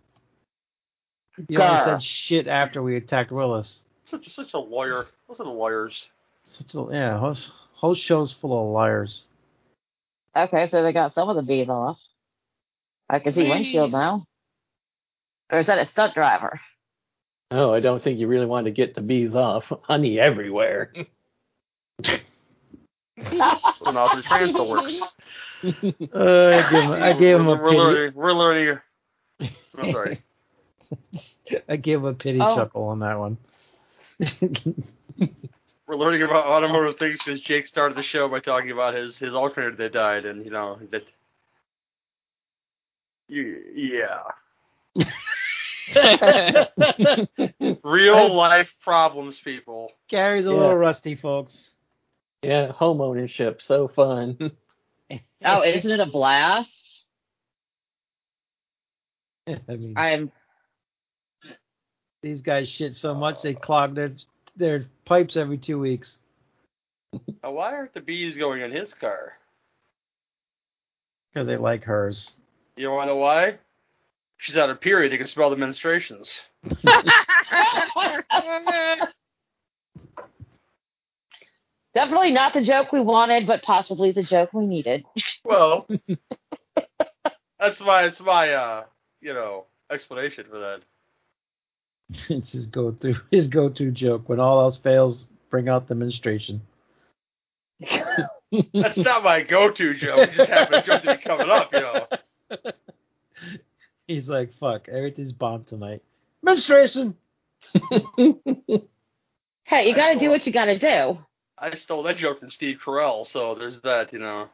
[SPEAKER 7] You only
[SPEAKER 5] Grr.
[SPEAKER 7] said shit after we attacked Willis.
[SPEAKER 6] Such such a lawyer. Those are the lawyers.
[SPEAKER 7] Such a, yeah, whole, whole show's full of liars.
[SPEAKER 5] Okay, so they got some of the bees off. I can see
[SPEAKER 6] Bees.
[SPEAKER 5] windshield now. Or is that a stunt driver?
[SPEAKER 2] oh, I don't think you really want to get the bees off. Honey everywhere.
[SPEAKER 5] Oh,
[SPEAKER 6] Well, now the transfer works.
[SPEAKER 7] Uh, I gave him, I gave him a
[SPEAKER 6] we're, we're
[SPEAKER 7] pity,
[SPEAKER 6] learning. We're learning. I'm sorry.
[SPEAKER 7] I gave him a pity
[SPEAKER 5] Oh.
[SPEAKER 7] chuckle on that one.
[SPEAKER 6] We're learning about automotive things because Jake started the show by talking about his his alternator that died, and you know that. You, yeah. Real life problems, people.
[SPEAKER 7] Gary's a
[SPEAKER 2] Yeah.
[SPEAKER 7] little rusty, folks.
[SPEAKER 2] yeah, home ownership, so fun.
[SPEAKER 5] Oh, isn't it a blast?
[SPEAKER 7] I mean,
[SPEAKER 5] I'm
[SPEAKER 7] these guys shit so much they clog their their pipes every two weeks.
[SPEAKER 6] Now, why aren't the bees going in his car?
[SPEAKER 7] Because they like hers.
[SPEAKER 6] You want to know why? She's out of period. They can smell the menstruations.
[SPEAKER 5] definitely not the joke we wanted, but possibly the joke we needed.
[SPEAKER 6] Well, that's my that's my uh you know explanation for that.
[SPEAKER 7] it's his go to his go to joke. When all else fails, bring out the menstruation.
[SPEAKER 6] That's not my go-to joke. It just happened to be coming up, you know.
[SPEAKER 7] He's like, fuck, everything's bombed tonight. Menstruation.
[SPEAKER 5] Hey, you got to do what you got to do.
[SPEAKER 6] I stole that joke from Steve Carell, so there's that, you know.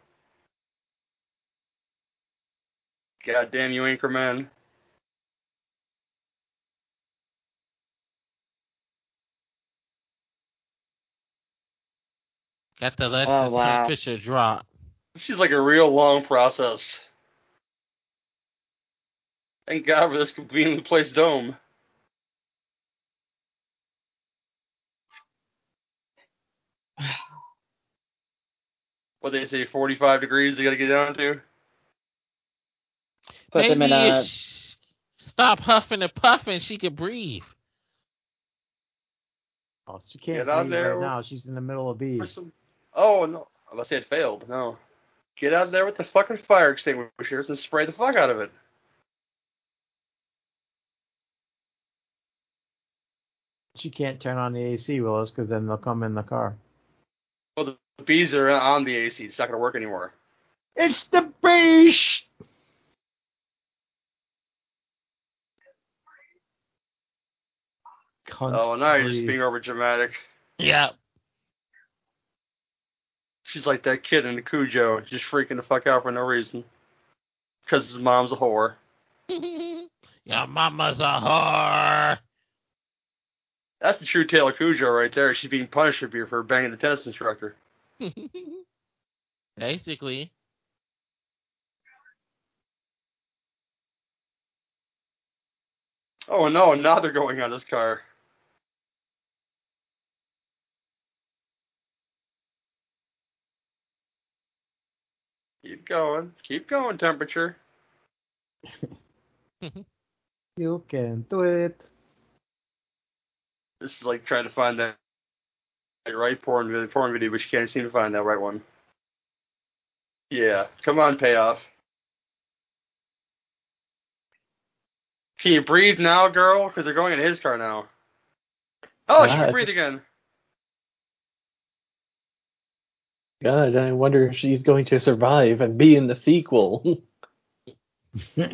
[SPEAKER 6] God damn you, Anchorman.
[SPEAKER 4] Got to let
[SPEAKER 5] Oh,
[SPEAKER 4] the
[SPEAKER 5] wow.
[SPEAKER 4] temperature drop.
[SPEAKER 6] This is like a real long process. Thank God for this conveniently placed dome. What they say, 45 degrees they gotta get down to?
[SPEAKER 5] Put them in uh,
[SPEAKER 4] Maybe
[SPEAKER 5] a
[SPEAKER 4] if sh- stop huffing and puffing. She could breathe.
[SPEAKER 7] Oh, she can't
[SPEAKER 6] Get out
[SPEAKER 7] breathe
[SPEAKER 6] there.
[SPEAKER 7] right now. She's in the middle of
[SPEAKER 6] For
[SPEAKER 7] bees.
[SPEAKER 6] some- Oh, no. Unless it failed. No. Get out there with the fucking fire extinguishers and spray the fuck out of it.
[SPEAKER 7] She can't turn on the AC, Willis, because then they'll come in the car.
[SPEAKER 6] Well, the bees are on the AC. It's not going to work anymore.
[SPEAKER 7] It's the bees. Cunt
[SPEAKER 6] Oh, now you're just
[SPEAKER 7] breed.
[SPEAKER 6] being over dramatic.
[SPEAKER 4] Yeah.
[SPEAKER 6] She's like that kid in the Cujo, just freaking the fuck out for no reason. Because his mom's a whore.
[SPEAKER 4] Your mama's a whore.
[SPEAKER 6] That's the true tale of Cujo right there. She's being punished up here for banging the tennis instructor.
[SPEAKER 4] Basically.
[SPEAKER 6] Oh no, now they're going on this car. Keep going. Keep going, temperature.
[SPEAKER 7] You can do it.
[SPEAKER 6] This is like trying to find that that right porn video, porn video, but you can't seem to find that right one. Yeah, come on, payoff. Can you breathe now, girl? Because they're going in his car now. Oh, she
[SPEAKER 2] God.
[SPEAKER 6] can breathe again.
[SPEAKER 2] God, I wonder if she's going to survive and be in the sequel.
[SPEAKER 7] I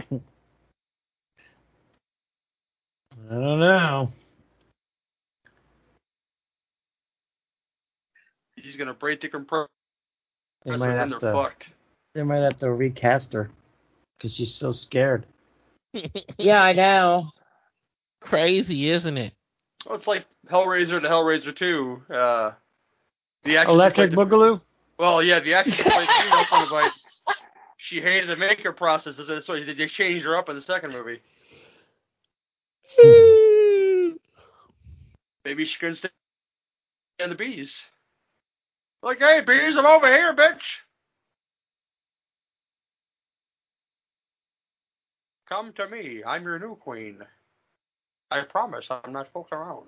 [SPEAKER 7] don't know.
[SPEAKER 6] He's gonna break the compressor
[SPEAKER 7] They might
[SPEAKER 6] and
[SPEAKER 7] have
[SPEAKER 6] they're
[SPEAKER 7] to.
[SPEAKER 6] fucked.
[SPEAKER 7] They might have to recast her because she's so scared.
[SPEAKER 5] Yeah, I know.
[SPEAKER 4] Crazy, isn't it?
[SPEAKER 6] Well, it's like Hellraiser to Hellraiser Two. Uh, the actress who
[SPEAKER 7] Electric
[SPEAKER 6] played the-
[SPEAKER 7] Boogaloo.
[SPEAKER 6] Well, yeah, the actress who played Tina from the bite. She hated the makeup process, so they they changed her up in the second movie. Maybe she couldn't stand the bees. Like, hey, bees, I'm over here, bitch. Come to me. I'm your new queen. I promise I'm not fucking around.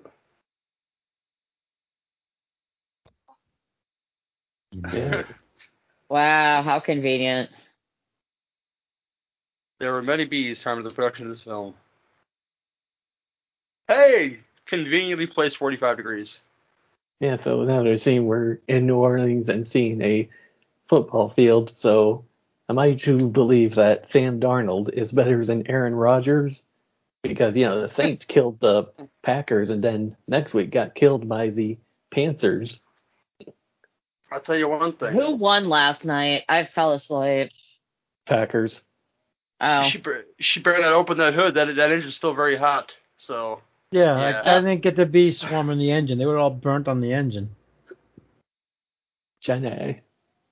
[SPEAKER 2] Yeah.
[SPEAKER 5] Wow, how convenient.
[SPEAKER 6] There were many bees harmed in the production of this film. Hey! Conveniently placed 45 degrees.
[SPEAKER 2] Yeah, so now they're seeing we're in New Orleans and seeing a football field, so am I to believe that Sam Darnold is better than Aaron Rodgers? Because, you know, the Saints killed the Packers and then next week got killed by the Panthers.
[SPEAKER 6] I'll tell you one thing.
[SPEAKER 5] Who won last night? I fell asleep.
[SPEAKER 2] Packers.
[SPEAKER 5] Oh,
[SPEAKER 6] She bur- she barely opened that hood. That that engine's still very hot. So
[SPEAKER 7] Yeah,
[SPEAKER 6] Yeah.
[SPEAKER 7] I, I didn't get the bees warm in the engine. They were all burnt on the engine.
[SPEAKER 2] China.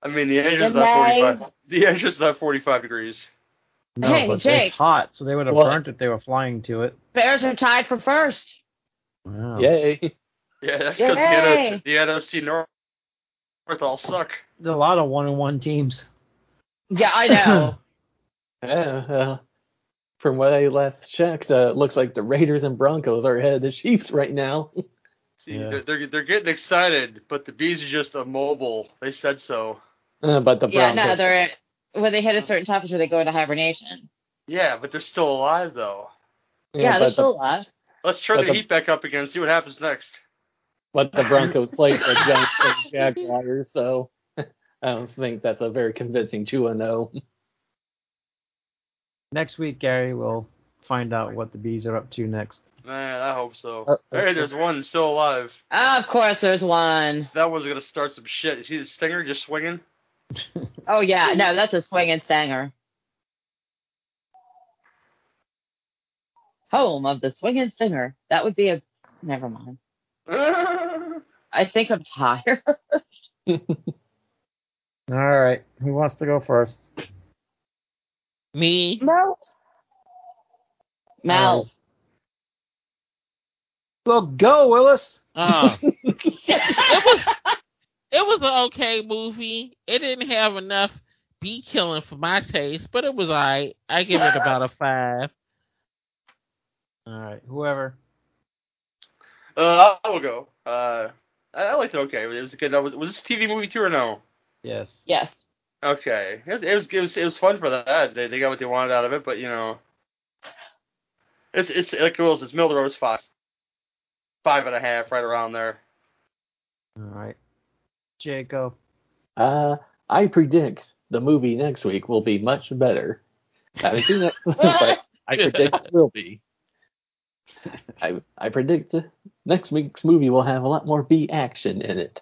[SPEAKER 6] I mean, the engine's
[SPEAKER 5] Good
[SPEAKER 6] not
[SPEAKER 5] night.
[SPEAKER 6] forty five. The engine's not forty five degrees.
[SPEAKER 7] No,
[SPEAKER 5] Hey,
[SPEAKER 7] but
[SPEAKER 5] Jake.
[SPEAKER 7] it's hot, so they would have
[SPEAKER 2] What?
[SPEAKER 7] burnt it. They were flying to it.
[SPEAKER 5] Bears are tied for first.
[SPEAKER 7] Wow.
[SPEAKER 2] Yay.
[SPEAKER 6] Yeah, that's because the,
[SPEAKER 5] Yay.
[SPEAKER 6] NF- the NFC North North all suck.
[SPEAKER 7] There's a lot of one-on-one teams.
[SPEAKER 5] Yeah, I know.
[SPEAKER 2] Yeah, uh, from what I last checked, uh, it looks like the Raiders and Broncos are ahead of the Chiefs right now.
[SPEAKER 6] See,
[SPEAKER 7] Yeah.
[SPEAKER 6] they're, they're they're getting excited, but the bees are just immobile. They said so.
[SPEAKER 2] Uh, but the
[SPEAKER 5] yeah,
[SPEAKER 2] Broncos.
[SPEAKER 5] no, they're when they hit a certain temperature, they go into hibernation.
[SPEAKER 6] Yeah, but they're still alive though.
[SPEAKER 5] Yeah,
[SPEAKER 2] yeah, but,
[SPEAKER 5] they're
[SPEAKER 2] the,
[SPEAKER 5] still alive.
[SPEAKER 6] Let's turn
[SPEAKER 2] But
[SPEAKER 6] the,
[SPEAKER 2] the-
[SPEAKER 6] heat back up again. and See what happens next.
[SPEAKER 2] but the Broncos played the Giants and Jaguars, so I don't think that's a very convincing oh. 2 0.
[SPEAKER 7] Next week, Gary, we'll find out what the bees are up to next.
[SPEAKER 6] Man, I hope so.
[SPEAKER 2] Uh,
[SPEAKER 6] hey, there's one still alive.
[SPEAKER 5] Ah, of course, there's one.
[SPEAKER 6] That one's gonna start some shit. You see the stinger just swinging?
[SPEAKER 5] Oh yeah, no, that's a swinging stanger. Home of the swinging stinger. That would be a. Never mind.
[SPEAKER 6] Uh,
[SPEAKER 5] I think I'm tired.
[SPEAKER 7] All right, who wants to go first?
[SPEAKER 4] Me.
[SPEAKER 5] Mel. Mel.
[SPEAKER 7] Well, go, Willis.
[SPEAKER 4] Um, it was it was an okay movie. It didn't have enough bee killing for my taste, but it was alright. I give it about a five.
[SPEAKER 7] All right, whoever.
[SPEAKER 6] Uh, I will go. Uh, I, I liked it. Okay, it was good. That was was this a TV movie too or no?
[SPEAKER 7] Yes.
[SPEAKER 5] Yes.
[SPEAKER 6] Okay, it was it was it was, it was fun for that. They they got what they wanted out of it, but you know, it's it's like it was it's middle of the road. It's five, five and a half, right around there.
[SPEAKER 7] All right, Jacob.
[SPEAKER 2] Uh, I predict the movie next week will be much better. I haven't seen it, but I predict it will be. I I predict next week's movie will have a lot more B action in it.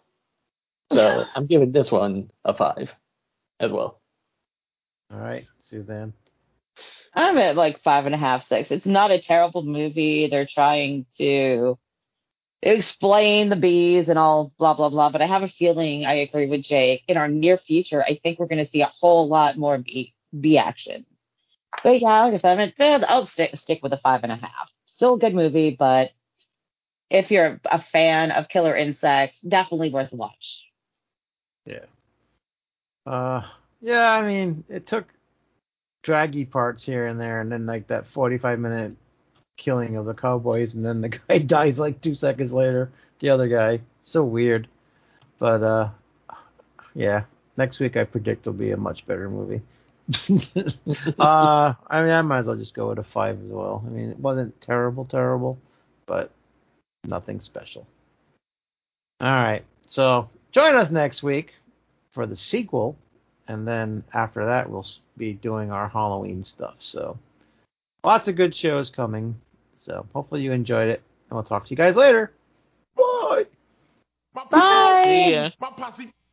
[SPEAKER 2] So I'm giving this one a five as well.
[SPEAKER 7] All right, Suzanne.
[SPEAKER 5] I'm at like five and a half, six. It's not a terrible movie. They're trying to explain the bees and all blah, blah, blah. But I have a feeling I agree with Jake. In our near future, I think we're going to see a whole lot more bee, bee action. But yeah, like I said, I'm at, eh, I'll stick, stick with a five and a half. Still a good movie, but if you're a fan of killer insects, definitely worth a watch.
[SPEAKER 7] Uh, yeah, I mean, it took draggy parts here and there, and then like that 45 minute killing of the cowboys, and then the guy dies like two seconds later. The other guy, so weird. But uh, yeah, next week I predict will be a much better movie. uh, I mean, I might as well just go with a five as well. I mean, it wasn't terrible, terrible, but nothing special. All right, so join us next week for the sequel, and then after that we'll s- be doing our Halloween stuff. So lots of good shows coming. So hopefully you enjoyed it, and we'll talk to you guys later. Bye.
[SPEAKER 5] Bye.
[SPEAKER 4] Yeah.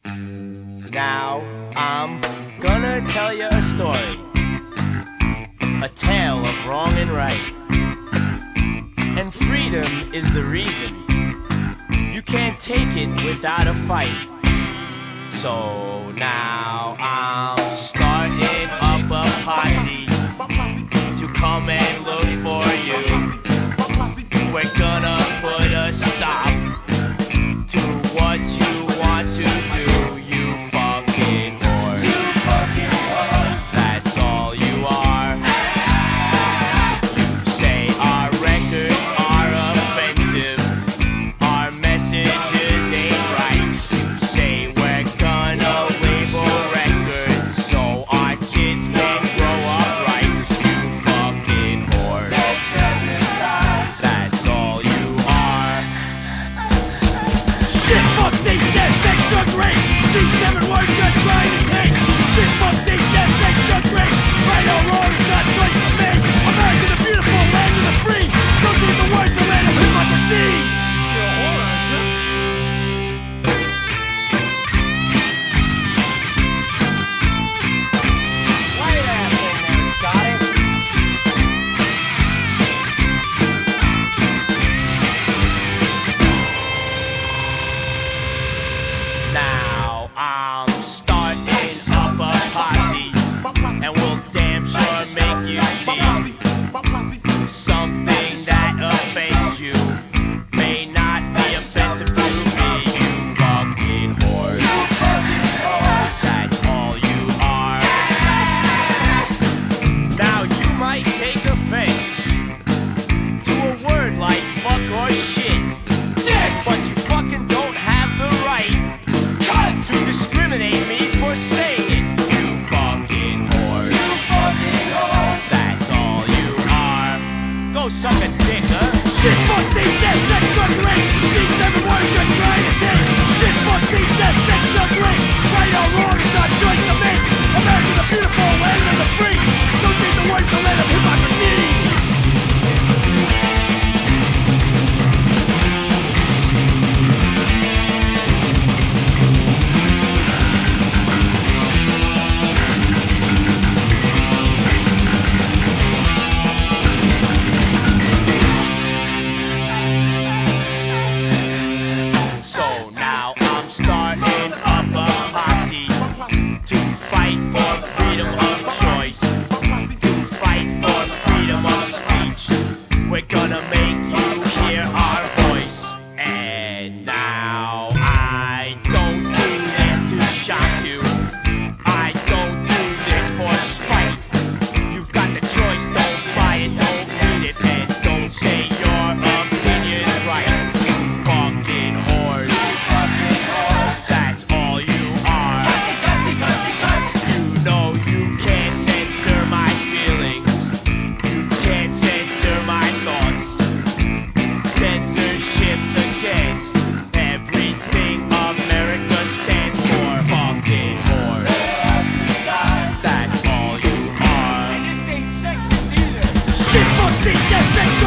[SPEAKER 3] Now, I'm gonna tell you a story. A tale of wrong and right. And freedom is the reason. You can't take it without a fight. So now I'm starting up a posse to come and look for you. We're gonna put a stop to what you want to do, you fucking whore. You fucking whore. That's all you are. You say our records are offensive, our messages ain't right. You say we're gonna label records so our kids can grow up.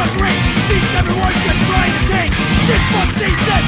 [SPEAKER 3] everyone gets blind and take This fuck these